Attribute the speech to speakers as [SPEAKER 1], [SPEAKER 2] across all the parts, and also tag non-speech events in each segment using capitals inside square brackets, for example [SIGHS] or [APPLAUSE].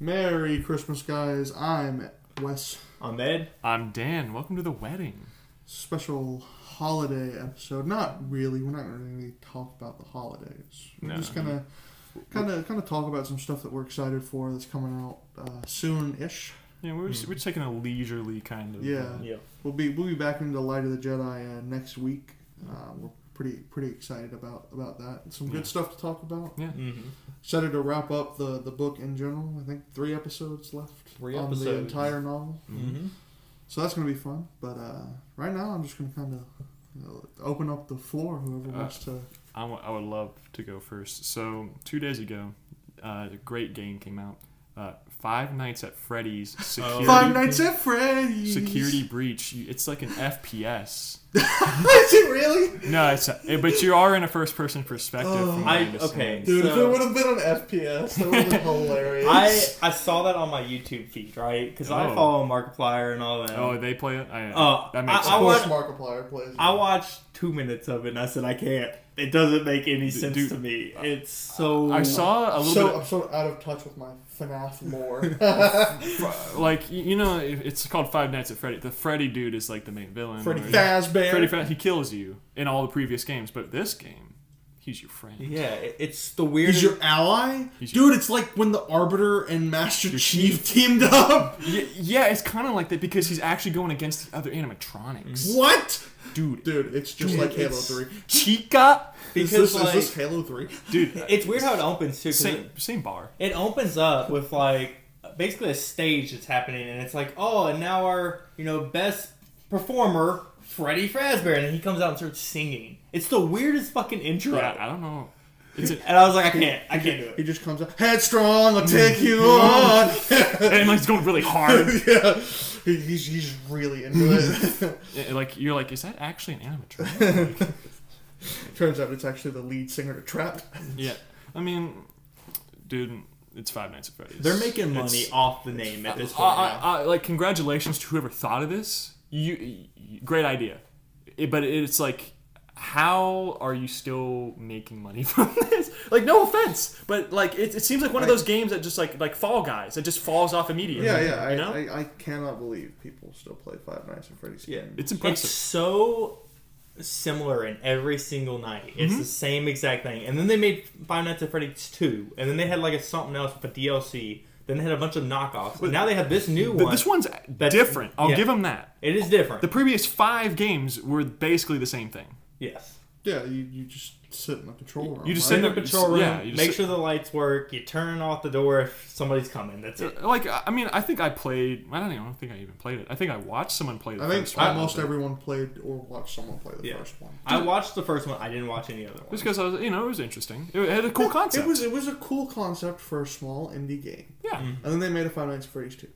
[SPEAKER 1] Merry Christmas, guys. I'm Wes.
[SPEAKER 2] I'm Ed.
[SPEAKER 3] I'm Dan. Welcome to the wedding.
[SPEAKER 1] Special holiday episode. Not really. We're not going to really talk about the holidays. We're
[SPEAKER 3] No.
[SPEAKER 1] just gonna kind of kind of talk about some stuff that we're excited for that's coming out uh, soon-ish.
[SPEAKER 3] Yeah, we're just,
[SPEAKER 2] Hmm.
[SPEAKER 3] we're just taking a leisurely kind of.
[SPEAKER 1] Yeah.
[SPEAKER 3] uh,
[SPEAKER 2] Yeah.
[SPEAKER 1] We'll be we'll be back into Light of the Jedi uh, next week. Uh, we're pretty pretty excited about about that. Some
[SPEAKER 3] Yeah.
[SPEAKER 1] good stuff to talk about.
[SPEAKER 2] Mm-hmm.
[SPEAKER 1] Excited to wrap up the the book in general. I think three episodes left
[SPEAKER 2] Three
[SPEAKER 1] on the
[SPEAKER 2] episodes.
[SPEAKER 1] entire novel.
[SPEAKER 3] mhm.
[SPEAKER 1] So that's gonna be fun. But uh, right now, I'm just gonna kind of you know, open up the floor. Whoever
[SPEAKER 3] Uh,
[SPEAKER 1] wants to.
[SPEAKER 3] I wa- I would love to go first. So two days ago, uh, a great game came out. Uh, Five Nights at [LAUGHS] Freddy's Security
[SPEAKER 1] Five Nights at Freddy's. [LAUGHS]
[SPEAKER 3] Security Breach. You- It's like an FPS.
[SPEAKER 1] Is it really?
[SPEAKER 3] No, it's not, eh, but you are in a first-person perspective.
[SPEAKER 1] Oh.
[SPEAKER 3] from what
[SPEAKER 2] I-
[SPEAKER 3] I, understand.
[SPEAKER 2] okay.
[SPEAKER 1] Dude, if it
[SPEAKER 2] So-
[SPEAKER 1] would have been an FPS, that would have been hilarious.
[SPEAKER 2] I I saw that on my YouTube feed, right? Because I
[SPEAKER 3] Oh.
[SPEAKER 2] follow Markiplier and all that.
[SPEAKER 3] Oh, they play it. I,
[SPEAKER 2] Uh,
[SPEAKER 3] that makes
[SPEAKER 2] I- I
[SPEAKER 1] of
[SPEAKER 3] sense.
[SPEAKER 1] course,
[SPEAKER 2] want-
[SPEAKER 1] Markiplier plays. it.
[SPEAKER 2] I watched two minutes of it and I said I can't. It doesn't make any sense
[SPEAKER 3] dude,
[SPEAKER 2] to me. It's so
[SPEAKER 3] I saw a little
[SPEAKER 1] so
[SPEAKER 3] bit.
[SPEAKER 1] I'm so out of touch with my FNAF lore. [LAUGHS]
[SPEAKER 3] like y- you know, it- it's called Five Nights at Freddy. The Freddy dude is like the main villain.
[SPEAKER 1] Freddy
[SPEAKER 3] or-
[SPEAKER 1] Fazbear.
[SPEAKER 3] Freddy Fazbear. He kills you in all the previous games, but this game, he's your friend.
[SPEAKER 2] Yeah, it- it's the weirdest.
[SPEAKER 1] He's your ally,
[SPEAKER 3] He's
[SPEAKER 1] dude. It's like when the Arbiter and Master
[SPEAKER 3] Your
[SPEAKER 1] Chief teamed up. [LAUGHS]
[SPEAKER 3] Y- yeah, it's kind of like that because he's actually going against the other animatronics,
[SPEAKER 1] What,
[SPEAKER 3] dude.
[SPEAKER 1] dude? It's just
[SPEAKER 2] Dude,
[SPEAKER 1] like Halo
[SPEAKER 2] it's-
[SPEAKER 1] Three.
[SPEAKER 3] Chica,
[SPEAKER 1] Is
[SPEAKER 2] because
[SPEAKER 1] this,
[SPEAKER 2] like,
[SPEAKER 1] is this Halo Three?
[SPEAKER 3] dude.
[SPEAKER 2] it's weird how it opens too. 'cause it-
[SPEAKER 3] Same, same bar.
[SPEAKER 2] It opens up with like basically a stage that's happening, and it's like, oh, and now our you know best performer Freddie Fazbear, and he comes out and starts singing. It's the weirdest fucking intro,
[SPEAKER 3] Yeah, I don't know. It's an,
[SPEAKER 2] and I was like, I can't, I can't do
[SPEAKER 1] He
[SPEAKER 2] it.
[SPEAKER 1] just comes out, headstrong, I'll take [LAUGHS] you on.
[SPEAKER 3] and like it's going really hard.
[SPEAKER 2] [LAUGHS]
[SPEAKER 1] yeah. He- He's, he's really into it. [LAUGHS]
[SPEAKER 3] Yeah, Like you're like, is that actually an
[SPEAKER 2] [LAUGHS]
[SPEAKER 3] animatronic? Like,
[SPEAKER 1] Turns out it's actually the lead singer to Trap.
[SPEAKER 3] yeah, I mean, dude, it's Five Nights at Freddy's.
[SPEAKER 2] They're making money
[SPEAKER 3] It's-
[SPEAKER 2] off the name at this
[SPEAKER 3] I-
[SPEAKER 2] point.
[SPEAKER 3] I- I- like congratulations to whoever thought of this. You, you great idea, It- but it's like, how are you still making money [LAUGHS] from this? Like, no offense, but like it, it seems like one of those games that just like like Fall Guys that just falls off immediately.
[SPEAKER 1] Yeah, yeah. I,
[SPEAKER 3] you know,
[SPEAKER 1] I, I cannot believe people still play Five Nights at Freddy's.
[SPEAKER 2] Yeah.
[SPEAKER 3] it's
[SPEAKER 2] It's
[SPEAKER 3] impressive.
[SPEAKER 2] so similar in every single night. It's the same exact thing. And then they made Five Nights at Freddy's 2, and then they had like a something else with a DLC. Then they had a bunch of knockoffs. And now they have this new
[SPEAKER 3] But
[SPEAKER 2] one.
[SPEAKER 3] this one's different. I'll
[SPEAKER 2] yeah.
[SPEAKER 3] give them that.
[SPEAKER 2] It is different.
[SPEAKER 3] The previous five games were basically the same thing.
[SPEAKER 2] yes.
[SPEAKER 1] Yeah, you, you just sit in the control room.
[SPEAKER 3] you just
[SPEAKER 1] right?
[SPEAKER 2] Sit in the
[SPEAKER 3] Right.
[SPEAKER 2] control room.
[SPEAKER 3] Yeah, you just
[SPEAKER 2] make
[SPEAKER 3] sit-
[SPEAKER 2] sure the lights work. You turn off the door if somebody's coming. That's it.
[SPEAKER 3] Like, I I mean, I think I played. I don't even I don't think I even played it. I think I watched someone play the
[SPEAKER 1] I think
[SPEAKER 3] first one.
[SPEAKER 1] almost
[SPEAKER 3] but-
[SPEAKER 1] everyone played or watched someone play the
[SPEAKER 2] Yeah.
[SPEAKER 1] first one.
[SPEAKER 2] I watched the first one. I didn't watch any other one.
[SPEAKER 3] Just because I was, you know, it was interesting. It had a cool concept.
[SPEAKER 1] It was it was a cool concept for a small indie game,
[SPEAKER 3] yeah.
[SPEAKER 1] and then they made a Five Nights at Freddy's two.
[SPEAKER 3] Mm.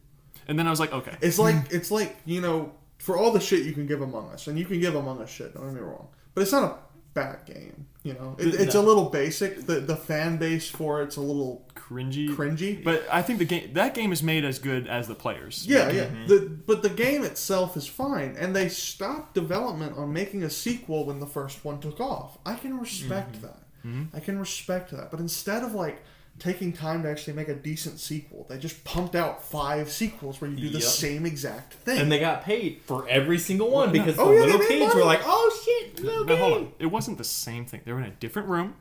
[SPEAKER 3] And then I was like, okay.
[SPEAKER 1] It's like
[SPEAKER 2] Hmm.
[SPEAKER 1] it's like you know, for all the shit you can give Among Us, and you can give Among Us shit. Don't get me wrong, but it's not a bad game. You know, it, it's a
[SPEAKER 2] No.
[SPEAKER 1] little basic. The the fan base for it's a little
[SPEAKER 3] cringy.
[SPEAKER 1] cringy.
[SPEAKER 3] But I think the game that game is made as good as the players.
[SPEAKER 1] Yeah, yeah.
[SPEAKER 2] Mm-hmm.
[SPEAKER 1] The, but the game itself is fine, and they stopped development on making a sequel when the first one took off. I can respect
[SPEAKER 2] Mm-hmm.
[SPEAKER 1] that. I can respect that. But instead of like taking time to actually make a decent sequel, they just pumped out five sequels where you do the
[SPEAKER 2] Yep.
[SPEAKER 1] same exact thing.
[SPEAKER 2] And they got paid for every single one
[SPEAKER 3] Well, no.
[SPEAKER 2] because
[SPEAKER 1] Oh,
[SPEAKER 2] the
[SPEAKER 1] yeah, they
[SPEAKER 2] little
[SPEAKER 1] made
[SPEAKER 2] kids
[SPEAKER 1] money.
[SPEAKER 2] were like, "Oh shit, little
[SPEAKER 3] But hold
[SPEAKER 2] game."
[SPEAKER 3] on, it wasn't the same thing. They were in a different room.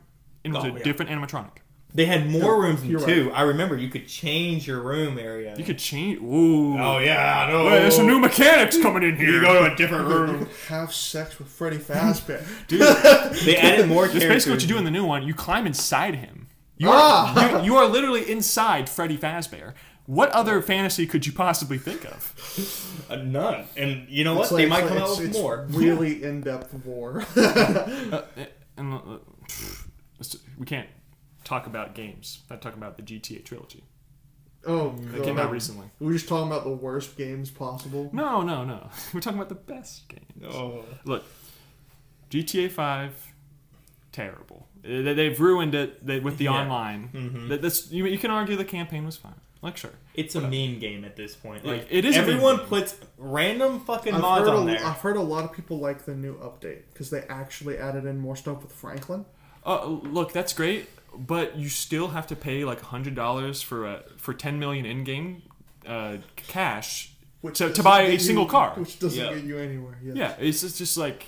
[SPEAKER 3] and It was
[SPEAKER 2] Oh,
[SPEAKER 3] a
[SPEAKER 2] yeah.
[SPEAKER 3] different animatronic.
[SPEAKER 2] They had more rooms than
[SPEAKER 1] you're
[SPEAKER 2] two. I remember you could change your room area.
[SPEAKER 3] You could change. Ooh.
[SPEAKER 2] Oh yeah, I know.
[SPEAKER 3] Wait, there's some new mechanics coming in here.
[SPEAKER 2] You go to a
[SPEAKER 3] [LAUGHS]
[SPEAKER 2] different
[SPEAKER 1] You
[SPEAKER 2] room.
[SPEAKER 1] could have sex with Freddy Fazbear.
[SPEAKER 3] [LAUGHS]
[SPEAKER 2] they added more
[SPEAKER 3] That's
[SPEAKER 2] characters.
[SPEAKER 3] basically what you do in the new one. You climb inside him. You are,
[SPEAKER 1] Ah!
[SPEAKER 3] you, you are literally inside Freddy Fazbear. What other fantasy could you possibly think of?
[SPEAKER 2] Uh, none. And you know
[SPEAKER 1] It's
[SPEAKER 2] what? they
[SPEAKER 1] like-
[SPEAKER 2] might come
[SPEAKER 1] it's-
[SPEAKER 2] out with
[SPEAKER 1] it's
[SPEAKER 2] more.
[SPEAKER 1] Really in depth war. [LAUGHS]
[SPEAKER 3] And uh, pff, let's- we can't talk about games. I talk about the GTA trilogy.
[SPEAKER 1] oh,
[SPEAKER 3] It came
[SPEAKER 1] God.
[SPEAKER 3] out recently.
[SPEAKER 1] We're just talking about the worst games possible.
[SPEAKER 3] No, no, no. [LAUGHS] We're talking about the best game.
[SPEAKER 2] Oh.
[SPEAKER 3] Look, GTA Five, terrible. Uh, they- They've ruined it they- with the
[SPEAKER 2] Yeah.
[SPEAKER 3] online. That- That's you, you can argue the campaign was fine. Like sure,
[SPEAKER 2] It's a meme game at this point. Like
[SPEAKER 3] It is a meme
[SPEAKER 2] Everyone
[SPEAKER 3] game.
[SPEAKER 2] puts random fucking
[SPEAKER 1] I've
[SPEAKER 2] mods
[SPEAKER 1] heard,
[SPEAKER 2] on
[SPEAKER 1] a,
[SPEAKER 2] there.
[SPEAKER 1] I've heard a lot of people like the new update because they actually added in more stuff with Franklin.
[SPEAKER 3] uh, look, that's great. but you still have to pay like hundred dollars for a for ten million in game uh, cash to, to
[SPEAKER 1] doesn't
[SPEAKER 3] buy a
[SPEAKER 1] get you-
[SPEAKER 3] single car.
[SPEAKER 1] Which doesn't
[SPEAKER 2] Yeah.
[SPEAKER 1] get you anywhere. Yes.
[SPEAKER 3] Yeah, it's just, just like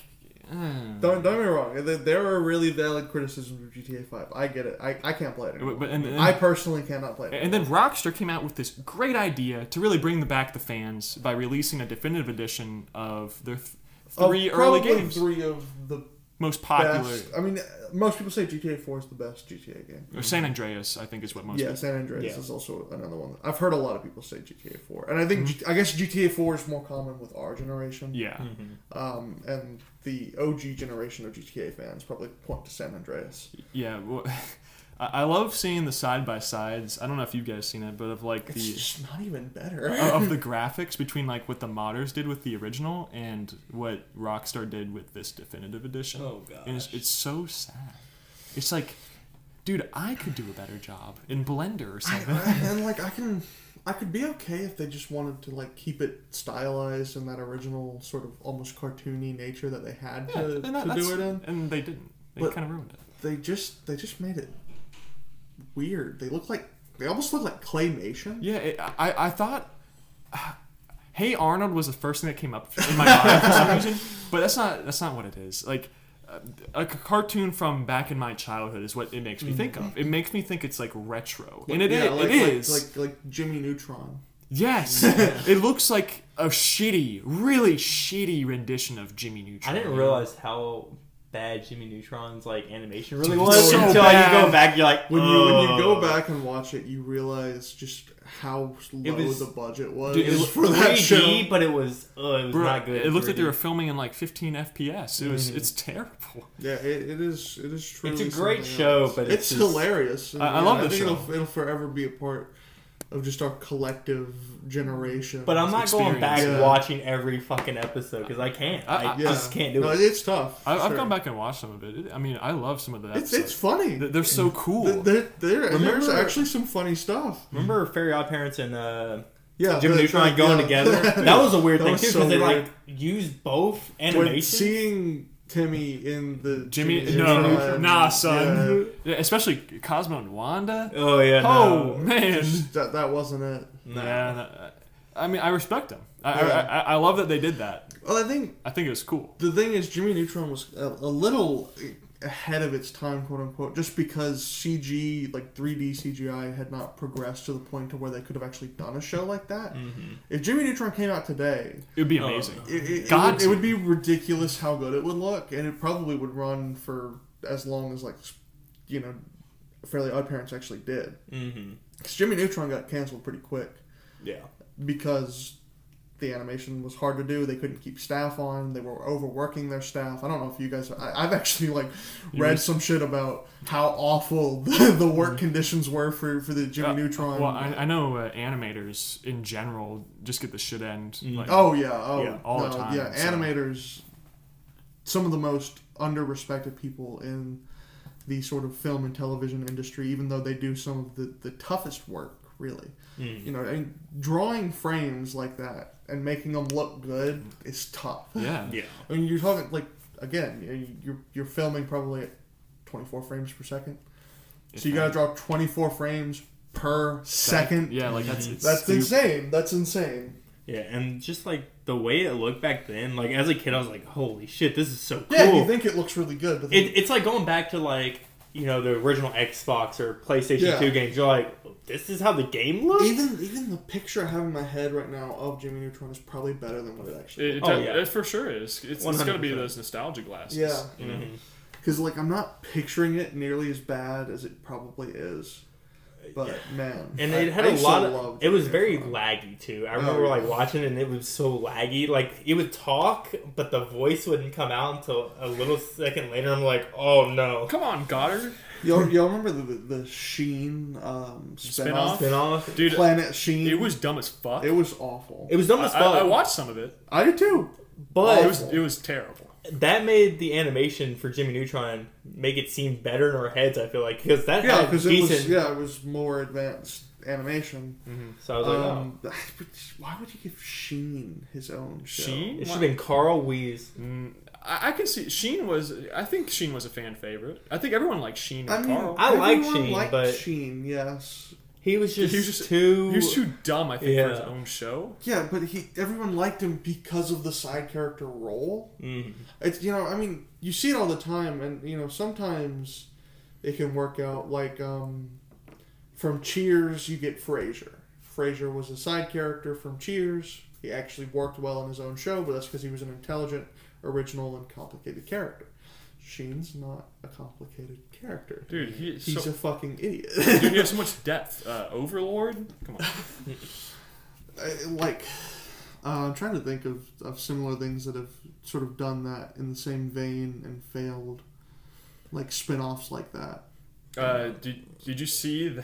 [SPEAKER 3] uh,
[SPEAKER 1] Don't, don't get me wrong. there- There are really valid criticisms of GTA 5. I get it. I, I can't play it anymore.
[SPEAKER 3] But- but- and- and-
[SPEAKER 1] I personally cannot play it.
[SPEAKER 3] And then Rockstar came out with this great idea to really bring the back the fans by releasing a definitive edition of their th-
[SPEAKER 1] Of
[SPEAKER 3] three early
[SPEAKER 1] Oh, probably
[SPEAKER 3] games,
[SPEAKER 1] three of the
[SPEAKER 3] most popular.
[SPEAKER 1] best. I mean, most people say GTA 4 is the best GTA game.
[SPEAKER 3] Or San Andreas, I think, is what most.
[SPEAKER 1] yeah, San Andreas
[SPEAKER 2] Yeah.
[SPEAKER 1] is also another one. I've heard a lot of people say GTA 4, and I think
[SPEAKER 3] Mm-hmm.
[SPEAKER 1] G- I guess GTA 4 is more common with our generation.
[SPEAKER 3] Yeah.
[SPEAKER 2] Mm-hmm.
[SPEAKER 1] Um, and the OG generation of GTA fans probably point to San Andreas.
[SPEAKER 3] Yeah. Well, [LAUGHS] I I love seeing the side by sides. I don't know if you guys seen it, but of like
[SPEAKER 1] It's
[SPEAKER 3] the
[SPEAKER 1] just not even better.
[SPEAKER 3] [LAUGHS] of the graphics between like what the modders did with the original and what Rockstar did with this definitive edition.
[SPEAKER 2] Oh,
[SPEAKER 3] And it's,
[SPEAKER 2] gosh.
[SPEAKER 3] it's so sad. It's like, dude, I could do a better job in Blender or
[SPEAKER 1] I-
[SPEAKER 3] something.
[SPEAKER 1] I- and like I can, I could be okay if they just wanted to like keep it stylized in that original sort of almost cartoony nature that they had
[SPEAKER 3] Yeah,
[SPEAKER 1] to,
[SPEAKER 3] and that-
[SPEAKER 1] to do
[SPEAKER 3] that's-
[SPEAKER 1] it in.
[SPEAKER 3] And they didn't. They
[SPEAKER 1] But-
[SPEAKER 3] kind of ruined it.
[SPEAKER 1] They just they just made it weird. They look like they almost look like claymation.
[SPEAKER 3] Yeah, it, I, I thought. [SIGHS] Hey Arnold was the first thing that came up in my mind for some reason, [LAUGHS] but that's not that's not what it is. Like uh, a c- cartoon from back in my childhood is what it makes me think of. It makes me think it's Mm. like retro, and it i-
[SPEAKER 1] yeah, like,
[SPEAKER 3] it
[SPEAKER 1] like,
[SPEAKER 3] is.
[SPEAKER 1] like like Jimmy Neutron.
[SPEAKER 3] [LAUGHS] yes, it looks like a shitty, really shitty rendition of Jimmy
[SPEAKER 2] I
[SPEAKER 3] Neutron.
[SPEAKER 2] didn't realize how bad Jimmy Neutron's like animation really
[SPEAKER 3] Dude,
[SPEAKER 2] was
[SPEAKER 1] so
[SPEAKER 2] until
[SPEAKER 3] bad.
[SPEAKER 2] you go back. You're like,
[SPEAKER 1] When you when you
[SPEAKER 2] "Oh."
[SPEAKER 1] go back and watch it, you realize just how low
[SPEAKER 2] was-
[SPEAKER 1] the budget was
[SPEAKER 3] Dude, it
[SPEAKER 2] it was
[SPEAKER 1] for that
[SPEAKER 2] 3D,
[SPEAKER 1] show.
[SPEAKER 2] but it was oh, it was
[SPEAKER 3] Bro,
[SPEAKER 2] not good.
[SPEAKER 3] It looked like they
[SPEAKER 2] 3D.
[SPEAKER 3] were filming in like 15 FPS. It was it's terrible.
[SPEAKER 1] Yeah, it, it is. It is truly.
[SPEAKER 2] It's a great
[SPEAKER 1] something
[SPEAKER 2] show,
[SPEAKER 1] else.
[SPEAKER 2] but
[SPEAKER 1] it's,
[SPEAKER 2] it's, just-
[SPEAKER 1] hilarious.
[SPEAKER 3] I- I love
[SPEAKER 1] the
[SPEAKER 3] this show.
[SPEAKER 1] It'll, it'll forever be a part of just our collective generation.
[SPEAKER 2] But I'm not going back
[SPEAKER 1] Experience.
[SPEAKER 2] and
[SPEAKER 1] Yeah.
[SPEAKER 2] watching every fucking episode because I can't.
[SPEAKER 3] I-
[SPEAKER 2] I,
[SPEAKER 3] I-
[SPEAKER 1] Yeah.
[SPEAKER 2] just can't do
[SPEAKER 1] No,
[SPEAKER 2] it.
[SPEAKER 1] It's tough.
[SPEAKER 3] I, I've
[SPEAKER 1] sure.
[SPEAKER 3] gone back and watched some of it. It- I mean, I love some of the
[SPEAKER 1] It's
[SPEAKER 3] episodes.
[SPEAKER 1] it's funny.
[SPEAKER 3] Th- They're so cool.
[SPEAKER 1] Th- there- there- and there's
[SPEAKER 2] Remember-
[SPEAKER 1] actually some funny stuff.
[SPEAKER 2] Remember Fairy Odd Parents and uh,
[SPEAKER 1] Yeah,
[SPEAKER 2] Jim
[SPEAKER 1] the-
[SPEAKER 2] Neutron going
[SPEAKER 1] yeah. [LAUGHS]
[SPEAKER 2] together? That was a weird
[SPEAKER 1] That
[SPEAKER 2] thing
[SPEAKER 1] was
[SPEAKER 2] too because
[SPEAKER 1] so
[SPEAKER 2] they
[SPEAKER 1] weird.
[SPEAKER 2] like used both
[SPEAKER 1] when
[SPEAKER 2] animations.
[SPEAKER 1] seeing Timmy in the
[SPEAKER 3] Jimmy,
[SPEAKER 1] Jimmy
[SPEAKER 3] no,
[SPEAKER 1] Neutron-
[SPEAKER 3] nah,
[SPEAKER 1] yeah.
[SPEAKER 2] [LAUGHS]
[SPEAKER 3] son. Yeah, especially Cosmo and Wanda.
[SPEAKER 2] Oh yeah.
[SPEAKER 3] Oh
[SPEAKER 2] no.
[SPEAKER 3] man,
[SPEAKER 1] Just- that, that wasn't it.
[SPEAKER 2] No.
[SPEAKER 3] Nah, nah, I mean, I respect them. I,
[SPEAKER 1] Yeah.
[SPEAKER 3] I, I, I love that they did that.
[SPEAKER 1] Well, I think
[SPEAKER 3] I think it was cool.
[SPEAKER 1] the thing is, Jimmy Neutron was a, a little ahead of its time, quote unquote, just because CG, like 3D CGI, had not progressed to the point to where they could have actually done a show like that.
[SPEAKER 2] Mm-hmm.
[SPEAKER 1] If Jimmy Neutron came out today,
[SPEAKER 3] It would be
[SPEAKER 2] Oh.
[SPEAKER 3] amazing.
[SPEAKER 1] it, it,
[SPEAKER 3] God.
[SPEAKER 1] it, would, it would be ridiculous how good it would look, and it probably would run for as long as, like, you know, Fairly Odd Parents actually did.
[SPEAKER 2] hmm
[SPEAKER 1] Because Jimmy Neutron got canceled pretty quick
[SPEAKER 2] Yeah.
[SPEAKER 1] because the animation was hard to do. They couldn't keep staff on. They were overworking their staff. I don't know if you guys. I, I've actually like
[SPEAKER 3] You
[SPEAKER 1] read
[SPEAKER 3] mean-
[SPEAKER 1] some shit about how awful [LAUGHS] the, the work conditions were for for the Jimmy
[SPEAKER 3] Uh,
[SPEAKER 1] Neutron.
[SPEAKER 3] Well, I, I know uh, animators in general just get the shit end.
[SPEAKER 2] Mm.
[SPEAKER 3] Like,
[SPEAKER 1] oh yeah, oh
[SPEAKER 3] Yeah, all the
[SPEAKER 1] no,
[SPEAKER 3] time,
[SPEAKER 1] Yeah,
[SPEAKER 3] so-
[SPEAKER 1] animators, some of the most under-respected people in the sort of film and television industry, even though they do some of the the toughest work, really.
[SPEAKER 2] Mm.
[SPEAKER 1] You know, and drawing frames like that and making them look good is tough.
[SPEAKER 3] yeah.
[SPEAKER 2] Yeah.
[SPEAKER 1] I mean, you're talking like again, you- you're you're filming probably at 24 frames per second, so you gotta draw 24 frames per second. Mm-hmm.
[SPEAKER 3] Yeah, like that's it's
[SPEAKER 1] That's
[SPEAKER 3] stupid.
[SPEAKER 1] insane. That's insane.
[SPEAKER 2] Yeah, and just like the way it looked back then, like as a kid, I was like, "Holy shit, this is so cool!"
[SPEAKER 1] Yeah, you think it looks really good, but then
[SPEAKER 2] it, it's like going back to like you know the original Xbox or PlayStation
[SPEAKER 1] Yeah.
[SPEAKER 2] Two games. You're like, "This is how the game looks."
[SPEAKER 1] even even the picture I have in my head right now of Jimmy Neutron is probably better than what it actually.
[SPEAKER 3] It, it,
[SPEAKER 2] Oh, yeah.
[SPEAKER 3] it for sure is. It's, it's gonna be
[SPEAKER 2] 100%.
[SPEAKER 3] those nostalgia glasses.
[SPEAKER 1] Yeah.
[SPEAKER 3] You
[SPEAKER 2] Mm-hmm.
[SPEAKER 3] know?
[SPEAKER 1] Because like I'm not picturing it nearly as bad as it probably is, but man,
[SPEAKER 2] and
[SPEAKER 1] I-
[SPEAKER 2] it had
[SPEAKER 1] I
[SPEAKER 2] a
[SPEAKER 1] used to
[SPEAKER 2] lot of
[SPEAKER 1] love
[SPEAKER 2] it was
[SPEAKER 1] Jimmy
[SPEAKER 2] very
[SPEAKER 1] Neutron.
[SPEAKER 2] laggy too i
[SPEAKER 1] Oh,
[SPEAKER 2] remember
[SPEAKER 1] yeah.
[SPEAKER 2] like watching it and it was so laggy like it would talk but the voice wouldn't come out until a little second later i'm like oh no
[SPEAKER 3] Come on, Goddard.
[SPEAKER 2] [LAUGHS]
[SPEAKER 1] Y'all, y'all remember the the, the Sheen um, spinoff?
[SPEAKER 3] Spinoff?
[SPEAKER 2] Spin off.
[SPEAKER 3] Dude,
[SPEAKER 1] Planet Sheen.
[SPEAKER 3] it was dumb as fuck.
[SPEAKER 1] it was awful.
[SPEAKER 2] it was dumb
[SPEAKER 3] I,
[SPEAKER 2] as
[SPEAKER 3] I- I
[SPEAKER 2] fuck
[SPEAKER 3] watched some of it.
[SPEAKER 1] I did too.
[SPEAKER 3] It
[SPEAKER 2] but
[SPEAKER 3] was it was terrible.
[SPEAKER 2] that made the animation for jimmy neutron make it seem better in our heads i feel like because that
[SPEAKER 1] Yeah,
[SPEAKER 2] had
[SPEAKER 1] because it
[SPEAKER 2] decent
[SPEAKER 1] was yeah, it was more advanced animation.
[SPEAKER 2] so i was like
[SPEAKER 1] [SIGHS]
[SPEAKER 2] oh.
[SPEAKER 1] Um, why would you give Sheen his own show?
[SPEAKER 3] Sheen?
[SPEAKER 2] it should have been carl weeze
[SPEAKER 3] Mm, I, I can see Sheen was. I think Sheen was a fan favorite. I think everyone liked Sheen and
[SPEAKER 1] I mean,
[SPEAKER 3] Carl.
[SPEAKER 2] I like
[SPEAKER 1] everyone
[SPEAKER 2] Sheen,
[SPEAKER 1] liked
[SPEAKER 2] but-
[SPEAKER 1] Sheen, yes,
[SPEAKER 2] He was just,
[SPEAKER 3] He was just-
[SPEAKER 2] too.
[SPEAKER 3] he was too dumb, I think, for his
[SPEAKER 2] Yeah.
[SPEAKER 3] own show.
[SPEAKER 1] yeah, but he everyone liked him because of the side character role.
[SPEAKER 2] Mhm.
[SPEAKER 1] It's you know, I mean, you see it all the time, and you know, sometimes it can work out. Like um, from Cheers, you get Frasier. Frasier was a side character from Cheers. He actually worked well in his own show, but that's because he was an intelligent, original, and complicated character. Sheen's not a complicated character.
[SPEAKER 3] Dude, he,
[SPEAKER 1] He's
[SPEAKER 3] so,
[SPEAKER 1] a fucking idiot. [LAUGHS]
[SPEAKER 3] dude, he has so much depth. Uh, Overlord? Come on.
[SPEAKER 1] I- like uh, I'm trying to think of, of similar things that have sort of done that in the same vein and failed, like spin-offs like that.
[SPEAKER 3] Uh, did, did you see the,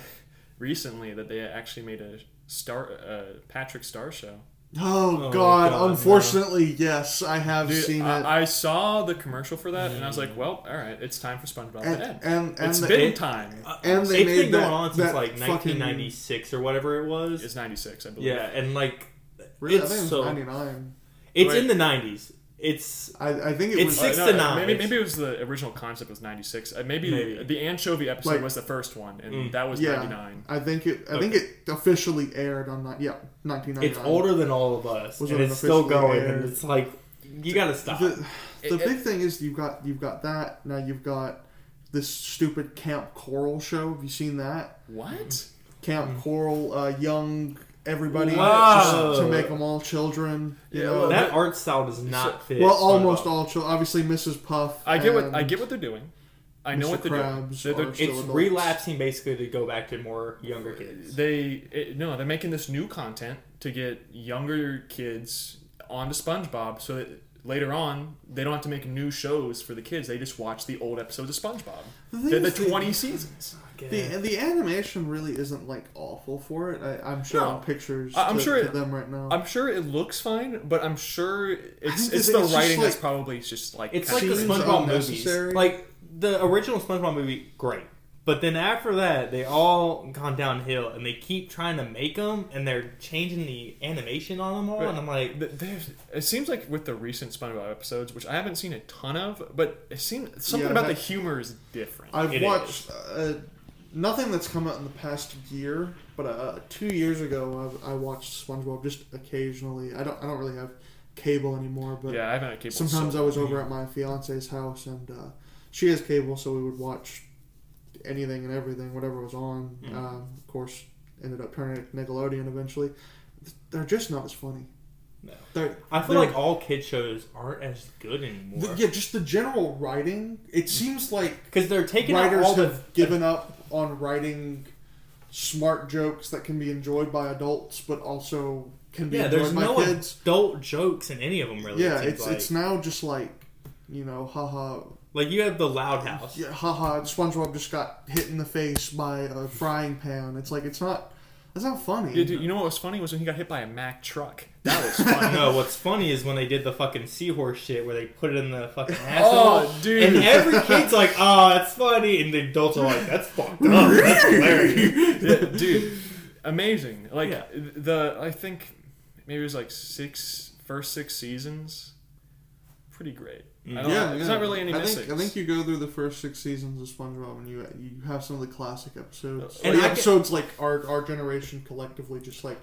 [SPEAKER 3] recently that they actually made a star uh, Patrick Star show?
[SPEAKER 1] Oh,
[SPEAKER 2] Oh,
[SPEAKER 1] God!
[SPEAKER 2] God,
[SPEAKER 1] Unfortunately, yes, I have
[SPEAKER 3] Dude,
[SPEAKER 1] seen it.
[SPEAKER 3] I, I saw the commercial for that, and I was
[SPEAKER 2] Mm.
[SPEAKER 3] like, well, all right, it's time for SpongeBob
[SPEAKER 1] and
[SPEAKER 3] to end.
[SPEAKER 1] and, and
[SPEAKER 3] It's
[SPEAKER 1] the-
[SPEAKER 3] been time.
[SPEAKER 2] Uh,
[SPEAKER 1] And they made
[SPEAKER 2] it's been
[SPEAKER 1] that-
[SPEAKER 2] going on since
[SPEAKER 1] that
[SPEAKER 2] like
[SPEAKER 1] fucking-
[SPEAKER 2] 1996 or whatever it was.
[SPEAKER 3] It's 96, I believe.
[SPEAKER 2] yeah, and like
[SPEAKER 1] really, I
[SPEAKER 2] it's
[SPEAKER 1] think it was
[SPEAKER 2] so-
[SPEAKER 1] '99.
[SPEAKER 2] it's
[SPEAKER 3] Wait.
[SPEAKER 2] in the 90s. It's
[SPEAKER 1] I, I think it
[SPEAKER 2] It's
[SPEAKER 1] was
[SPEAKER 2] six-
[SPEAKER 3] Uh,
[SPEAKER 2] to nine.
[SPEAKER 3] Maybe, maybe it was the original concept was 96. Uh, maybe,
[SPEAKER 2] Maybe.
[SPEAKER 3] the anchovy episode
[SPEAKER 1] Like-
[SPEAKER 3] was the first one, and
[SPEAKER 2] Mm.
[SPEAKER 3] that was
[SPEAKER 1] yeah.
[SPEAKER 3] 99.
[SPEAKER 1] I think it. I think it officially aired on ni- yeah 1999.
[SPEAKER 2] it's older than all of us,
[SPEAKER 1] Was
[SPEAKER 2] and
[SPEAKER 1] it
[SPEAKER 2] it's still
[SPEAKER 1] unofficially
[SPEAKER 2] going.
[SPEAKER 1] aired?
[SPEAKER 2] And it's like you gotta stop.
[SPEAKER 1] The, the
[SPEAKER 3] It- it-
[SPEAKER 1] big thing is you've got you've got that now you've got this stupid Camp Coral show. Have you seen that?
[SPEAKER 3] What?
[SPEAKER 1] Camp Coral, uh, young everybody
[SPEAKER 2] Wow.
[SPEAKER 1] just to make them all children. You
[SPEAKER 3] Yeah,
[SPEAKER 1] know,
[SPEAKER 3] well,
[SPEAKER 2] that art style does not fit.
[SPEAKER 1] well, almost
[SPEAKER 2] SpongeBob.
[SPEAKER 1] all children. Obviously, Mrs. Puff.
[SPEAKER 3] I get what
[SPEAKER 1] and-
[SPEAKER 3] I get what they're doing. I know
[SPEAKER 1] Mr.
[SPEAKER 3] what they're
[SPEAKER 1] Krabs
[SPEAKER 3] doing. They're-
[SPEAKER 1] are-
[SPEAKER 3] they're-
[SPEAKER 2] It's
[SPEAKER 1] adults.
[SPEAKER 2] relapsing basically to go back to more younger kids.
[SPEAKER 3] they it, no, they're making this new content to get younger kids onto SpongeBob, so that later on they don't have to make new shows for the kids. They just watch the old episodes of SpongeBob.
[SPEAKER 1] The thing
[SPEAKER 3] They're the
[SPEAKER 1] is the-
[SPEAKER 3] twenty seasons.
[SPEAKER 1] The the animation really isn't like awful for it. I, I'm showing
[SPEAKER 3] No.
[SPEAKER 1] pictures.
[SPEAKER 3] I- I'm
[SPEAKER 1] to,
[SPEAKER 3] sure
[SPEAKER 1] to
[SPEAKER 3] it-
[SPEAKER 1] them right now.
[SPEAKER 3] I'm sure it looks fine, but I'm sure it's
[SPEAKER 1] think that
[SPEAKER 3] it's the
[SPEAKER 1] it's just
[SPEAKER 3] writing that's
[SPEAKER 1] like-
[SPEAKER 3] probably just like
[SPEAKER 2] It's like
[SPEAKER 3] kinda
[SPEAKER 2] the
[SPEAKER 1] Seems
[SPEAKER 2] SpongeBob movies.
[SPEAKER 1] unnecessary.
[SPEAKER 2] Like the original SpongeBob movie, great. But then after that, they all gone downhill, and they keep trying to make them, and they're changing the animation on them all.
[SPEAKER 3] But-
[SPEAKER 2] and I'm like,
[SPEAKER 3] Th- There's, it seems like with the recent SpongeBob episodes, which I haven't seen a ton of, but it seems something
[SPEAKER 1] Yeah,
[SPEAKER 3] about the
[SPEAKER 1] that-
[SPEAKER 3] humor is different.
[SPEAKER 1] I've
[SPEAKER 2] It
[SPEAKER 1] watched uh, nothing that's come out in the past year, but uh, two years ago I, I watched SpongeBob just occasionally. I don't I don't really have cable anymore, but
[SPEAKER 3] yeah, I haven't had cable. in
[SPEAKER 1] sometimes
[SPEAKER 3] so
[SPEAKER 1] I was
[SPEAKER 3] long.
[SPEAKER 1] over at my fiance's house, and uh, she has cable, so we would watch anything and everything, whatever was on.
[SPEAKER 2] Mhm.
[SPEAKER 1] Um, of course, ended up turning it Nickelodeon eventually. They're just not as funny.
[SPEAKER 2] No.
[SPEAKER 1] They're,
[SPEAKER 2] I feel
[SPEAKER 1] they're-
[SPEAKER 2] like all kid shows aren't as good anymore
[SPEAKER 1] the-
[SPEAKER 2] because
[SPEAKER 1] yeah, just the general writing.
[SPEAKER 2] Mm.
[SPEAKER 1] It seems like
[SPEAKER 2] they're taking out
[SPEAKER 1] writers
[SPEAKER 2] all the
[SPEAKER 1] have given up on writing smart jokes that can be enjoyed by adults, but also can be
[SPEAKER 2] yeah. There's
[SPEAKER 1] enjoyed by
[SPEAKER 2] no
[SPEAKER 1] kids.
[SPEAKER 2] adult jokes in any of them really. it
[SPEAKER 1] yeah,
[SPEAKER 2] seems
[SPEAKER 1] it's
[SPEAKER 2] like.
[SPEAKER 1] it's now just like you know, haha,
[SPEAKER 2] like you have the Loud House.
[SPEAKER 1] yeah, haha, SpongeBob just got hit in the face by a frying pan. It's like it's not that's not funny.
[SPEAKER 3] Yeah, dude, you know what was funny was when he got hit by a Mack truck.
[SPEAKER 1] [LAUGHS]
[SPEAKER 3] That was funny.
[SPEAKER 1] Oh,
[SPEAKER 2] no, what's funny is when they did the fucking seahorse shit where they put it in the
[SPEAKER 1] [LAUGHS]
[SPEAKER 2] fucking
[SPEAKER 3] Oh,
[SPEAKER 2] asshole.
[SPEAKER 3] dude.
[SPEAKER 2] And every kid's like, oh, that's funny. And the adults are like, that's fucked up. That's hilarious.
[SPEAKER 3] Yeah, dude, amazing. Like
[SPEAKER 2] Yeah.
[SPEAKER 3] the I think maybe it was like six first six seasons. Pretty great. I don't
[SPEAKER 1] yeah,
[SPEAKER 3] know,
[SPEAKER 1] yeah.
[SPEAKER 3] there's not really any
[SPEAKER 1] I
[SPEAKER 3] missing.
[SPEAKER 1] think, I think you go through the first six seasons of SpongeBob, and you you have some of the classic episodes.
[SPEAKER 2] And
[SPEAKER 1] Like,
[SPEAKER 2] I can-
[SPEAKER 1] episodes like our our generation collectively just like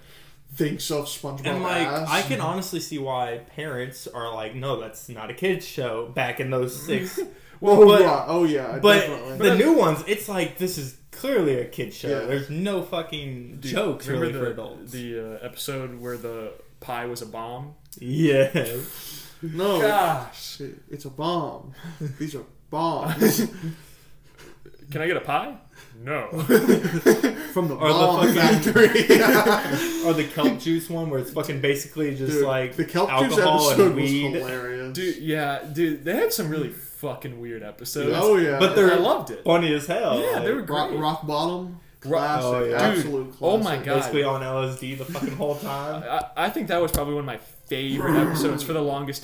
[SPEAKER 1] thinks of SpongeBob
[SPEAKER 2] And like,
[SPEAKER 1] as.
[SPEAKER 2] I can honestly see why parents are like, no, that's not a kid's show back
[SPEAKER 1] [LAUGHS]
[SPEAKER 2] in those six.
[SPEAKER 1] Well,
[SPEAKER 2] but-
[SPEAKER 1] yeah, oh yeah,
[SPEAKER 2] but
[SPEAKER 1] definitely.
[SPEAKER 2] the new ones, it's like, this is clearly a kid's show.
[SPEAKER 1] Yeah.
[SPEAKER 2] There's no fucking
[SPEAKER 3] Dude,
[SPEAKER 2] jokes really
[SPEAKER 3] remember
[SPEAKER 2] for
[SPEAKER 3] the,
[SPEAKER 2] adults.
[SPEAKER 3] the uh, episode where the pie was a bomb.
[SPEAKER 2] yeah.
[SPEAKER 1] no,
[SPEAKER 3] Gosh,
[SPEAKER 1] it- it's a bomb. These are bombs
[SPEAKER 2] [LAUGHS]
[SPEAKER 3] can I get a pie?
[SPEAKER 1] [LAUGHS]
[SPEAKER 3] No.
[SPEAKER 1] from the
[SPEAKER 2] Or the
[SPEAKER 1] bomb
[SPEAKER 2] fucking-
[SPEAKER 1] factory. [LAUGHS]
[SPEAKER 2] Or the kelp juice one where [LAUGHS] it's fucking basically just
[SPEAKER 1] Dude,
[SPEAKER 2] like
[SPEAKER 1] the kelp juice
[SPEAKER 2] alcohol
[SPEAKER 1] episode
[SPEAKER 2] and weed.
[SPEAKER 1] was hilarious.
[SPEAKER 3] Dude, yeah, dude, they had some really fucking weird episodes.
[SPEAKER 1] oh yeah,
[SPEAKER 2] but
[SPEAKER 3] I
[SPEAKER 2] they're-
[SPEAKER 3] loved it.
[SPEAKER 2] funny as hell.
[SPEAKER 3] Yeah,
[SPEAKER 2] like,
[SPEAKER 3] they were
[SPEAKER 1] rock,
[SPEAKER 3] great.
[SPEAKER 1] rock bottom,
[SPEAKER 3] Ro-
[SPEAKER 1] classic,
[SPEAKER 2] oh, yeah.
[SPEAKER 1] absolute classic.
[SPEAKER 3] oh my God.
[SPEAKER 2] basically on LSD the fucking whole time.
[SPEAKER 3] I, I think that was probably one of my favorite episodes for the longest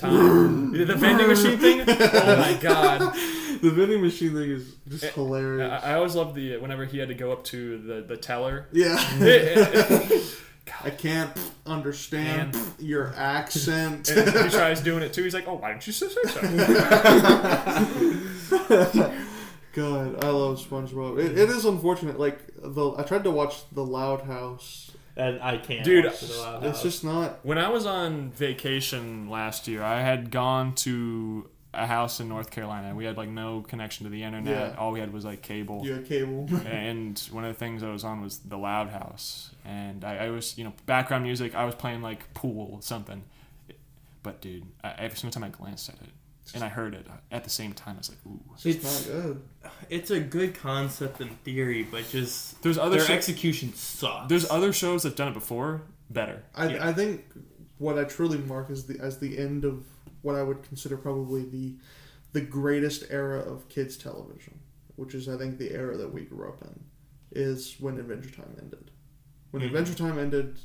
[SPEAKER 1] [LAUGHS]
[SPEAKER 3] time. the vending machine thing. Oh my god!
[SPEAKER 1] The vending machine thing is just
[SPEAKER 3] Eh,
[SPEAKER 2] uh,
[SPEAKER 1] [LAUGHS] hilarious.
[SPEAKER 3] uh,
[SPEAKER 2] [LAUGHS]
[SPEAKER 3] I, I always loved the whenever he had to go up to the the teller.
[SPEAKER 1] yeah.
[SPEAKER 3] It- it-
[SPEAKER 1] I can't understand your
[SPEAKER 2] [LAUGHS]
[SPEAKER 1] accent.
[SPEAKER 2] Eh,
[SPEAKER 3] And he tries doing it too. He's like, "Oh, why don't you say
[SPEAKER 1] [LAUGHS]
[SPEAKER 3] so?"
[SPEAKER 1] God, I love SpongeBob. It, it is unfortunate. Like the, I tried to watch The Loud House.
[SPEAKER 2] and I can't.
[SPEAKER 3] Dude,
[SPEAKER 2] watch The Loud
[SPEAKER 1] It's
[SPEAKER 2] House.
[SPEAKER 1] just not.
[SPEAKER 3] when I was on vacation last year, I had gone to a house in North Carolina. We had like no connection to the internet.
[SPEAKER 1] Yeah.
[SPEAKER 3] All we had was like cable.
[SPEAKER 2] Oh.
[SPEAKER 1] You had
[SPEAKER 2] [LAUGHS]
[SPEAKER 1] cable.
[SPEAKER 3] and one of the things I was on was the Loud House, and I, I was you know background music. I was playing like pool or something, but dude, I, every single time I glanced at it and I heard it at the same time, I was like, ooh.
[SPEAKER 1] It's
[SPEAKER 2] It's-
[SPEAKER 1] just not good.
[SPEAKER 2] it's a good concept in theory, but just
[SPEAKER 3] There's other
[SPEAKER 2] their
[SPEAKER 3] sho-
[SPEAKER 2] execution sucks.
[SPEAKER 3] there's other shows that've done it before better.
[SPEAKER 1] I,
[SPEAKER 2] Yeah.
[SPEAKER 1] I think what I truly mark as the as the end of what I would consider probably the the greatest era of kids television, which is I think the era that we grew up in, is when Adventure Time ended. When
[SPEAKER 2] Mhm.
[SPEAKER 1] Adventure Time ended,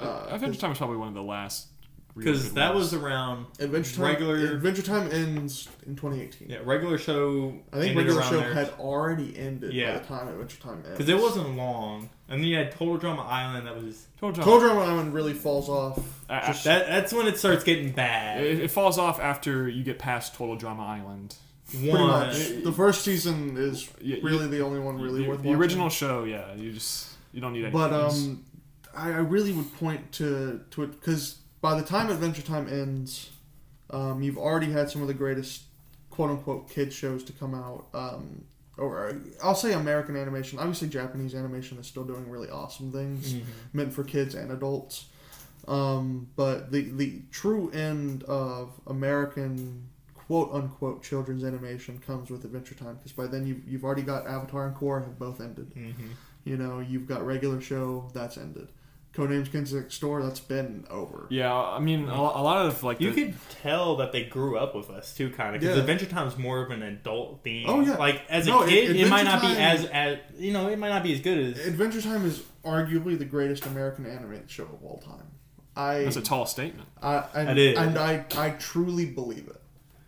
[SPEAKER 1] uh,
[SPEAKER 3] Adventure Time was probably one of the last. really
[SPEAKER 2] because
[SPEAKER 3] good
[SPEAKER 2] that
[SPEAKER 3] ones.
[SPEAKER 2] was around
[SPEAKER 1] Adventure Time
[SPEAKER 2] regular-
[SPEAKER 1] Adventure Time ends in 2018.
[SPEAKER 2] yeah regular show.
[SPEAKER 1] I think
[SPEAKER 2] ended
[SPEAKER 1] regular
[SPEAKER 2] around
[SPEAKER 1] show
[SPEAKER 2] there.
[SPEAKER 1] had already ended by
[SPEAKER 2] Yeah.
[SPEAKER 1] the time Adventure Time ended.
[SPEAKER 2] because it wasn't long, and then you had Total Drama Island. That was
[SPEAKER 3] Total Drama.
[SPEAKER 1] Cold Drama Island really falls off.
[SPEAKER 3] I- I-
[SPEAKER 1] Just-
[SPEAKER 2] that. That's when it starts getting bad.
[SPEAKER 3] It, it falls off after you get past Total Drama Island.
[SPEAKER 1] Pretty
[SPEAKER 2] One,
[SPEAKER 1] much. The first season is
[SPEAKER 3] Yeah, you-
[SPEAKER 1] really the only one really
[SPEAKER 3] the,
[SPEAKER 1] worth
[SPEAKER 3] the
[SPEAKER 1] watching.
[SPEAKER 3] original show, yeah. You just you don't need anything.
[SPEAKER 1] But
[SPEAKER 3] else.
[SPEAKER 1] um, I, I really would point to to it because by the time Adventure Time ends, um, you've already had some of the greatest quote unquote kid shows to come out. Um, or uh, I'll say American animation. Obviously, Japanese animation is still doing really awesome things
[SPEAKER 2] Mhm.
[SPEAKER 1] meant for kids and adults. Um, but the the true end of American quote unquote children's animation comes with Adventure Time because by then you you've already got Avatar and Korra have both ended.
[SPEAKER 2] Mhm.
[SPEAKER 1] You know, you've got regular show that's ended. Codenames Kids Next Door that's been over.
[SPEAKER 3] yeah, I mean a, lo- a lot of like
[SPEAKER 2] You
[SPEAKER 3] the-
[SPEAKER 2] could tell that they grew up with us too, kind of. Because
[SPEAKER 1] Yeah.
[SPEAKER 2] Adventure Time's more of an adult theme.
[SPEAKER 1] Oh, yeah.
[SPEAKER 2] Like as
[SPEAKER 1] No,
[SPEAKER 2] a
[SPEAKER 1] it-
[SPEAKER 2] kid, it, might not
[SPEAKER 1] Adventure
[SPEAKER 2] be as
[SPEAKER 1] Time-
[SPEAKER 2] as you know, it might not be as good as
[SPEAKER 1] Adventure Time is arguably the greatest American animated show of all time. I
[SPEAKER 3] that's a tall statement.
[SPEAKER 1] I and,
[SPEAKER 2] It is.
[SPEAKER 1] and I I truly believe it.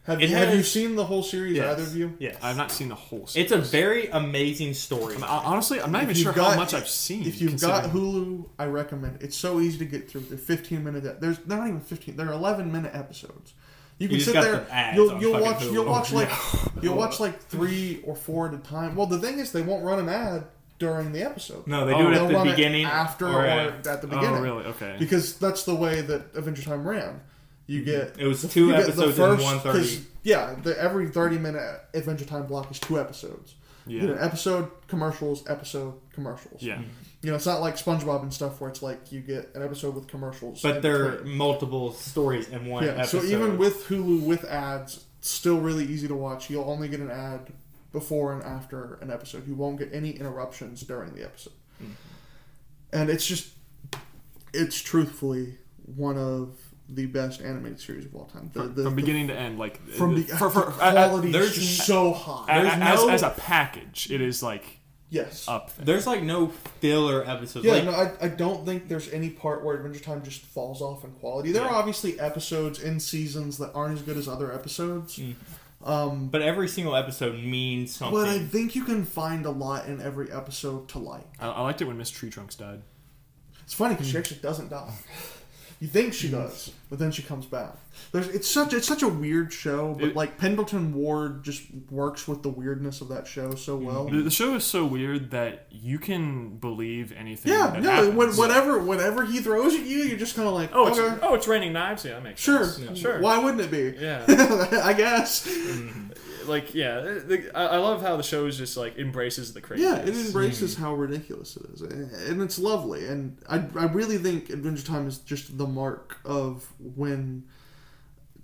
[SPEAKER 1] Have
[SPEAKER 2] It
[SPEAKER 1] you, have you
[SPEAKER 2] has-
[SPEAKER 1] seen the whole series?
[SPEAKER 2] Yes.
[SPEAKER 1] Either of you?
[SPEAKER 2] Yes,
[SPEAKER 3] I've not seen the whole. Series.
[SPEAKER 2] It's a very amazing story.
[SPEAKER 3] I- honestly, I'm not even
[SPEAKER 1] If
[SPEAKER 3] sure
[SPEAKER 1] you've
[SPEAKER 3] how
[SPEAKER 1] got-
[SPEAKER 3] much I've seen.
[SPEAKER 1] If you've
[SPEAKER 3] considering-
[SPEAKER 1] got Hulu, I recommend. it. It's so easy to get through. They're 15 minute. There's they're not even 15. They're 11 minute episodes. You can
[SPEAKER 2] just
[SPEAKER 1] sit
[SPEAKER 2] got
[SPEAKER 1] there.
[SPEAKER 2] the ads
[SPEAKER 1] You'll
[SPEAKER 2] on
[SPEAKER 1] you'll
[SPEAKER 2] fucking
[SPEAKER 1] watch
[SPEAKER 2] Hulu.
[SPEAKER 1] you'll watch
[SPEAKER 2] Oh,
[SPEAKER 1] like
[SPEAKER 2] [LAUGHS]
[SPEAKER 1] you'll watch like three or four at a time. Well, the thing is, they won't run an ad during the episode.
[SPEAKER 2] no, they
[SPEAKER 3] Oh,
[SPEAKER 2] do it
[SPEAKER 1] They'll
[SPEAKER 2] at the
[SPEAKER 1] run it
[SPEAKER 2] beginning
[SPEAKER 1] after,
[SPEAKER 2] or
[SPEAKER 1] or
[SPEAKER 2] at-
[SPEAKER 1] at the
[SPEAKER 3] oh
[SPEAKER 1] beginning,
[SPEAKER 3] really? Okay.
[SPEAKER 1] because that's the way that Adventure Time ran. You get
[SPEAKER 2] It was Mm-hmm.
[SPEAKER 1] [LAUGHS]
[SPEAKER 2] two
[SPEAKER 1] you get the
[SPEAKER 2] episodes in
[SPEAKER 1] first-
[SPEAKER 2] one thirty.
[SPEAKER 1] 'cause, Yeah, the, every 30 minute Adventure Time block is two episodes.
[SPEAKER 3] yeah.
[SPEAKER 1] You know, episode commercials, episode commercials. Mm-hmm.
[SPEAKER 3] yeah.
[SPEAKER 1] You know, it's not like SpongeBob and stuff where it's like you get an episode with commercials.
[SPEAKER 2] but
[SPEAKER 1] in
[SPEAKER 2] there are
[SPEAKER 1] between.
[SPEAKER 2] multiple stories in one
[SPEAKER 1] yeah.
[SPEAKER 2] episode.
[SPEAKER 1] So even with Hulu with ads, it's still really easy to watch. You'll only get an ad before and after an episode. You won't get any interruptions during the episode.
[SPEAKER 3] Mm-hmm.
[SPEAKER 1] And it's just, it's truthfully one of the best animated series of all time. The,
[SPEAKER 3] From,
[SPEAKER 1] the,
[SPEAKER 3] from
[SPEAKER 1] the-
[SPEAKER 3] beginning to end, like
[SPEAKER 1] from the, [LAUGHS]
[SPEAKER 3] for, uh, for,
[SPEAKER 1] the quality
[SPEAKER 2] there's
[SPEAKER 1] is just so
[SPEAKER 3] a-
[SPEAKER 1] high.
[SPEAKER 3] a-
[SPEAKER 2] There's
[SPEAKER 3] as,
[SPEAKER 2] no-
[SPEAKER 3] as a package, it is like
[SPEAKER 1] Yes.
[SPEAKER 3] up. there.
[SPEAKER 2] there's like no filler episodes.
[SPEAKER 1] Yeah,
[SPEAKER 2] like
[SPEAKER 1] no, I, I don't think there's any part where Adventure Time just falls off in quality. There
[SPEAKER 2] Yeah.
[SPEAKER 1] are obviously episodes in seasons that aren't as good as other episodes,
[SPEAKER 3] Mm,
[SPEAKER 1] um,
[SPEAKER 2] but every single episode means something.
[SPEAKER 1] but I think you can find a lot in every episode to like.
[SPEAKER 3] I, I liked it when Miss Tree Trunks died.
[SPEAKER 1] It's funny
[SPEAKER 3] Mm.
[SPEAKER 1] because she actually doesn't die. You think she does, but then she comes back. There's it's such it's such a weird show, but
[SPEAKER 3] It-
[SPEAKER 1] like Pendleton Ward just works with the weirdness of that show so well.
[SPEAKER 3] The, the show is so weird that you can believe anything.
[SPEAKER 1] Yeah,
[SPEAKER 3] that
[SPEAKER 1] no,
[SPEAKER 3] happens.
[SPEAKER 1] when, whatever whatever he throws at you, you're just kind of like,
[SPEAKER 3] Oh, it's,
[SPEAKER 1] okay,
[SPEAKER 3] oh, it's raining knives. Yeah, that makes
[SPEAKER 1] sure,
[SPEAKER 3] sense.
[SPEAKER 1] [LAUGHS]
[SPEAKER 3] sure.
[SPEAKER 1] Why wouldn't it be?
[SPEAKER 3] Yeah.
[SPEAKER 1] [LAUGHS] I guess.
[SPEAKER 3] [LAUGHS]
[SPEAKER 2] Mm-hmm.
[SPEAKER 1] [LAUGHS]
[SPEAKER 3] like yeah uh, the, I, I love how the show is just like embraces the crazy
[SPEAKER 1] Yeah, it embraces how ridiculous it is, and it's lovely. And I, I really think Adventure Time is just the mark of when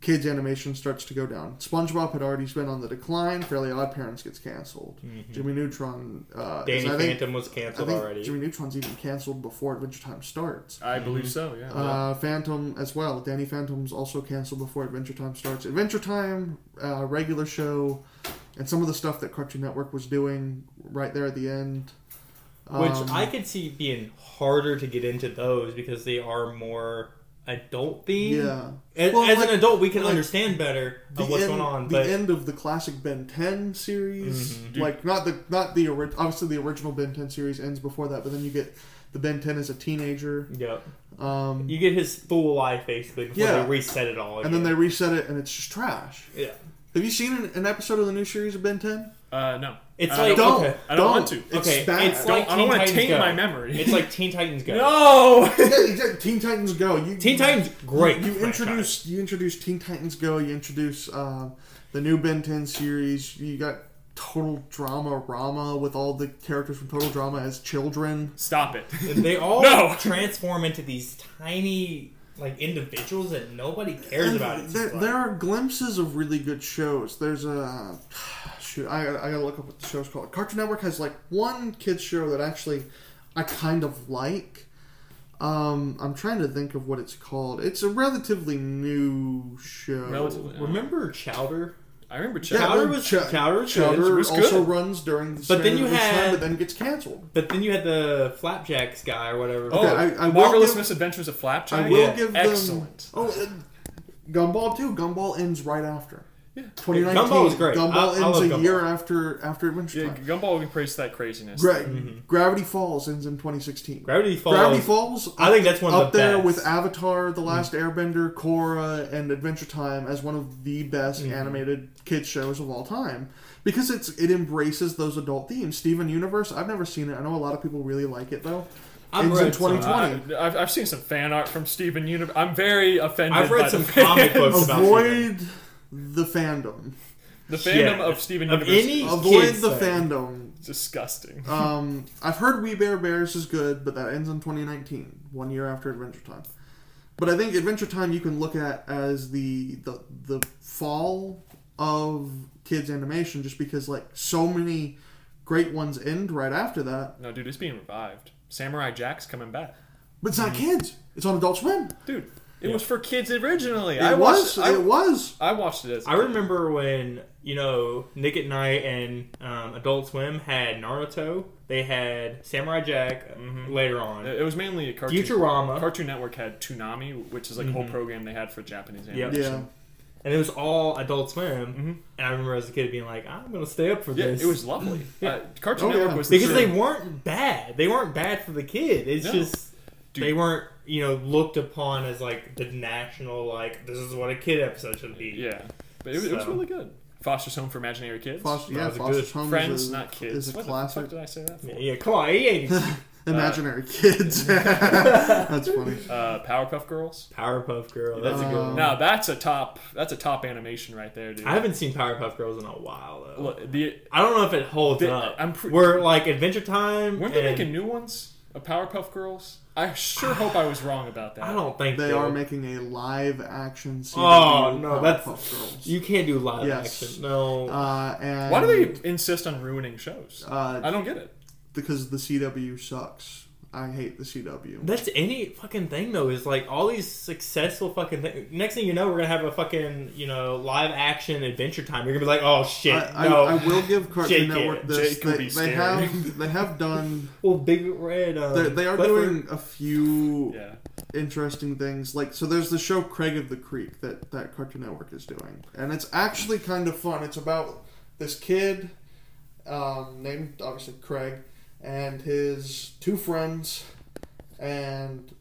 [SPEAKER 1] kids animation starts to go down. SpongeBob had already been on the decline. Fairly Odd Parents gets canceled. Jimmy Neutron. Uh,
[SPEAKER 2] Mm-hmm. Danny
[SPEAKER 1] is- I think,
[SPEAKER 2] Phantom was
[SPEAKER 1] I
[SPEAKER 2] canceled
[SPEAKER 1] think
[SPEAKER 2] already.
[SPEAKER 1] Jimmy Neutron's even canceled before Adventure Time starts.
[SPEAKER 3] i believe so yeah
[SPEAKER 1] Uh, Phantom as well. Danny Phantom's also canceled before Adventure Time starts. Adventure Time, uh, regular show, and some of the stuff that Cartoon Network was doing right there at the end.
[SPEAKER 2] Which
[SPEAKER 1] Um,
[SPEAKER 2] I could see being harder to get into those because they are more adult themed.
[SPEAKER 1] Yeah.
[SPEAKER 2] As,
[SPEAKER 1] Well,
[SPEAKER 2] as
[SPEAKER 1] like-
[SPEAKER 2] an adult, we can
[SPEAKER 1] like,
[SPEAKER 2] understand better of uh, what's
[SPEAKER 1] end,
[SPEAKER 2] going on.
[SPEAKER 1] the
[SPEAKER 2] But Mm-hmm.
[SPEAKER 1] end of the classic Ben 10 series, like not the not the ori- obviously the original Ben 10 series ends before that, but then you get the Ben Ten as a teenager.
[SPEAKER 2] Yep.
[SPEAKER 1] Um,
[SPEAKER 2] You get his full life basically before
[SPEAKER 1] Yeah.
[SPEAKER 2] they reset it all.
[SPEAKER 1] and then they reset it, and it's just trash.
[SPEAKER 2] they yeah.
[SPEAKER 1] Have you seen an, an episode of the new series of Ben Ten?
[SPEAKER 3] Uh, no.
[SPEAKER 2] It's
[SPEAKER 3] I
[SPEAKER 2] like-
[SPEAKER 3] don't,
[SPEAKER 1] Don't.
[SPEAKER 2] okay.
[SPEAKER 3] I don't want
[SPEAKER 1] don't.
[SPEAKER 3] to.
[SPEAKER 1] It's
[SPEAKER 2] okay,
[SPEAKER 1] bad.
[SPEAKER 2] it's
[SPEAKER 1] Don't-
[SPEAKER 2] like
[SPEAKER 3] I
[SPEAKER 2] Teen
[SPEAKER 3] don't want to
[SPEAKER 2] Titans
[SPEAKER 3] taint
[SPEAKER 2] Go. [LAUGHS]
[SPEAKER 3] my memory.
[SPEAKER 2] It's like Teen Titans Go.
[SPEAKER 3] no.
[SPEAKER 1] yeah, exactly. Teen Titans Go. You,
[SPEAKER 2] [LAUGHS] Teen Titans, great.
[SPEAKER 1] You
[SPEAKER 2] franchise.
[SPEAKER 1] introduce you introduce Teen Titans Go. You introduce uh, the new Ben Ten series. You got Total Drama Rama with all the characters from Total Drama as children.
[SPEAKER 3] Stop it. [LAUGHS]
[SPEAKER 2] They all
[SPEAKER 3] No.
[SPEAKER 2] transform into these tiny like individuals that nobody cares
[SPEAKER 1] And
[SPEAKER 2] about. It
[SPEAKER 1] there,
[SPEAKER 2] seems like.
[SPEAKER 1] there are glimpses of really good shows. There's a [SIGHS] shoot. I, I gotta look up what the show's called. Cartoon Network has like one kids show that actually I kind of like. Um, I'm trying to think of what it's called. It's a relatively new show.
[SPEAKER 3] Relatively.
[SPEAKER 2] Remember Chowder?
[SPEAKER 3] I remember
[SPEAKER 1] Yeah,
[SPEAKER 3] Chad.
[SPEAKER 2] Chowder
[SPEAKER 1] well,
[SPEAKER 2] was
[SPEAKER 1] Chow-
[SPEAKER 2] Chowder was good,
[SPEAKER 1] Chowder
[SPEAKER 3] was good.
[SPEAKER 1] also runs during the
[SPEAKER 2] But then
[SPEAKER 1] same
[SPEAKER 2] you
[SPEAKER 1] time,
[SPEAKER 2] had-
[SPEAKER 1] but then gets canceled.
[SPEAKER 2] but then you had the Flapjacks guy or whatever.
[SPEAKER 3] Oh,
[SPEAKER 1] I- I will
[SPEAKER 3] Marvelous
[SPEAKER 1] give-
[SPEAKER 3] Misadventures of Flapjack.
[SPEAKER 1] I will
[SPEAKER 2] yeah,
[SPEAKER 1] give them
[SPEAKER 3] Excellent.
[SPEAKER 1] Oh, uh, Gumball too. Gumball ends right after.
[SPEAKER 3] Yeah.
[SPEAKER 1] 2019.
[SPEAKER 2] Gumball was great.
[SPEAKER 1] Gumball
[SPEAKER 2] I- I
[SPEAKER 1] ends
[SPEAKER 2] love
[SPEAKER 1] a
[SPEAKER 2] Gumball.
[SPEAKER 1] year after after Adventure
[SPEAKER 3] Yeah,
[SPEAKER 1] Time.
[SPEAKER 3] Gumball will praise that craziness.
[SPEAKER 1] Gra-
[SPEAKER 2] mm-hmm.
[SPEAKER 1] Gravity Falls ends in 2016.
[SPEAKER 2] Gravity Falls.
[SPEAKER 1] Gravity Falls.
[SPEAKER 2] I think that's one of
[SPEAKER 1] up
[SPEAKER 2] the
[SPEAKER 1] there
[SPEAKER 2] best. Mm.
[SPEAKER 1] with Avatar, The Last Airbender, Korra, and Adventure Time as one of the best
[SPEAKER 2] Mm.
[SPEAKER 1] animated kids shows of all time because it's it embraces those adult themes. Steven Universe. I've never seen it. I know a lot of people really like it though.
[SPEAKER 2] I've
[SPEAKER 1] ends in
[SPEAKER 2] read some.
[SPEAKER 1] 2020.
[SPEAKER 3] I, Uh, I've, I've seen some fan art from Steven Universe. I'm very offended.
[SPEAKER 2] I've
[SPEAKER 3] by
[SPEAKER 2] read some
[SPEAKER 3] the fan-
[SPEAKER 2] comic books about Steven.
[SPEAKER 1] Avoid the fandom.
[SPEAKER 3] [LAUGHS] The
[SPEAKER 2] Yeah.
[SPEAKER 3] fandom of Steven
[SPEAKER 2] Of
[SPEAKER 3] Universe
[SPEAKER 2] any-
[SPEAKER 3] is
[SPEAKER 1] Avoid
[SPEAKER 2] Kids
[SPEAKER 1] the
[SPEAKER 2] thing.
[SPEAKER 1] fandom.
[SPEAKER 3] disgusting.
[SPEAKER 1] Um, I've heard We Bear Bears is good, but that ends in 2019, one year after Adventure Time. But I think Adventure Time you can look at as the the the fall of kids animation, just because like so many great ones end right after that.
[SPEAKER 3] no, dude, it's being revived. Samurai Jack's coming back.
[SPEAKER 1] But it's not
[SPEAKER 3] Mm-hmm.
[SPEAKER 1] kids; it's on Adult Swim.
[SPEAKER 3] Dude, it was for kids originally.
[SPEAKER 1] It
[SPEAKER 3] I
[SPEAKER 1] was.
[SPEAKER 3] watched, I,
[SPEAKER 1] it was.
[SPEAKER 3] I watched it as a
[SPEAKER 2] I
[SPEAKER 3] kid.
[SPEAKER 2] remember when you know Nick at Night and um, Adult Swim had Naruto. They had Samurai Jack later on.
[SPEAKER 3] It was mainly a cartoon.
[SPEAKER 2] Futurama. Mm-hmm.
[SPEAKER 3] Cartoon Network had Toonami, which is like a whole program they had for Japanese
[SPEAKER 2] Yep.
[SPEAKER 3] animation.
[SPEAKER 1] Yeah.
[SPEAKER 2] and it was all Adult Swim. And I remember as a kid being like, "I'm gonna stay up for
[SPEAKER 3] Yeah,
[SPEAKER 2] this."
[SPEAKER 3] it was lovely. Uh, Cartoon
[SPEAKER 1] Oh,
[SPEAKER 3] Network
[SPEAKER 1] yeah.
[SPEAKER 3] was the
[SPEAKER 2] because
[SPEAKER 3] show.
[SPEAKER 2] they weren't bad. They weren't bad for the kid. It's
[SPEAKER 3] No.
[SPEAKER 2] just
[SPEAKER 3] Dude.
[SPEAKER 2] they weren't you know looked upon as like the national like this is what a kid episode should be.
[SPEAKER 3] yeah, but it was, it was
[SPEAKER 2] So.
[SPEAKER 3] really good. Foster's Home for Imaginary Kids.
[SPEAKER 1] Foster, yeah,
[SPEAKER 2] was a
[SPEAKER 1] Foster's
[SPEAKER 2] good-
[SPEAKER 1] Home
[SPEAKER 3] Friends,
[SPEAKER 1] is a,
[SPEAKER 3] not kids.
[SPEAKER 1] is a
[SPEAKER 3] what
[SPEAKER 1] classic. [LAUGHS]
[SPEAKER 3] the fuck did I say that?
[SPEAKER 2] Yeah,
[SPEAKER 3] For?
[SPEAKER 2] yeah, come on, he ain't
[SPEAKER 3] [LAUGHS]
[SPEAKER 1] Imaginary kids. [LAUGHS] That's funny.
[SPEAKER 3] Uh, Powerpuff Girls.
[SPEAKER 2] Powerpuff Girl. That's a good
[SPEAKER 1] Um,
[SPEAKER 2] one.
[SPEAKER 3] Now that's a top. That's a top animation right there, dude.
[SPEAKER 2] I haven't seen Powerpuff Girls in a while though.
[SPEAKER 3] Look, the
[SPEAKER 2] I don't know if it holds
[SPEAKER 3] They-
[SPEAKER 2] up.
[SPEAKER 3] I'm pre-
[SPEAKER 2] We're like Adventure Time.
[SPEAKER 3] weren't they
[SPEAKER 2] and-
[SPEAKER 3] making new ones of Powerpuff Girls? I sure hope I was wrong about that.
[SPEAKER 2] I don't think
[SPEAKER 1] They
[SPEAKER 2] so.
[SPEAKER 1] are making a live action CW
[SPEAKER 2] Oh, no, that's-
[SPEAKER 1] Powerpuff Girls.
[SPEAKER 2] You can't do live
[SPEAKER 1] Yes.
[SPEAKER 2] action. No.
[SPEAKER 1] Uh, and
[SPEAKER 3] Why do they insist on ruining shows? I
[SPEAKER 1] Uh,
[SPEAKER 3] don't get it.
[SPEAKER 1] because the CW sucks. I hate the CW.
[SPEAKER 2] That's any fucking thing though. Is like all these successful fucking thing. Next thing you know, we're gonna have a fucking you know live action Adventure Time. You're gonna be like, oh shit,
[SPEAKER 1] I,
[SPEAKER 2] no.
[SPEAKER 1] I, I will give Cartoon
[SPEAKER 2] Jake
[SPEAKER 1] Network
[SPEAKER 2] it.
[SPEAKER 1] this.
[SPEAKER 3] Jake will
[SPEAKER 1] They,
[SPEAKER 3] be
[SPEAKER 1] they have they have done
[SPEAKER 2] well, Big Red. Um,
[SPEAKER 1] they they are
[SPEAKER 2] Clifford-
[SPEAKER 1] doing a few
[SPEAKER 3] Yeah.
[SPEAKER 1] interesting things. Like so, there's the show Craig of the Creek that that Cartoon Network is doing, and it's actually kind of fun. It's about this kid um, named obviously Craig and his two friends, and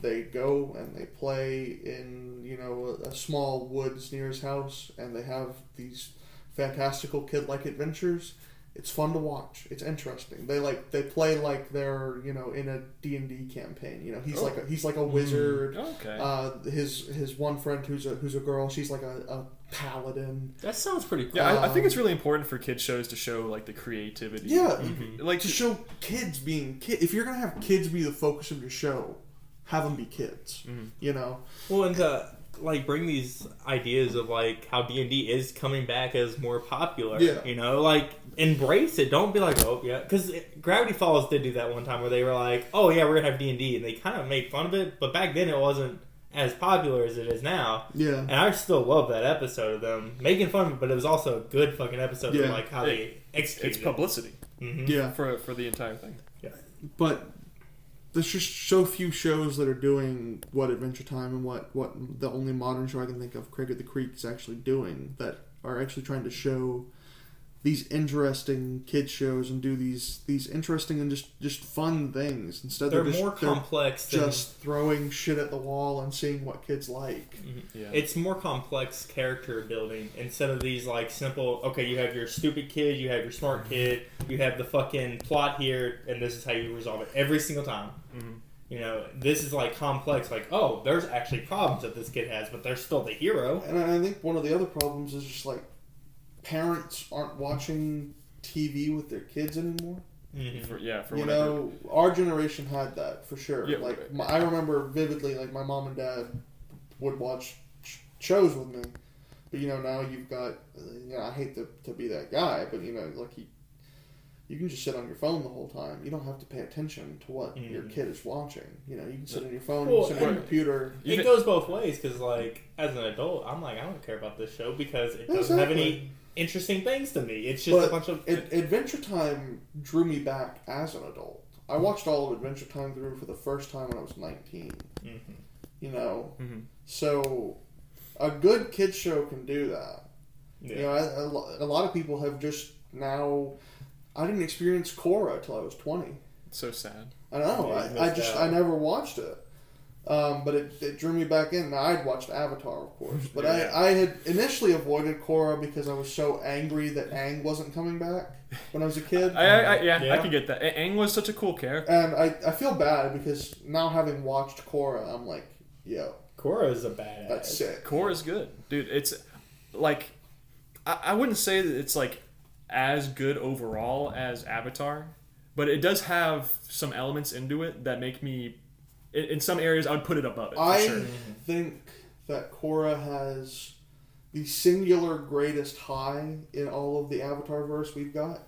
[SPEAKER 1] they go and they play in you know a, a small woods near his house, and they have these fantastical kid-like adventures. It's fun to watch. It's interesting. They like they play like they're you know in a D and D campaign. You know he's
[SPEAKER 3] Oh. Mm-hmm.
[SPEAKER 1] like a, he's like a wizard.
[SPEAKER 3] Okay.
[SPEAKER 1] Uh, his his one friend who's a who's a girl. She's like a, a paladin.
[SPEAKER 2] That sounds pretty cool.
[SPEAKER 3] Yeah, I, I think
[SPEAKER 1] Um,
[SPEAKER 3] it's really important for kids shows to show like the creativity.
[SPEAKER 1] Yeah.
[SPEAKER 3] like
[SPEAKER 1] to show kids being kids. If you're gonna have kids be the focus of your show, have them be kids.
[SPEAKER 2] Mm-hmm.
[SPEAKER 1] You know,
[SPEAKER 2] Well, and to like bring these ideas of like how D and D is coming back as more popular.
[SPEAKER 1] Yeah.
[SPEAKER 2] You know, like embrace it. Don't be like, oh yeah, because Gravity Falls did do that one time where they were like, oh yeah, we're gonna have D and D, and they kind of made fun of it. But back then, it wasn't as popular as it is now.
[SPEAKER 1] yeah.
[SPEAKER 2] And I still love that episode of them making fun of it, but it was also a good fucking episode of
[SPEAKER 1] Yeah.
[SPEAKER 2] like how they executed
[SPEAKER 3] it's publicity
[SPEAKER 2] it. Mhm.
[SPEAKER 1] Yeah,
[SPEAKER 3] for for the entire thing.
[SPEAKER 1] but there's just so few shows that are doing what Adventure Time and what what the only modern show I can think of, Craig of the Creek, is actually doing that are actually trying to show these interesting kid shows and do these these interesting and just just fun things instead
[SPEAKER 2] They're,
[SPEAKER 1] just
[SPEAKER 2] more
[SPEAKER 1] they're
[SPEAKER 2] complex. Than,
[SPEAKER 1] just throwing shit at the wall and seeing what kids like.
[SPEAKER 3] Yeah.
[SPEAKER 2] Mm-hmm. It's more complex character building instead of these like simple. Okay, you have your stupid kid, you have your
[SPEAKER 1] Mm-hmm.
[SPEAKER 2] smart kid, you have the fucking plot here, and this is how you resolve it every single time.
[SPEAKER 3] Mhm.
[SPEAKER 2] You know, this is like complex. Like, oh, there's actually problems that this kid has, but they're still the hero.
[SPEAKER 1] And I think one of the other problems is just like parents aren't watching TV with their kids anymore.
[SPEAKER 2] Mhm.
[SPEAKER 3] For- yeah, for
[SPEAKER 1] you
[SPEAKER 3] whatever.
[SPEAKER 1] know, our generation had that for sure.
[SPEAKER 3] Yeah,
[SPEAKER 1] like
[SPEAKER 3] right.
[SPEAKER 1] my, I remember vividly, like my mom and dad would watch sh- shows with me. But you know, now you've got. uh, You know, I hate to, to be that guy, but you know, like you, you can just sit on your phone the whole time. You don't have to pay attention to what your
[SPEAKER 3] Mm-hmm.
[SPEAKER 2] Mhm.
[SPEAKER 1] kid is watching. You know, you can sit on your phone,
[SPEAKER 2] Well,
[SPEAKER 1] you can sit on
[SPEAKER 3] and-
[SPEAKER 1] your computer.
[SPEAKER 3] Even-
[SPEAKER 2] it goes both ways because, like, as an adult, I'm like, I don't care about this show because it doesn't have any interesting things to me. It's just
[SPEAKER 1] But
[SPEAKER 2] a bunch of
[SPEAKER 1] Ad- Adventure Time drew me back as an adult. I watched all of Adventure Time through for the first time when I was 19.
[SPEAKER 2] Mhm.
[SPEAKER 1] You know,
[SPEAKER 3] Mhm.
[SPEAKER 1] so a good kid show can do that. You know,
[SPEAKER 2] yeah.
[SPEAKER 1] I, a lo- a lot of people have just now. I didn't experience Korra till I was 20.
[SPEAKER 3] It's so sad.
[SPEAKER 1] I know.
[SPEAKER 2] Yeah, you
[SPEAKER 1] I, I
[SPEAKER 2] missed
[SPEAKER 1] just
[SPEAKER 2] out.
[SPEAKER 1] I never watched it. Um, but it, it drew me back in. Now, I'd watched Avatar, of course, but
[SPEAKER 3] Yeah.
[SPEAKER 1] I, I had initially avoided Korra because I was so angry that Aang wasn't coming back when I was a kid.
[SPEAKER 3] I, I, I yeah, I
[SPEAKER 2] Yeah.
[SPEAKER 3] could get that. A- Aang was such a cool character.
[SPEAKER 1] and I, I feel bad because now having watched Korra, I'm like, yo,
[SPEAKER 2] Korra is a badass.
[SPEAKER 1] that's sick.
[SPEAKER 3] Core is good, dude. It's like I, I wouldn't say that it's like as good overall as Avatar, but it does have some elements into it that make me. In, in some areas, I would put it above it. For
[SPEAKER 1] I
[SPEAKER 3] sure.
[SPEAKER 1] think that Korra has the singular greatest high in all of the Avatar verse we've got,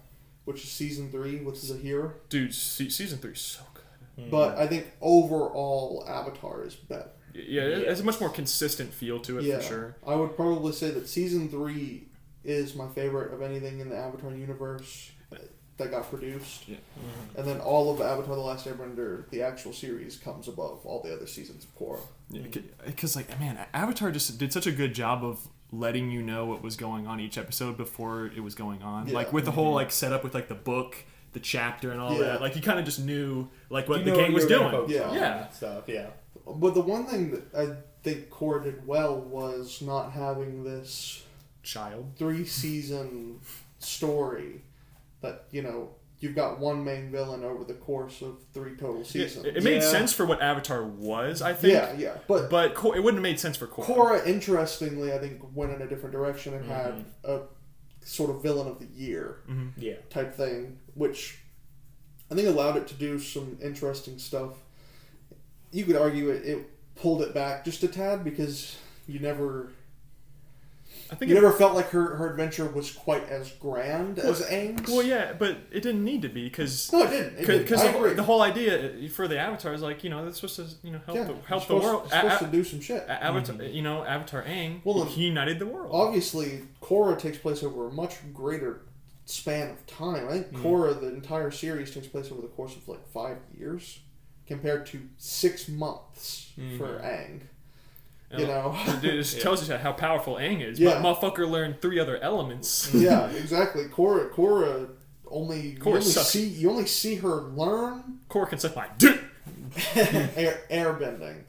[SPEAKER 1] which is season three, which is a hero.
[SPEAKER 3] dude, se- season three is so good.
[SPEAKER 2] Mhm.
[SPEAKER 3] Mm.
[SPEAKER 1] But I think overall Avatar is better.
[SPEAKER 3] Y- Yeah, it-
[SPEAKER 2] Yeah.
[SPEAKER 3] it's a much more consistent feel to it
[SPEAKER 1] Yeah.
[SPEAKER 3] for sure.
[SPEAKER 1] I would probably say that season three is my favorite of anything in the Avatar universe that got produced.
[SPEAKER 3] Yeah.
[SPEAKER 1] And then all of Avatar The Last Airbender, the actual series, comes above all the other seasons of Korra.
[SPEAKER 3] Because like man, Avatar just did such a good job of letting you know what was going on each episode before it was going on.
[SPEAKER 1] Yeah. Mm-hmm.
[SPEAKER 3] Like with the whole like setup with like the book, the chapter, and all
[SPEAKER 1] Yeah.
[SPEAKER 3] that. Like you kind of just knew like what
[SPEAKER 2] You
[SPEAKER 3] the
[SPEAKER 2] know
[SPEAKER 3] game
[SPEAKER 2] what
[SPEAKER 3] was
[SPEAKER 2] you're gonna
[SPEAKER 3] doing.
[SPEAKER 2] focus on
[SPEAKER 3] Yeah.
[SPEAKER 2] and Stuff. Yeah.
[SPEAKER 1] But the one thing that I think Korra did well was not having this
[SPEAKER 3] Child.
[SPEAKER 1] three season story that, you know, you've got one main villain over the course of three total
[SPEAKER 3] It,
[SPEAKER 1] seasons.
[SPEAKER 3] it- it made
[SPEAKER 2] Yeah.
[SPEAKER 3] sense for what Avatar was, I think.
[SPEAKER 1] yeah, yeah. But
[SPEAKER 3] But Cor- it wouldn't have made sense for Korra.
[SPEAKER 1] Korra, interestingly, I think went in a different direction and had
[SPEAKER 3] Mm-hmm.
[SPEAKER 1] a sort of villain of the year
[SPEAKER 2] Yeah.
[SPEAKER 1] type thing, which I think allowed it to do some interesting stuff. You could argue it, it pulled it back just a tad because you never
[SPEAKER 3] I think.
[SPEAKER 1] you
[SPEAKER 3] it,
[SPEAKER 1] never felt like her, her adventure was quite as grand as Aang's.
[SPEAKER 3] [LAUGHS] well, yeah, but it didn't need to be because.
[SPEAKER 1] No, it didn't. It didn't.
[SPEAKER 3] Because
[SPEAKER 1] I
[SPEAKER 3] the,
[SPEAKER 1] agree.
[SPEAKER 3] the whole idea uh, for the Avatar is like you know they're supposed to you know help
[SPEAKER 1] yeah,
[SPEAKER 3] the,
[SPEAKER 1] you're
[SPEAKER 3] help the
[SPEAKER 1] supposed-
[SPEAKER 3] world.
[SPEAKER 1] you're
[SPEAKER 3] A- a-
[SPEAKER 1] supposed to do some shit.
[SPEAKER 3] A- Avatar, you know, Avatar Aang,
[SPEAKER 1] Well,
[SPEAKER 3] he united the world.
[SPEAKER 1] obviously Korra takes place over a much greater span of time. I
[SPEAKER 3] Hmm.
[SPEAKER 1] think Korra, the entire series, takes place over the course of like five years, compared to six months for Aang. You
[SPEAKER 3] Yeah.
[SPEAKER 1] know.
[SPEAKER 3] Hmm. Dude, it just
[SPEAKER 2] Yeah.
[SPEAKER 3] tells you how powerful Aang is.
[SPEAKER 1] Yeah.
[SPEAKER 3] But motherfucker learned three other elements.
[SPEAKER 1] [LAUGHS] yeah, exactly. Korra, Korra only
[SPEAKER 3] Korra
[SPEAKER 1] you only
[SPEAKER 3] sucks.
[SPEAKER 1] see you only see her
[SPEAKER 3] [LAUGHS]
[SPEAKER 1] learn
[SPEAKER 3] Korra can suck my dick.
[SPEAKER 1] air airbending.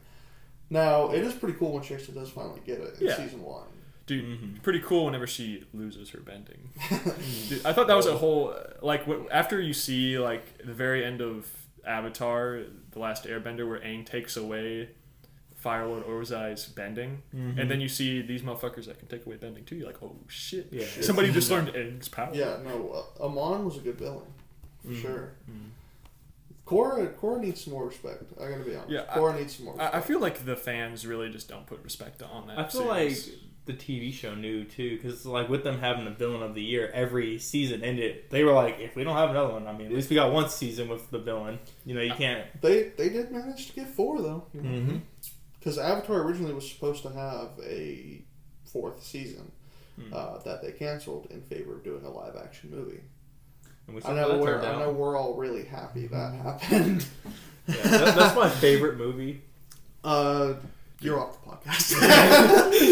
[SPEAKER 1] Now it is pretty cool when she actually does finally get it in
[SPEAKER 3] Yeah.
[SPEAKER 1] season one.
[SPEAKER 3] Dude, pretty cool whenever she loses her bending. Dude, I thought that was a whole like wh- after you see like the very end of Avatar, the last Airbender, where Aang takes away Firelord Orzai's bending,
[SPEAKER 2] Mm-hmm.
[SPEAKER 3] and then you see these motherfuckers that can take away bending too. You're like, oh shit,
[SPEAKER 2] Yeah.
[SPEAKER 3] somebody just learned Aang's power.
[SPEAKER 1] Yeah, no, uh, Amon was a good villain, for
[SPEAKER 2] Mm-hmm.
[SPEAKER 1] sure. Korra, Korra needs some more respect. I gotta be honest.
[SPEAKER 3] Yeah, I-
[SPEAKER 1] Korra needs some more. Respect.
[SPEAKER 3] I, I feel like the fans really just don't put respect on that.
[SPEAKER 2] I feel like
[SPEAKER 3] series.
[SPEAKER 2] the TV show knew too, because like with them having a villain of the year every season ended, they were like, if we don't have another one, I mean, at least we got one season with the villain. You know, you can't.
[SPEAKER 1] they they did manage to get four though,
[SPEAKER 2] Mm-hmm.
[SPEAKER 1] because Avatar originally was supposed to have a fourth season
[SPEAKER 2] Mm.
[SPEAKER 1] uh, that they canceled in favor of doing a live action movie.
[SPEAKER 2] And we
[SPEAKER 1] I
[SPEAKER 2] saw
[SPEAKER 1] know
[SPEAKER 2] that
[SPEAKER 1] we're
[SPEAKER 2] turned
[SPEAKER 1] I
[SPEAKER 2] out. Mm-hmm.
[SPEAKER 1] know we're all really happy that happened. [LAUGHS]
[SPEAKER 2] Yeah, that- that's my favorite movie.
[SPEAKER 1] Uh, you're off the podcast.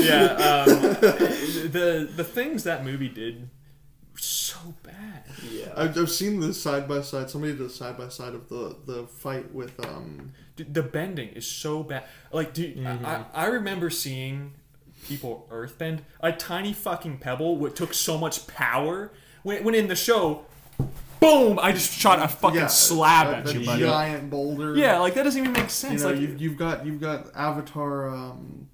[SPEAKER 3] yeah, um, the the things that movie did so
[SPEAKER 2] so bad.
[SPEAKER 3] Yeah.
[SPEAKER 1] [LAUGHS] I've, I've seen this side by side. Somebody did a side by side of the the fight with um.
[SPEAKER 3] Dude, the bending is so bad. Like, dude,
[SPEAKER 1] Mm-hmm.
[SPEAKER 3] I, I, I remember seeing people earthbend a tiny fucking pebble. What took so much power when, when in the show, boom! I just shot a fucking
[SPEAKER 1] yeah,
[SPEAKER 3] slab
[SPEAKER 1] that-
[SPEAKER 3] at
[SPEAKER 1] that
[SPEAKER 3] you, buddy.
[SPEAKER 1] Giant boulder.
[SPEAKER 3] Yeah, like that doesn't even make
[SPEAKER 1] You
[SPEAKER 3] sense.
[SPEAKER 1] know,
[SPEAKER 3] like,
[SPEAKER 1] you've, you've got you've got Avatar. Um,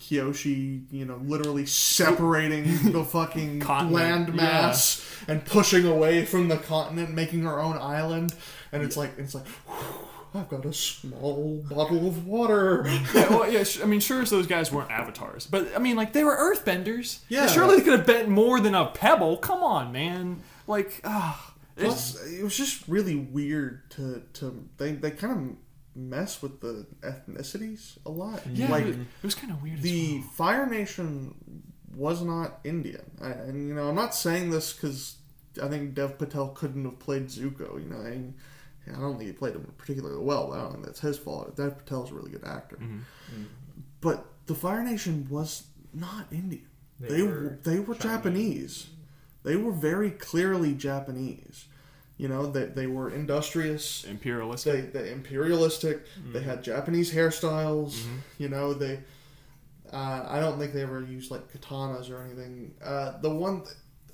[SPEAKER 1] Kyoshi, you know, literally
[SPEAKER 3] [LAUGHS]
[SPEAKER 1] separating the fucking
[SPEAKER 3] Continent,
[SPEAKER 1] landmass and pushing away from the continent, making our own island, and it's like it's like, "Whew, I've got a small bottle of
[SPEAKER 3] [LAUGHS]
[SPEAKER 1] water. [LAUGHS]
[SPEAKER 3] yeah, well, yeah, sh- I mean, sure as those guys weren't avatars, but I mean, like they were earthbenders.
[SPEAKER 1] Yeah.
[SPEAKER 3] surely they could have bent more than a pebble. Come on, man. Like, ah, it's
[SPEAKER 1] Plus, it was just really weird to to they they kind of mess with the ethnicities a lot.
[SPEAKER 3] yeah,
[SPEAKER 1] like
[SPEAKER 3] it was, kind of weird. as
[SPEAKER 1] the Fire Nation was not Indian, I, and you know I'm not saying this because I think Dev Patel couldn't have played Zuko. You know, and I don't think he played him particularly well. But I don't think that's his fault. Dev Patel's a really good actor, but the Fire Nation was not Indian.
[SPEAKER 2] They
[SPEAKER 1] They they
[SPEAKER 2] were
[SPEAKER 1] were, they were Japanese. They were very clearly Japanese. You know, they, they were industrious
[SPEAKER 3] well. imperialist.
[SPEAKER 1] they they imperialistic. They
[SPEAKER 3] Mm-hmm.
[SPEAKER 1] had Japanese hairstyles. You know they. Uh, I don't think they ever used like katanas or anything. Uh, the one,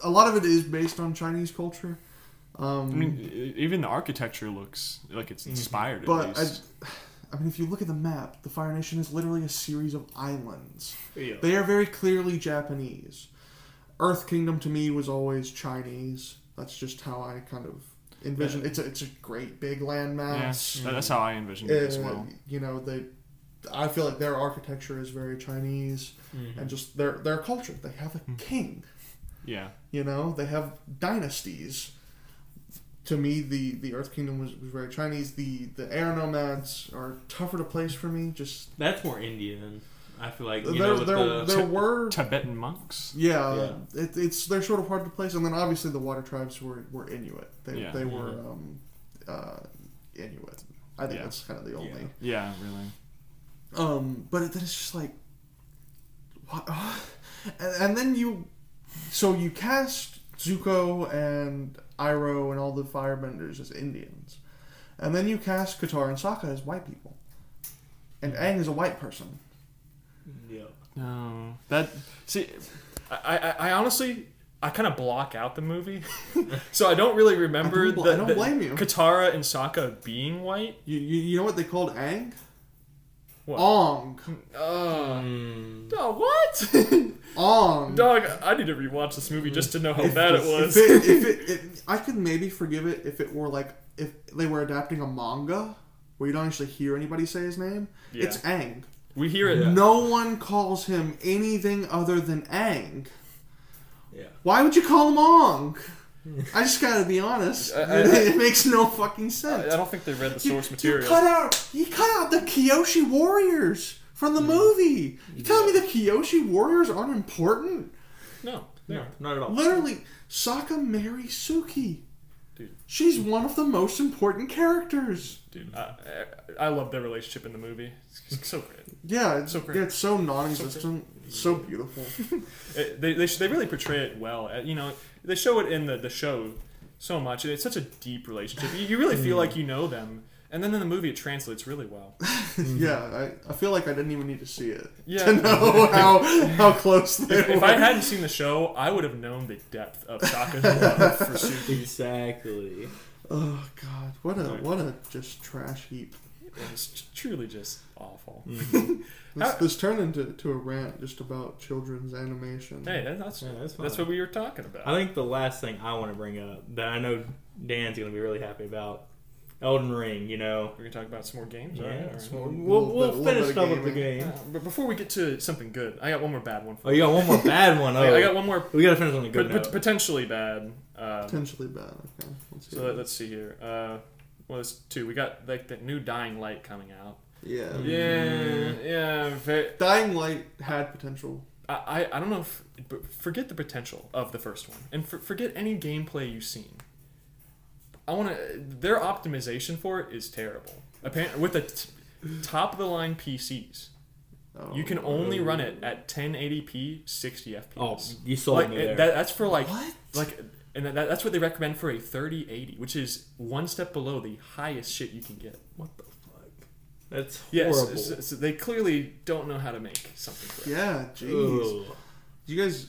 [SPEAKER 1] a lot of it is based on Chinese culture. Um,
[SPEAKER 3] I mean, e- even the architecture looks like it's inspired.
[SPEAKER 1] Mm-hmm. but
[SPEAKER 3] at
[SPEAKER 1] I,
[SPEAKER 3] least.
[SPEAKER 1] I mean, if you look at the map, the Fire Nation is literally a series of islands.
[SPEAKER 2] Yeah.
[SPEAKER 1] They are very clearly Japanese. Earth Kingdom to me was always Chinese. That's just how I kind of envision. It's a it's a great big
[SPEAKER 3] yeah,
[SPEAKER 1] landmass.
[SPEAKER 3] that- that's how I envisioned it as
[SPEAKER 1] Uh,
[SPEAKER 3] well.
[SPEAKER 1] You know, they. I feel like their architecture is very Chinese,
[SPEAKER 2] Mm-hmm.
[SPEAKER 1] and just their their culture. They have a king.
[SPEAKER 3] Yeah,
[SPEAKER 1] You know, they have dynasties. To me, the the Earth Kingdom was, was very Chinese. The the air nomads are tougher to place for me. Just
[SPEAKER 2] That's more Indian. I feel like you
[SPEAKER 1] there
[SPEAKER 2] know with
[SPEAKER 1] there,
[SPEAKER 2] the [LAUGHS]
[SPEAKER 1] there were.
[SPEAKER 3] Tibetan monks.
[SPEAKER 1] yeah, It, it's they're sort of hard to place, and then obviously the water tribes were, were Inuit. They,
[SPEAKER 3] Yeah.
[SPEAKER 1] they were um, uh, Inuit. I think
[SPEAKER 3] Yeah.
[SPEAKER 1] that's kind of the only
[SPEAKER 2] Mm-hmm. Yeah.
[SPEAKER 3] Yeah, really.
[SPEAKER 1] Um, but it- then it's just like, what? [SIGHS] and, and then you, so you cast Zuko and Iroh and all the Firebenders as Indians, and then you cast Katara and Sokka as white people, and Aang is a white person.
[SPEAKER 2] yeah.
[SPEAKER 3] No, that see, I I, I honestly I kind of block out the movie, [LAUGHS] so I don't really remember.
[SPEAKER 1] I don't bl-
[SPEAKER 3] the,
[SPEAKER 1] I don't
[SPEAKER 3] the
[SPEAKER 1] blame you.
[SPEAKER 3] Katara and Sokka being white.
[SPEAKER 1] You you, you know what they called Aang?
[SPEAKER 3] What?
[SPEAKER 1] Ong,
[SPEAKER 3] Uh,
[SPEAKER 2] Mm.
[SPEAKER 1] [LAUGHS]
[SPEAKER 3] oh, what?
[SPEAKER 1] Ong.
[SPEAKER 3] Dog, I need to rewatch this movie just to know how bad it was.
[SPEAKER 1] If it, if it, it, I could maybe forgive it if it were like if they were adapting a manga where you don't actually hear anybody say his name.
[SPEAKER 3] Yeah.
[SPEAKER 1] It's Aang.
[SPEAKER 3] we hear it.
[SPEAKER 1] No one calls him anything other than Ang.
[SPEAKER 2] Yeah.
[SPEAKER 1] Why would you call him Ong? I just gotta be honest.
[SPEAKER 3] I- I-
[SPEAKER 1] [LAUGHS] it makes no fucking
[SPEAKER 3] I I
[SPEAKER 1] sense.
[SPEAKER 3] don't think they read the
[SPEAKER 1] You-
[SPEAKER 3] source
[SPEAKER 1] you,
[SPEAKER 3] material.
[SPEAKER 1] cut out. You cut out the Kyoshi Warriors from
[SPEAKER 3] Mm.
[SPEAKER 1] the movie. You telling me the Kyoshi Warriors aren't important?
[SPEAKER 3] no, they
[SPEAKER 2] No,
[SPEAKER 3] aren't.
[SPEAKER 2] not at all.
[SPEAKER 1] Literally, Sokka marries Suki.
[SPEAKER 3] Dude.
[SPEAKER 1] She's one of the most important characters.
[SPEAKER 3] dude. I, I I love their relationship in the movie. It's just so great.
[SPEAKER 1] Yeah, it's
[SPEAKER 3] So
[SPEAKER 1] so
[SPEAKER 3] great.
[SPEAKER 1] it's so non-existent, so beautiful. [LAUGHS]
[SPEAKER 3] It, they, they sh- they really portray it well. Uh, You know, they show it in the, the show so much. It's such a deep relationship. You, you really feel
[SPEAKER 2] Mm.
[SPEAKER 3] like you know them. And then in the movie, it translates really
[SPEAKER 2] [LAUGHS]
[SPEAKER 3] well. Mm-hmm.
[SPEAKER 1] Yeah, I, I feel like I didn't even need to see it
[SPEAKER 3] Yeah.
[SPEAKER 1] to know
[SPEAKER 3] [LAUGHS]
[SPEAKER 1] how how close they
[SPEAKER 3] If,
[SPEAKER 1] were.
[SPEAKER 3] if I hadn't seen the show, I would have known the depth of Sokka's love for Suki.
[SPEAKER 2] Exactly.
[SPEAKER 1] Oh God, what a
[SPEAKER 3] Right.
[SPEAKER 1] what a just trash heap.
[SPEAKER 3] It's truly just awful.
[SPEAKER 2] Mm-hmm.
[SPEAKER 1] This,
[SPEAKER 3] How-
[SPEAKER 1] this turned into to a rant just about children's animation.
[SPEAKER 3] Hey, that- that's
[SPEAKER 2] Yeah, that's
[SPEAKER 3] that's,
[SPEAKER 2] fine.
[SPEAKER 3] what we were talking about.
[SPEAKER 2] I think the last thing I want to bring up that I know Dan's gonna be really happy about Elden Ring. You know.
[SPEAKER 3] we're gonna talk about some more games.
[SPEAKER 2] Yeah,
[SPEAKER 3] all right, all right.
[SPEAKER 2] it's more-
[SPEAKER 1] Little
[SPEAKER 2] we'll
[SPEAKER 1] bit-
[SPEAKER 2] we'll
[SPEAKER 1] little bit
[SPEAKER 2] finish
[SPEAKER 1] of
[SPEAKER 2] up with the
[SPEAKER 1] gaming.
[SPEAKER 2] game.
[SPEAKER 3] Uh, but before we get to something good, I got one more bad one. For
[SPEAKER 2] Oh, you got one more bad [LAUGHS] one. Oh,
[SPEAKER 3] I, I got one more
[SPEAKER 2] we gotta finish on a
[SPEAKER 3] pot-
[SPEAKER 2] good
[SPEAKER 3] pot-
[SPEAKER 2] note.
[SPEAKER 3] potentially bad. Um,
[SPEAKER 1] potentially bad. Okay, let's
[SPEAKER 3] so
[SPEAKER 1] hear
[SPEAKER 3] let,
[SPEAKER 1] it.
[SPEAKER 3] us see here. Uh, well, it's two. We got like that new Dying Light coming out.
[SPEAKER 1] yeah.
[SPEAKER 2] Oh,
[SPEAKER 3] Yeah,
[SPEAKER 2] Mm.
[SPEAKER 3] yeah. Very,
[SPEAKER 1] Dying Light had potential.
[SPEAKER 3] I, I- I don't know. If, but forget the potential of the first one, and for, forget any gameplay you've seen. I want to. Their optimization for it is terrible. Apparently, with the t- top of the line PCs,
[SPEAKER 1] Oh,
[SPEAKER 3] you can only run it at 1080p, 60 FPS.
[SPEAKER 2] Oh, you sold
[SPEAKER 3] like
[SPEAKER 2] me
[SPEAKER 3] it-
[SPEAKER 2] there.
[SPEAKER 3] that, that's for like
[SPEAKER 1] What?
[SPEAKER 3] like And that, that's what they recommend for a 3080, which is one step below the highest shit you can get.
[SPEAKER 2] What the fuck? That's
[SPEAKER 3] Yes,
[SPEAKER 2] horrible.
[SPEAKER 3] so, so they clearly don't know how to make something correct.
[SPEAKER 1] Yeah, jeez.
[SPEAKER 2] Ugh.
[SPEAKER 1] Did you guys,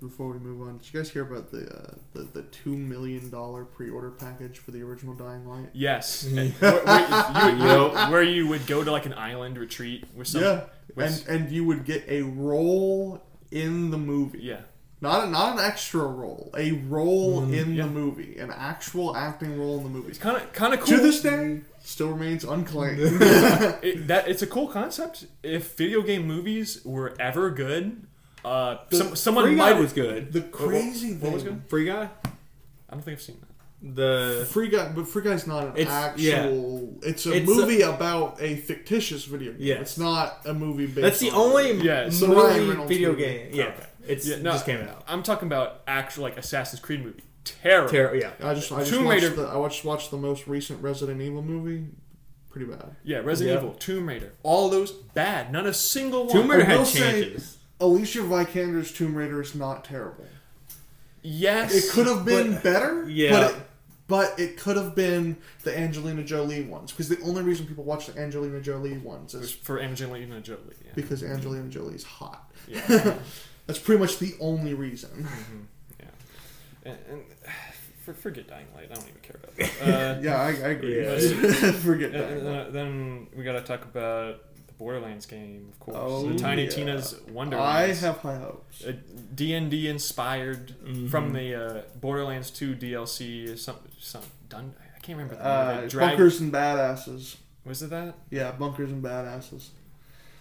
[SPEAKER 1] before we move on, did you guys hear about the uh, the, the two million dollar pre order package for the original Dying Light? [LAUGHS]
[SPEAKER 3] Yes,
[SPEAKER 2] Mm.
[SPEAKER 3] And where, where you, you know, where you would go to like an island retreat with some.
[SPEAKER 1] yeah,
[SPEAKER 3] with-
[SPEAKER 1] and and you would get a role in the movie,
[SPEAKER 3] [LAUGHS] yeah,
[SPEAKER 1] not a, not an extra role, a role
[SPEAKER 2] Mm,
[SPEAKER 1] in
[SPEAKER 3] yeah.
[SPEAKER 1] the movie, an actual acting role in the movie.
[SPEAKER 3] it's kind of kind of cool.
[SPEAKER 1] To this day, still remains unclaimed.
[SPEAKER 2] [LAUGHS]
[SPEAKER 3] It- that it's a cool concept. If video game movies were ever good, uh, some, someone
[SPEAKER 2] Free Guy
[SPEAKER 3] might.
[SPEAKER 2] was good.
[SPEAKER 1] the crazy
[SPEAKER 3] what was
[SPEAKER 1] thing,
[SPEAKER 2] Free Guy.
[SPEAKER 3] I don't think I've seen that.
[SPEAKER 2] The
[SPEAKER 1] Free Guy, but Free Guy's not an
[SPEAKER 2] It's- yeah.
[SPEAKER 1] actual. It's a
[SPEAKER 2] It's a-
[SPEAKER 1] movie about a fictitious video game.
[SPEAKER 2] Yes.
[SPEAKER 1] It's not a movie based.
[SPEAKER 2] that's the
[SPEAKER 1] on-
[SPEAKER 2] only
[SPEAKER 3] Yeah, it's
[SPEAKER 1] the Ryan
[SPEAKER 2] movie
[SPEAKER 1] Reynolds
[SPEAKER 2] video
[SPEAKER 1] movie.
[SPEAKER 2] game. Yeah,
[SPEAKER 3] Okay.
[SPEAKER 2] it's
[SPEAKER 3] Yeah, no,
[SPEAKER 2] just came out.
[SPEAKER 3] I'm talking about actual like Assassin's Creed movie. Terrible.
[SPEAKER 2] Terror. Yeah.
[SPEAKER 1] I just, I just
[SPEAKER 3] Tomb
[SPEAKER 1] watched
[SPEAKER 3] Raider-
[SPEAKER 1] the, I watched, watched the most recent Resident Evil movie. Pretty bad.
[SPEAKER 3] Yeah, Resident
[SPEAKER 2] Yeah.
[SPEAKER 3] Evil, Tomb Raider, all those bad. Not a single one.
[SPEAKER 2] Tomb Raider
[SPEAKER 1] I will
[SPEAKER 2] had
[SPEAKER 1] say-
[SPEAKER 2] changes.
[SPEAKER 1] Alicia Vikander's Tomb Raider is not terrible.
[SPEAKER 3] Yes,
[SPEAKER 1] It could have been
[SPEAKER 2] But-
[SPEAKER 1] better.
[SPEAKER 2] yeah.
[SPEAKER 1] But it, but it could have been the Angelina Jolie ones because the only reason people watch the Angelina Jolie ones
[SPEAKER 3] It was
[SPEAKER 1] is
[SPEAKER 3] for Angelina Jolie. Yeah.
[SPEAKER 1] because Angelina Jolie's hot.
[SPEAKER 3] Yeah.
[SPEAKER 1] [LAUGHS] That's pretty much the only
[SPEAKER 3] [LAUGHS]
[SPEAKER 1] reason.
[SPEAKER 3] Mm-hmm. and, and [SIGHS] for, forget Dying Light. I don't even care
[SPEAKER 1] [LAUGHS]
[SPEAKER 3] about that. Uh,
[SPEAKER 1] Yeah, I, I agree.
[SPEAKER 3] Yeah.
[SPEAKER 1] [LAUGHS]
[SPEAKER 3] Uh,
[SPEAKER 1] Forget
[SPEAKER 3] and-
[SPEAKER 1] that.
[SPEAKER 3] and then, then we got to talk about the Borderlands game, of course.
[SPEAKER 1] Oh,
[SPEAKER 3] the Tiny
[SPEAKER 1] yeah.
[SPEAKER 3] Tina's
[SPEAKER 1] I
[SPEAKER 3] Wonderlands.
[SPEAKER 1] have Mm-hmm. high hopes.
[SPEAKER 3] a D&D inspired from the uh, Borderlands 2 DLC. Some, some dun- I can't remember the name. of
[SPEAKER 1] Uh,
[SPEAKER 3] it. Drag-
[SPEAKER 1] bunkers and badasses.
[SPEAKER 3] was it that?
[SPEAKER 1] Yeah, bunkers and badasses.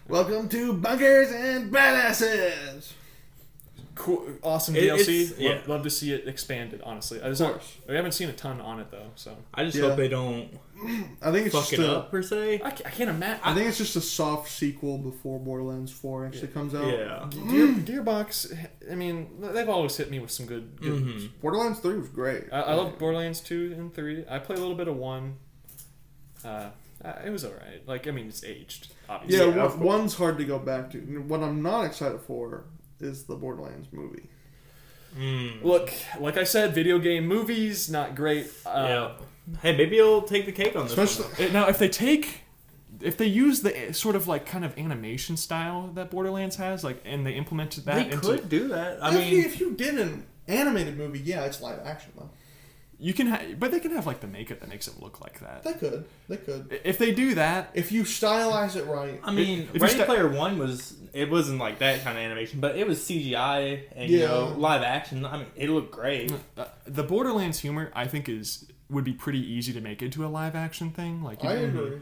[SPEAKER 1] Welcome to bunkers and badasses.
[SPEAKER 3] Cool, awesome
[SPEAKER 2] It-
[SPEAKER 3] DLC.
[SPEAKER 2] it's- yeah.
[SPEAKER 3] Love, love to see it expanded. Honestly, I, was
[SPEAKER 1] Of course.
[SPEAKER 3] I haven't seen a ton on it though, so
[SPEAKER 2] I just
[SPEAKER 1] Yeah.
[SPEAKER 2] hope they don't
[SPEAKER 1] I think it's
[SPEAKER 2] fuck
[SPEAKER 1] just
[SPEAKER 2] it
[SPEAKER 1] a,
[SPEAKER 2] up per se.
[SPEAKER 3] I, ca- I can't imagine.
[SPEAKER 1] I think it's just a soft sequel before Borderlands Four actually comes out.
[SPEAKER 2] Yeah.
[SPEAKER 3] Deer, Gearbox, I mean, they've always hit me with some good. good
[SPEAKER 2] Mhm.
[SPEAKER 1] Borderlands Three was great.
[SPEAKER 3] I, I love Borderlands two and three. I play a little bit of one. Uh, I- it was alright. Like, I mean, it's aged,
[SPEAKER 1] Yeah,
[SPEAKER 3] obviously.
[SPEAKER 1] one-
[SPEAKER 2] of course.
[SPEAKER 1] one's hard to go back to. What I'm not excited for is the Borderlands movie.
[SPEAKER 2] Mm.
[SPEAKER 3] Look, like I said, video game movies not great. Uh,
[SPEAKER 2] yeah. Hey, maybe I'll take the cake on this.
[SPEAKER 1] Especially,
[SPEAKER 2] one.
[SPEAKER 3] Now, if they take, if they use the eh, sort of like kind of animation style that Borderlands has, like, and they implemented that
[SPEAKER 2] they
[SPEAKER 3] into,
[SPEAKER 2] could do that. I
[SPEAKER 1] if, you,
[SPEAKER 2] mean,
[SPEAKER 1] if you did an animated movie, yeah, it's live action though.
[SPEAKER 3] you can, ha- but they can have like the makeup that makes it look like that.
[SPEAKER 1] They could, they could.
[SPEAKER 3] If they do that,
[SPEAKER 1] If you stylize it right,
[SPEAKER 2] I mean,
[SPEAKER 3] if you
[SPEAKER 2] Ready
[SPEAKER 3] sta-
[SPEAKER 2] Player One was it wasn't like that kind of animation, but it was CGI and you
[SPEAKER 1] Yeah.
[SPEAKER 2] know live action. I mean, it looked great.
[SPEAKER 3] Uh, the Borderlands humor, I think, is would be pretty easy to make into a live action thing. Like, you
[SPEAKER 1] I
[SPEAKER 3] know,
[SPEAKER 1] agree.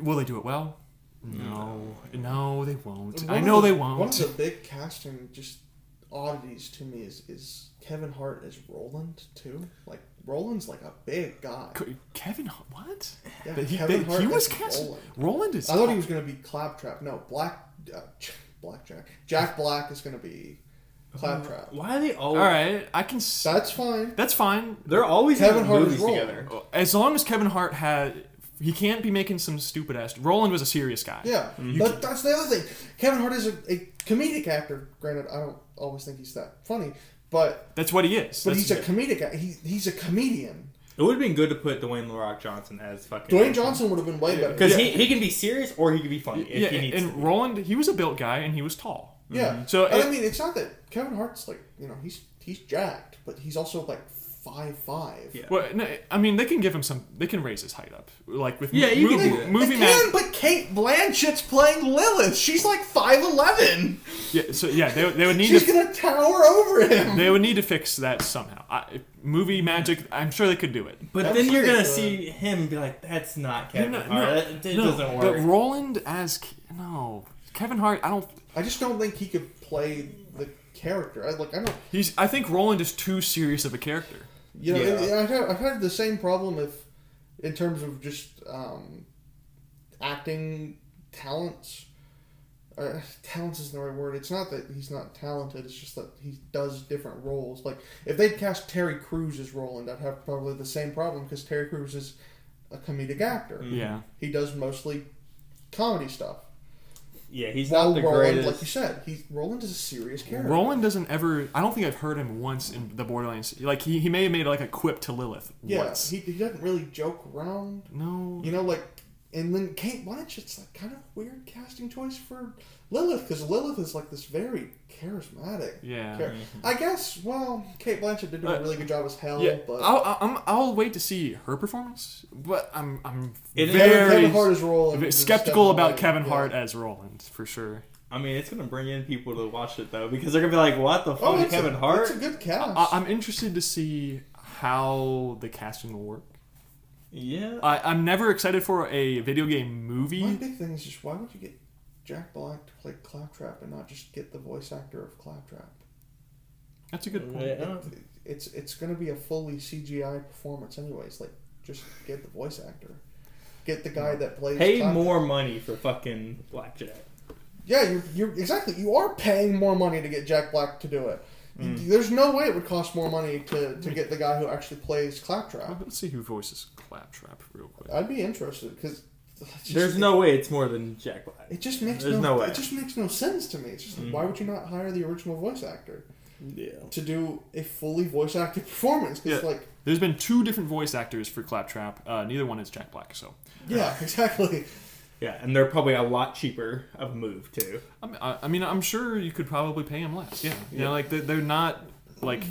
[SPEAKER 3] will they do it well? No, no, they won't.
[SPEAKER 1] One
[SPEAKER 3] I
[SPEAKER 1] of
[SPEAKER 3] know
[SPEAKER 1] the-
[SPEAKER 3] they
[SPEAKER 1] One of
[SPEAKER 3] won't.
[SPEAKER 1] the big casting just oddities to me is is Kevin Hart as Roland too. Like Roland's like a big guy.
[SPEAKER 3] C- Kevin, H- what?
[SPEAKER 1] Yeah,
[SPEAKER 3] But he,
[SPEAKER 1] Kevin
[SPEAKER 3] they-
[SPEAKER 1] Hart
[SPEAKER 3] he was
[SPEAKER 1] as
[SPEAKER 3] cast. Roland,
[SPEAKER 1] Roland.
[SPEAKER 3] is.
[SPEAKER 1] I thought he was gonna be Claptrap. No, Black uh, Ch- Blackjack. Jack Black is gonna be
[SPEAKER 3] Uh,
[SPEAKER 1] Claptrap.
[SPEAKER 2] Why are they all?
[SPEAKER 3] all right. I can. s-
[SPEAKER 1] That's fine.
[SPEAKER 3] That's fine.
[SPEAKER 2] They're always
[SPEAKER 1] Kevin
[SPEAKER 2] in
[SPEAKER 1] Hart is
[SPEAKER 2] movies
[SPEAKER 1] wrong.
[SPEAKER 2] together.
[SPEAKER 3] As long as Kevin Hart had, he can't be making some stupid ass. Roland was a serious guy.
[SPEAKER 1] Yeah,
[SPEAKER 3] Mm-hmm.
[SPEAKER 1] but that's the other thing. Kevin Hart is a, a comedic actor. Granted, I don't always think he's that funny, but
[SPEAKER 3] that's what he is.
[SPEAKER 1] but
[SPEAKER 3] That's-
[SPEAKER 1] he's a comedic. act- He, he's a comedian.
[SPEAKER 2] It would have been good to put Dwayne The Rock Johnson as fucking
[SPEAKER 1] Dwayne Johnson would have been way better.
[SPEAKER 2] because
[SPEAKER 3] Yeah.
[SPEAKER 2] he, he can be serious or he can be funny if
[SPEAKER 3] yeah,
[SPEAKER 2] he needs.
[SPEAKER 3] and
[SPEAKER 2] to.
[SPEAKER 3] Roland, he was a built guy and he was tall.
[SPEAKER 1] Yeah.
[SPEAKER 3] mm-hmm. So
[SPEAKER 1] and I
[SPEAKER 3] it-
[SPEAKER 1] mean, it's not that Kevin Hart's like you know he's he's jacked, but he's also like five five.
[SPEAKER 2] Yeah.
[SPEAKER 3] Well, no, I mean, they can give him some. They can raise his height up, like with
[SPEAKER 2] Yeah, you can
[SPEAKER 3] movie,
[SPEAKER 2] do that.
[SPEAKER 3] movie
[SPEAKER 1] They
[SPEAKER 3] mag-
[SPEAKER 1] can, but Kate Blanchett's playing Lilith. She's like five eleven.
[SPEAKER 3] Yeah, so yeah, they, they would need
[SPEAKER 1] She's
[SPEAKER 3] to
[SPEAKER 1] gonna tower over
[SPEAKER 3] [LAUGHS]
[SPEAKER 1] him.
[SPEAKER 3] they would need to fix that somehow. I, movie magic, I'm sure they could do it.
[SPEAKER 2] But
[SPEAKER 1] That
[SPEAKER 2] then
[SPEAKER 1] was
[SPEAKER 2] you're
[SPEAKER 1] like
[SPEAKER 2] gonna
[SPEAKER 1] a-
[SPEAKER 2] see him be like, "That's not Kevin
[SPEAKER 3] No, no,
[SPEAKER 2] Hart. that, that
[SPEAKER 3] no,
[SPEAKER 2] doesn't work."
[SPEAKER 3] But Roland as Ke- no Kevin Hart, I don't.
[SPEAKER 1] I just don't think he could play the character. I like I don't.
[SPEAKER 3] He's I think Roland is too serious of a character.
[SPEAKER 1] You know,
[SPEAKER 2] Yeah.
[SPEAKER 1] it- I've, had, I've had the same problem if, in terms of just um, acting talents. Uh, talents isn't the right word. It's not that he's not talented. It's just that he does different roles. Like if they'd cast Terry Crews as Roland, I'd have probably the same problem because Terry Crews is
[SPEAKER 3] Mm.
[SPEAKER 1] a comedic actor.
[SPEAKER 3] Yeah,
[SPEAKER 1] He does mostly comedy stuff.
[SPEAKER 2] yeah, he's
[SPEAKER 1] While
[SPEAKER 2] not the
[SPEAKER 1] Roland,
[SPEAKER 2] greatest.
[SPEAKER 1] like you said, he's Roland is a serious character.
[SPEAKER 3] Roland doesn't ever. I don't think I've heard him once in the Borderlands. Like he, he may have made like a quip to Lilith
[SPEAKER 1] yeah,
[SPEAKER 3] once.
[SPEAKER 1] he, he doesn't really joke around.
[SPEAKER 3] no.
[SPEAKER 1] You know, like, and then Kate Blanch, it's like kind of weird casting choice for Lilith because Lilith is like this very charismatic.
[SPEAKER 3] Yeah.
[SPEAKER 1] character. I guess. Well, Kate Blanchett did do a
[SPEAKER 3] Uh,
[SPEAKER 1] really good job as hell,
[SPEAKER 3] Yeah,
[SPEAKER 1] but
[SPEAKER 3] I'll, I'll, I'm, I'll wait to see her performance, but I'm I'm
[SPEAKER 2] It is-
[SPEAKER 1] Kevin,
[SPEAKER 3] very
[SPEAKER 1] Kevin Hart is rolling.
[SPEAKER 3] v- skeptical about Kevin Hart as Roland for sure.
[SPEAKER 2] I mean, it's gonna bring in people to watch it though, because they're gonna be like, "What the fuck,
[SPEAKER 1] Oh, it's
[SPEAKER 2] Kevin
[SPEAKER 1] a,
[SPEAKER 2] Hart?"
[SPEAKER 1] It's a good cast.
[SPEAKER 3] I, I'm interested to see how the casting will work.
[SPEAKER 2] yeah,
[SPEAKER 3] I, I'm never excited for a video game movie.
[SPEAKER 1] My big thing is just why would you get Jack Black to play Claptrap and not just get the voice actor of Claptrap?
[SPEAKER 3] That's a good point.
[SPEAKER 2] Yeah.
[SPEAKER 1] It- it's it's going to be a fully CGI performance, anyways. Like, just get the voice actor, get the guy that plays.
[SPEAKER 2] pay
[SPEAKER 1] Claptrap.
[SPEAKER 2] more money for fucking blackjack.
[SPEAKER 1] Yeah, you're, you're exactly. You are paying more money to get Jack Black to do it.
[SPEAKER 2] Mm.
[SPEAKER 1] There's no way it would cost more money to, to get the guy who actually plays Claptrap.
[SPEAKER 3] Let's see who voices Claptrap real quick.
[SPEAKER 1] I'd be interested because
[SPEAKER 2] There's no way it's more than Jack Black.
[SPEAKER 1] It just makes
[SPEAKER 2] There's
[SPEAKER 1] no,
[SPEAKER 2] no way. Mm.
[SPEAKER 1] It just makes no sense to me. It's just like, why would you not hire the original voice actor
[SPEAKER 2] Yeah,
[SPEAKER 1] to do a fully voice acted performance? Because
[SPEAKER 3] Yeah.
[SPEAKER 1] like,
[SPEAKER 3] There's been two different voice actors for Claptrap. Uh, neither one is Jack Black, so
[SPEAKER 1] yeah, exactly.
[SPEAKER 2] yeah, and they're probably a lot cheaper of move too.
[SPEAKER 3] I'm- I, I mean, I'm sure you could probably pay him less. Yeah, you know, like they're, they're not like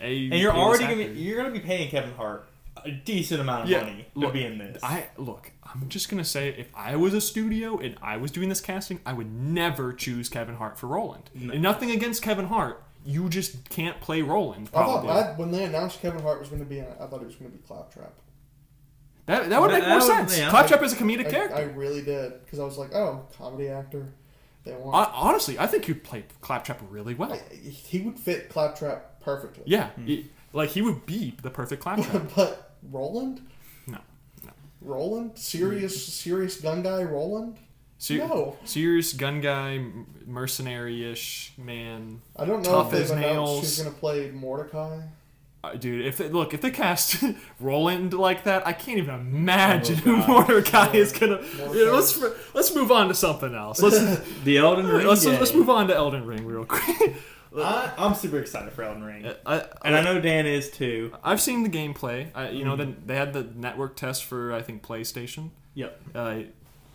[SPEAKER 3] a.
[SPEAKER 2] And you're
[SPEAKER 3] A-list
[SPEAKER 2] already gonna
[SPEAKER 3] actor.
[SPEAKER 2] be, you're gonna be paying Kevin Hart a decent amount of
[SPEAKER 3] Yeah,
[SPEAKER 2] money
[SPEAKER 3] look,
[SPEAKER 2] to be in this.
[SPEAKER 3] I look. I'm just gonna say, if I was a studio and I was doing this casting, I would never choose Kevin Hart for Roland. And nothing against Kevin Hart. You just can't play Roland.
[SPEAKER 1] I thought
[SPEAKER 3] Probably.
[SPEAKER 1] I, when they announced Kevin Hart was going to be in it, I thought it was going to be Claptrap.
[SPEAKER 3] that, that would
[SPEAKER 2] That-
[SPEAKER 3] make more
[SPEAKER 2] that would-
[SPEAKER 3] sense.
[SPEAKER 2] yeah.
[SPEAKER 3] Claptrap is a comedic
[SPEAKER 1] I,
[SPEAKER 3] character.
[SPEAKER 1] I really did because I was like, oh, comedy actor. They want.
[SPEAKER 3] Hon- honestly, I think you'd play Claptrap really well.
[SPEAKER 1] he would fit Claptrap perfectly.
[SPEAKER 3] Yeah,
[SPEAKER 2] Hmm.
[SPEAKER 3] he- like he would be the
[SPEAKER 1] [LAUGHS]
[SPEAKER 3] perfect Claptrap.
[SPEAKER 1] but Roland,
[SPEAKER 3] no,
[SPEAKER 1] Roland, serious, serious gun guy, Roland.
[SPEAKER 3] Ser-
[SPEAKER 1] No.
[SPEAKER 3] serious gun guy, m- mercenary-ish man.
[SPEAKER 1] I don't know
[SPEAKER 3] Tough
[SPEAKER 1] if
[SPEAKER 3] as
[SPEAKER 1] they've announced
[SPEAKER 3] nails.
[SPEAKER 1] who's going to play Mordecai.
[SPEAKER 3] Uh, dude, if they, look if they cast [LAUGHS] Roland like that, I can't even imagine
[SPEAKER 2] Oh,
[SPEAKER 3] who Mordecai is gonna.
[SPEAKER 1] Mordecai.
[SPEAKER 3] Yeah, let's let's move on to something else. Let's
[SPEAKER 2] the [LAUGHS] Elden Ring.
[SPEAKER 3] let's, let's
[SPEAKER 2] game.
[SPEAKER 3] move on to Elden Ring real quick. [LAUGHS]
[SPEAKER 2] I, I'm super excited for Elden Ring,
[SPEAKER 3] I,
[SPEAKER 2] and I Mm-hmm. know Dan is too.
[SPEAKER 3] I've seen the gameplay. I, you know, then they had the network test for I think PlayStation.
[SPEAKER 2] Yep,
[SPEAKER 3] Uh,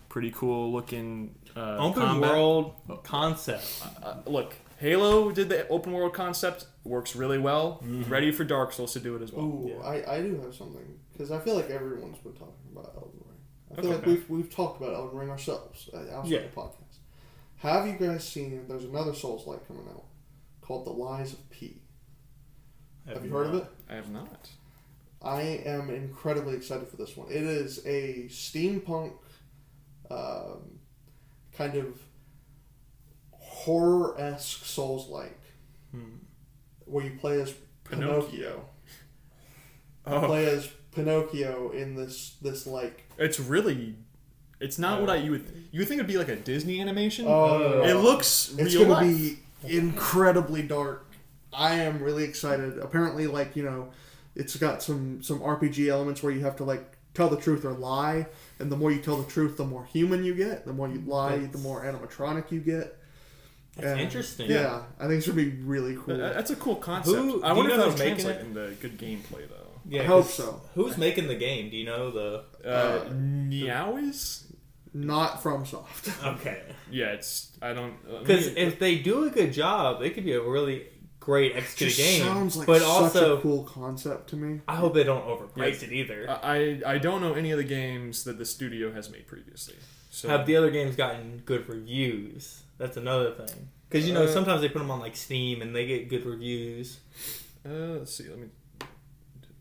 [SPEAKER 3] pretty cool looking. Uh,
[SPEAKER 2] open
[SPEAKER 3] combat.
[SPEAKER 2] world concept.
[SPEAKER 3] Uh, look, Halo did the open world concept. Works really well.
[SPEAKER 2] Mm-hmm.
[SPEAKER 3] Ready for Dark Souls to do it as well.
[SPEAKER 1] Ooh,
[SPEAKER 2] yeah.
[SPEAKER 1] I, I do have something because I feel like everyone's been talking about Elden Ring. I feel
[SPEAKER 3] Okay.
[SPEAKER 1] like we've, we've talked about Elden Ring ourselves uh, outside
[SPEAKER 2] Yeah.
[SPEAKER 1] the podcast. Have you guys seen? There's another Souls like coming out called The Lies of P. Have you heard of it?
[SPEAKER 3] I have not.
[SPEAKER 1] I am incredibly excited for this one. It is a steampunk um, kind of horror esque Souls like where you play as Pinocchio. You
[SPEAKER 3] Oh.
[SPEAKER 1] Play as Pinocchio in this this like
[SPEAKER 3] It's really, it's not what I you would you would think it'd be like a Disney animation.
[SPEAKER 1] Oh.
[SPEAKER 3] it looks
[SPEAKER 1] It's
[SPEAKER 3] real
[SPEAKER 1] going to
[SPEAKER 3] life.
[SPEAKER 1] be incredibly dark. I am really excited. Apparently, like you know, it's got some some RPG elements where you have to like tell the truth or lie, and the more you tell the truth, the more human you get. The more you lie, the more animatronic you get.
[SPEAKER 2] That's interesting. uh,
[SPEAKER 1] Yeah, I think it's gonna be really
[SPEAKER 3] Th-
[SPEAKER 1] cool.
[SPEAKER 3] That's a cool concept.
[SPEAKER 2] Who-
[SPEAKER 3] I
[SPEAKER 2] do
[SPEAKER 3] wonder
[SPEAKER 2] you
[SPEAKER 3] if
[SPEAKER 2] know
[SPEAKER 3] that'll
[SPEAKER 2] who's making
[SPEAKER 3] translate
[SPEAKER 2] it?
[SPEAKER 3] into good gameplay though.
[SPEAKER 2] Yeah,
[SPEAKER 1] I hope
[SPEAKER 2] 'cause
[SPEAKER 1] so.
[SPEAKER 2] Who's making the game? Do you know the?
[SPEAKER 3] Uh,
[SPEAKER 1] Uh,
[SPEAKER 3] Niaois?
[SPEAKER 1] Not from
[SPEAKER 2] [LAUGHS]
[SPEAKER 1] Soft.
[SPEAKER 2] Okay,
[SPEAKER 3] Yeah, it's I don't uh, let me-
[SPEAKER 2] because if they do a good job, it could be a really great extra
[SPEAKER 1] Just
[SPEAKER 2] game.
[SPEAKER 1] sounds like
[SPEAKER 2] but
[SPEAKER 1] such
[SPEAKER 2] also,
[SPEAKER 1] a cool concept to me.
[SPEAKER 2] I hope they don't overprice
[SPEAKER 3] Yes.
[SPEAKER 2] it either.
[SPEAKER 3] I I don't know any of the games that the studio has made previously. So
[SPEAKER 2] Have the other games gotten good reviews? That's another thing. Because you know
[SPEAKER 3] Uh,
[SPEAKER 2] sometimes they put them on like Steam and they get good reviews.
[SPEAKER 3] uh, let's see. Let me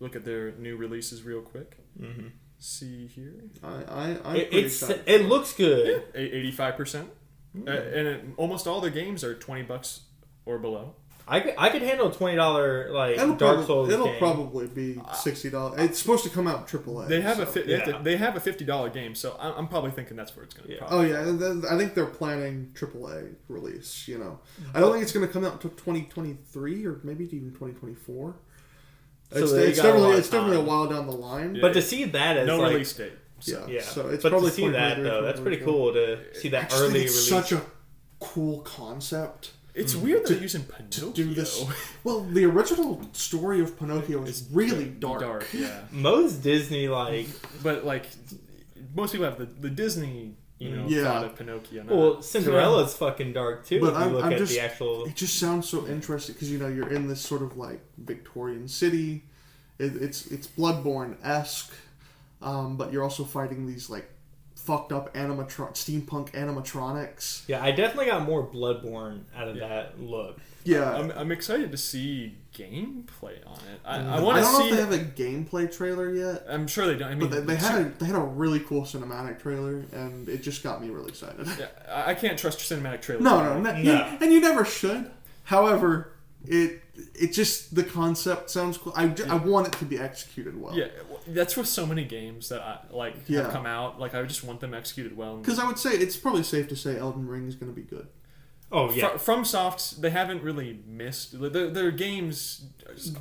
[SPEAKER 3] look at their new releases real quick.
[SPEAKER 2] Mm-hmm.
[SPEAKER 3] See here,
[SPEAKER 1] I, I I'm
[SPEAKER 2] It,
[SPEAKER 1] pretty
[SPEAKER 2] it's
[SPEAKER 1] excited.
[SPEAKER 2] it looks good.
[SPEAKER 3] eighty five percent,
[SPEAKER 2] Hmm.
[SPEAKER 3] Uh, and it, almost all their games are twenty bucks or below.
[SPEAKER 2] I could, I could handle a twenty dollar like
[SPEAKER 1] It'll,
[SPEAKER 2] Dark
[SPEAKER 1] probably,
[SPEAKER 2] Souls
[SPEAKER 1] it'll
[SPEAKER 2] game.
[SPEAKER 1] probably be sixty dollars. It's supposed to come out AAA.
[SPEAKER 3] They have a
[SPEAKER 1] so-
[SPEAKER 3] fi- they, have
[SPEAKER 2] yeah.
[SPEAKER 3] to, they have a fifty dollar game, so I'm, I'm probably thinking that's where it's going to
[SPEAKER 2] Yeah.
[SPEAKER 3] probably
[SPEAKER 1] Oh yeah, th- th- I think they're planning AAA release. You know, I don't think it's going to come out until 2023 or maybe even 2024.
[SPEAKER 2] So
[SPEAKER 1] it's
[SPEAKER 2] they
[SPEAKER 1] it's
[SPEAKER 2] got a
[SPEAKER 1] definitely
[SPEAKER 2] lot of
[SPEAKER 1] it's definitely a
[SPEAKER 2] time.
[SPEAKER 1] while down the line.
[SPEAKER 2] But to see that as
[SPEAKER 1] Oh,
[SPEAKER 3] No
[SPEAKER 2] like
[SPEAKER 3] release date.
[SPEAKER 1] So,
[SPEAKER 2] Yeah.
[SPEAKER 1] So it's
[SPEAKER 2] but
[SPEAKER 1] probably
[SPEAKER 2] to see
[SPEAKER 1] point
[SPEAKER 2] that
[SPEAKER 1] where
[SPEAKER 2] though,
[SPEAKER 1] they're
[SPEAKER 2] that's
[SPEAKER 1] from,
[SPEAKER 2] pretty
[SPEAKER 1] where
[SPEAKER 2] cool to see
[SPEAKER 1] they're
[SPEAKER 2] that
[SPEAKER 1] from. I just
[SPEAKER 2] early
[SPEAKER 1] think it's
[SPEAKER 2] release.
[SPEAKER 1] such a cool concept.
[SPEAKER 3] It's weird that they're using Pinocchio.
[SPEAKER 1] Do this. Well, the original story of Pinocchio is really dark.
[SPEAKER 3] [LAUGHS] dark, yeah.
[SPEAKER 2] Most Disney like
[SPEAKER 3] But like, most people have the, the Disney you know
[SPEAKER 1] Yeah.
[SPEAKER 3] thought of Pinocchio. not-
[SPEAKER 2] well Cinderella's fucking dark too.
[SPEAKER 1] But
[SPEAKER 2] if you
[SPEAKER 1] I'm-
[SPEAKER 2] look
[SPEAKER 1] I'm
[SPEAKER 2] at
[SPEAKER 1] just-
[SPEAKER 2] the actual
[SPEAKER 1] It just sounds so interesting because you know you're in this sort of like Victorian city. It, it's it's Bloodborne esque, um, but you're also fighting these like fucked up animatron steampunk animatronics.
[SPEAKER 2] yeah, I definitely got more Bloodborne out of that look.
[SPEAKER 1] Yeah,
[SPEAKER 3] I'm, I'm excited to see gameplay on it. I, I
[SPEAKER 1] Mm. I,
[SPEAKER 3] want to
[SPEAKER 1] don't know
[SPEAKER 3] see.
[SPEAKER 1] if they have a gameplay trailer yet,
[SPEAKER 3] I'm sure they don't. I mean,
[SPEAKER 1] but they, they
[SPEAKER 3] it's-
[SPEAKER 1] had a they had a really cool cinematic trailer, and it just got me really excited. [LAUGHS]
[SPEAKER 3] Yeah, I I can't trust your cinematic trailers.
[SPEAKER 1] No, no, no,
[SPEAKER 2] No.
[SPEAKER 1] you- and you never should. However, it it just the concept sounds cool. I, ju- I want it to be executed well.
[SPEAKER 3] Yeah, well, that's with so many games that I like
[SPEAKER 1] Yeah.
[SPEAKER 3] have come out. Like I just want them executed well.
[SPEAKER 1] Because I would say it's probably safe to say Elden Ring is going to be good.
[SPEAKER 2] Oh
[SPEAKER 3] Fr- from Soft, they haven't really missed. Their, their games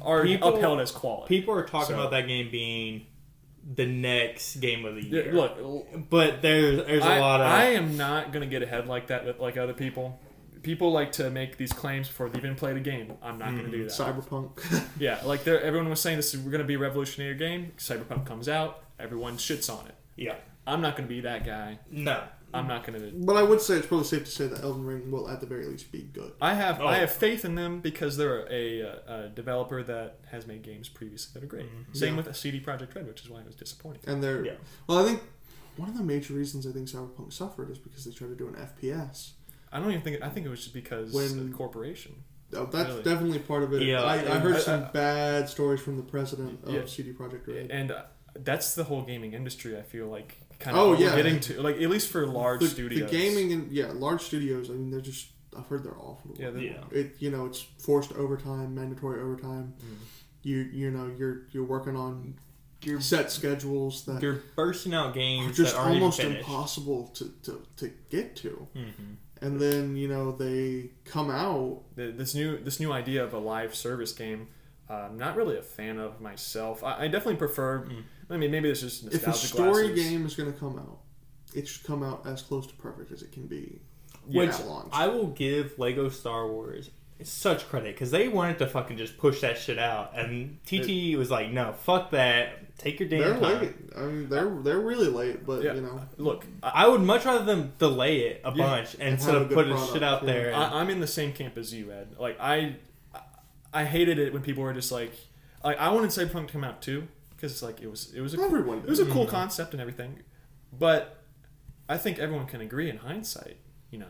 [SPEAKER 3] are
[SPEAKER 2] People-
[SPEAKER 3] upheld as quality.
[SPEAKER 2] People are talking
[SPEAKER 3] So-
[SPEAKER 2] about that game being the next game of the
[SPEAKER 3] Yeah,
[SPEAKER 2] year.
[SPEAKER 3] Look,
[SPEAKER 2] but there's there's a
[SPEAKER 3] I,
[SPEAKER 2] lot of
[SPEAKER 3] I am not gonna get ahead like that with like other people. People like to make these claims before they even play the game. I'm not
[SPEAKER 2] Mm-hmm.
[SPEAKER 3] gonna do that.
[SPEAKER 1] Cyberpunk. [LAUGHS]
[SPEAKER 3] Yeah, like they're- everyone was saying, this is we're gonna be a revolutionary game. Cyberpunk comes out, everyone shits on it.
[SPEAKER 2] yeah
[SPEAKER 3] I'm not gonna be that guy.
[SPEAKER 2] no
[SPEAKER 3] I'm not gonna.
[SPEAKER 1] but I would say it's probably safe to say that Elden Ring will at the very least be good.
[SPEAKER 3] I have
[SPEAKER 2] Oh.
[SPEAKER 3] I have faith in them because they're a, uh a developer that has made games previously that are great.
[SPEAKER 2] Mm-hmm.
[SPEAKER 3] Same
[SPEAKER 1] Yeah.
[SPEAKER 3] with CD Projekt Red, which is why it was disappointing.
[SPEAKER 1] And they're
[SPEAKER 2] Yeah.
[SPEAKER 1] well, I think one of the major reasons I think Cyberpunk suffered is because they tried to do an FPS.
[SPEAKER 3] I don't even think I think it was just because
[SPEAKER 1] When-
[SPEAKER 3] of the corporation.
[SPEAKER 1] Oh, that's
[SPEAKER 3] Really?
[SPEAKER 1] definitely part of it.
[SPEAKER 2] Yeah,
[SPEAKER 1] I, I
[SPEAKER 2] and-
[SPEAKER 1] heard some bad stories from the president of
[SPEAKER 3] Yeah.
[SPEAKER 1] CD Projekt Red.
[SPEAKER 3] and uh, that's the whole gaming industry. I feel like kind
[SPEAKER 1] Oh,
[SPEAKER 3] of
[SPEAKER 1] yeah.
[SPEAKER 3] getting to like at least for large
[SPEAKER 1] the,
[SPEAKER 3] studios.
[SPEAKER 1] The gaming and yeah, large studios. I mean, they're just. I've heard they're awful.
[SPEAKER 3] Yeah, they-
[SPEAKER 2] yeah
[SPEAKER 1] It you know it's forced overtime, mandatory overtime. You you know you're you're working on
[SPEAKER 2] You're-
[SPEAKER 1] set schedules that
[SPEAKER 2] you're bursting out
[SPEAKER 1] are
[SPEAKER 2] games
[SPEAKER 1] just
[SPEAKER 2] that aren't even
[SPEAKER 1] almost
[SPEAKER 2] finished.
[SPEAKER 1] impossible to, to, to get to.
[SPEAKER 2] Mhm.
[SPEAKER 3] Mm-hmm.
[SPEAKER 1] And then you know they come out.
[SPEAKER 3] Th- this new this new idea of a live service game. uh, I'm not really a fan of myself. I, I definitely prefer. I mean, maybe this is just
[SPEAKER 1] Mm. If a
[SPEAKER 3] nostalgia
[SPEAKER 1] story
[SPEAKER 3] glasses.
[SPEAKER 1] game is going to come out, it should come out as close to perfect as it can be.
[SPEAKER 2] Which
[SPEAKER 1] at launch.
[SPEAKER 2] I will give Lego Star Wars such credit because they wanted to fucking just push that shit out, and TTE was like, "No, fuck that. Take your
[SPEAKER 1] they're
[SPEAKER 2] damn time."
[SPEAKER 1] late. I mean, they're they're really late, but
[SPEAKER 3] Yeah.
[SPEAKER 1] you know,
[SPEAKER 3] Look,
[SPEAKER 2] I would much rather them delay it a
[SPEAKER 3] Yeah.
[SPEAKER 2] bunch and
[SPEAKER 1] And
[SPEAKER 2] instead
[SPEAKER 1] have
[SPEAKER 2] of
[SPEAKER 1] a good
[SPEAKER 2] putting
[SPEAKER 1] product,
[SPEAKER 2] shit out
[SPEAKER 1] yeah.
[SPEAKER 2] there. and-
[SPEAKER 3] I, I'm in the same camp as you, Ed. Like I, I hated it when people were just like, like I wanted Cyberpunk to come out too because it's like it was it was a cool,
[SPEAKER 1] Everyone
[SPEAKER 3] it was a cool concept and everything, but I think everyone can agree in hindsight, you know.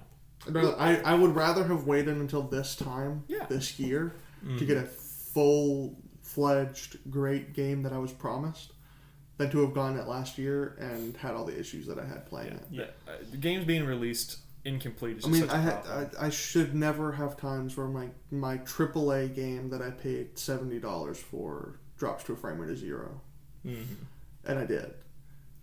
[SPEAKER 1] Bro, I, I would rather have waited until this time,
[SPEAKER 3] Yeah.
[SPEAKER 1] this year,
[SPEAKER 3] Mm-hmm.
[SPEAKER 1] to get a full fledged great game that I was promised than to have gone it last year and had all the issues that I had playing it.
[SPEAKER 3] Yeah, uh, the game's being released incomplete. Is
[SPEAKER 1] I
[SPEAKER 3] just
[SPEAKER 1] mean,
[SPEAKER 3] such a
[SPEAKER 1] I, had,
[SPEAKER 3] problem.
[SPEAKER 1] I I should never have times where my my AAA game that I paid seventy dollars for drops to a frame rate of zero,
[SPEAKER 2] Mhm.
[SPEAKER 1] and I did.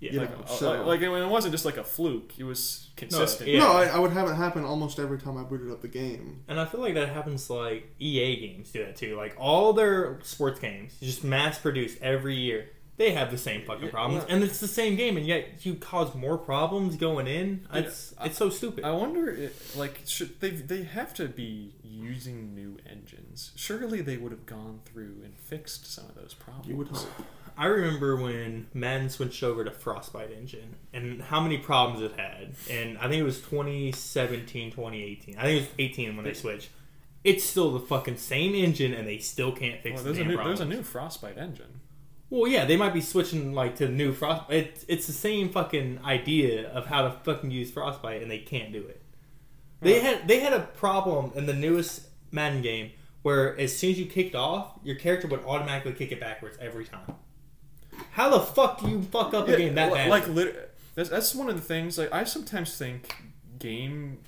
[SPEAKER 2] Yeah.
[SPEAKER 1] you
[SPEAKER 3] like,
[SPEAKER 1] know,
[SPEAKER 3] uh,
[SPEAKER 1] so-
[SPEAKER 3] like, like, it it wasn't just like a fluke; it was consistent.
[SPEAKER 2] yeah.
[SPEAKER 1] No, I, I would have it happen almost every time I booted up the game.
[SPEAKER 2] And I feel like that happens to like EA games do that too. Like all their sports games, just mass produced every year. They have the same fucking
[SPEAKER 3] Yeah,
[SPEAKER 2] problems, and it's the same game, and yet you cause more problems going in.
[SPEAKER 3] Yeah.
[SPEAKER 2] It's it's so stupid.
[SPEAKER 3] I wonder, if, like, should they they have to be using new engines? Surely they would have gone through and fixed some of those problems.
[SPEAKER 1] You would hope.
[SPEAKER 2] I remember when Madden switched over to Frostbite engine and how many problems it had. And I think it was 2017, 2018. I think it was 18 when they switched. It's still the fucking same engine, and they still can't fix the
[SPEAKER 3] Well, there's a
[SPEAKER 2] damn
[SPEAKER 3] new
[SPEAKER 2] problem.
[SPEAKER 3] there's a new Frostbite engine.
[SPEAKER 2] Well, yeah, they might be switching like to new frost. It's it's the same fucking idea of how to fucking use frostbite, and they can't do it. They had they had a problem in the newest Madden game where as soon as you kicked off, your character would automatically kick it backwards every time. How the fuck do you fuck [LAUGHS] up a game that
[SPEAKER 3] li-
[SPEAKER 2] bad?
[SPEAKER 3] like lit- that's, that's one of the things. Like I sometimes think game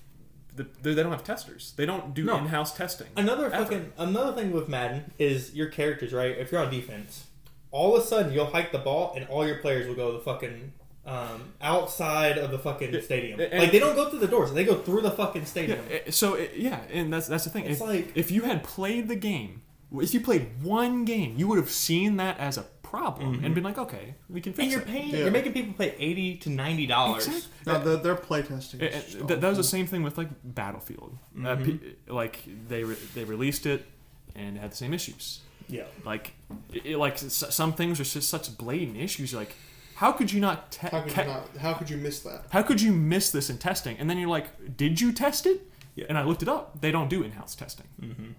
[SPEAKER 3] the, they don't have testers. They don't do
[SPEAKER 2] No.
[SPEAKER 3] in-house testing.
[SPEAKER 2] Another
[SPEAKER 3] ever.
[SPEAKER 2] fucking another thing with Madden is your characters, right? If you're on defense, all of a sudden you'll hike the ball and all your players will go the fucking um, outside of the fucking stadium.
[SPEAKER 3] and-
[SPEAKER 2] like they don't go through the doors; they go through the fucking
[SPEAKER 3] Yeah,
[SPEAKER 2] stadium.
[SPEAKER 3] eh, so eh, yeah, and that's that's the thing.
[SPEAKER 2] It's
[SPEAKER 3] if,
[SPEAKER 2] like-
[SPEAKER 3] if you had played the game, if you played one game, you would have seen that as a problem and been like, okay, we can
[SPEAKER 2] And
[SPEAKER 3] fix
[SPEAKER 2] you're
[SPEAKER 3] it.
[SPEAKER 2] paying,
[SPEAKER 1] Yeah.
[SPEAKER 2] you're making people pay eighty to ninety dollars.
[SPEAKER 3] Exactly.
[SPEAKER 1] No, they're, they're playtesting.
[SPEAKER 3] It- it-
[SPEAKER 1] stuff.
[SPEAKER 3] Eh, that, that was the same thing with like Battlefield. Uh, pe- like they re- they released it and had the same issues.
[SPEAKER 2] Yeah.
[SPEAKER 3] Like it, it- like s- some things are just such blatant issues. You're like, how could you not? Te-
[SPEAKER 1] how, could
[SPEAKER 3] ca-
[SPEAKER 1] you not, how could you miss that?
[SPEAKER 3] how could you miss this in testing? And then you're like, did you test it?
[SPEAKER 2] Yeah.
[SPEAKER 3] And I looked it up. They don't do in-house testing.
[SPEAKER 1] Mm.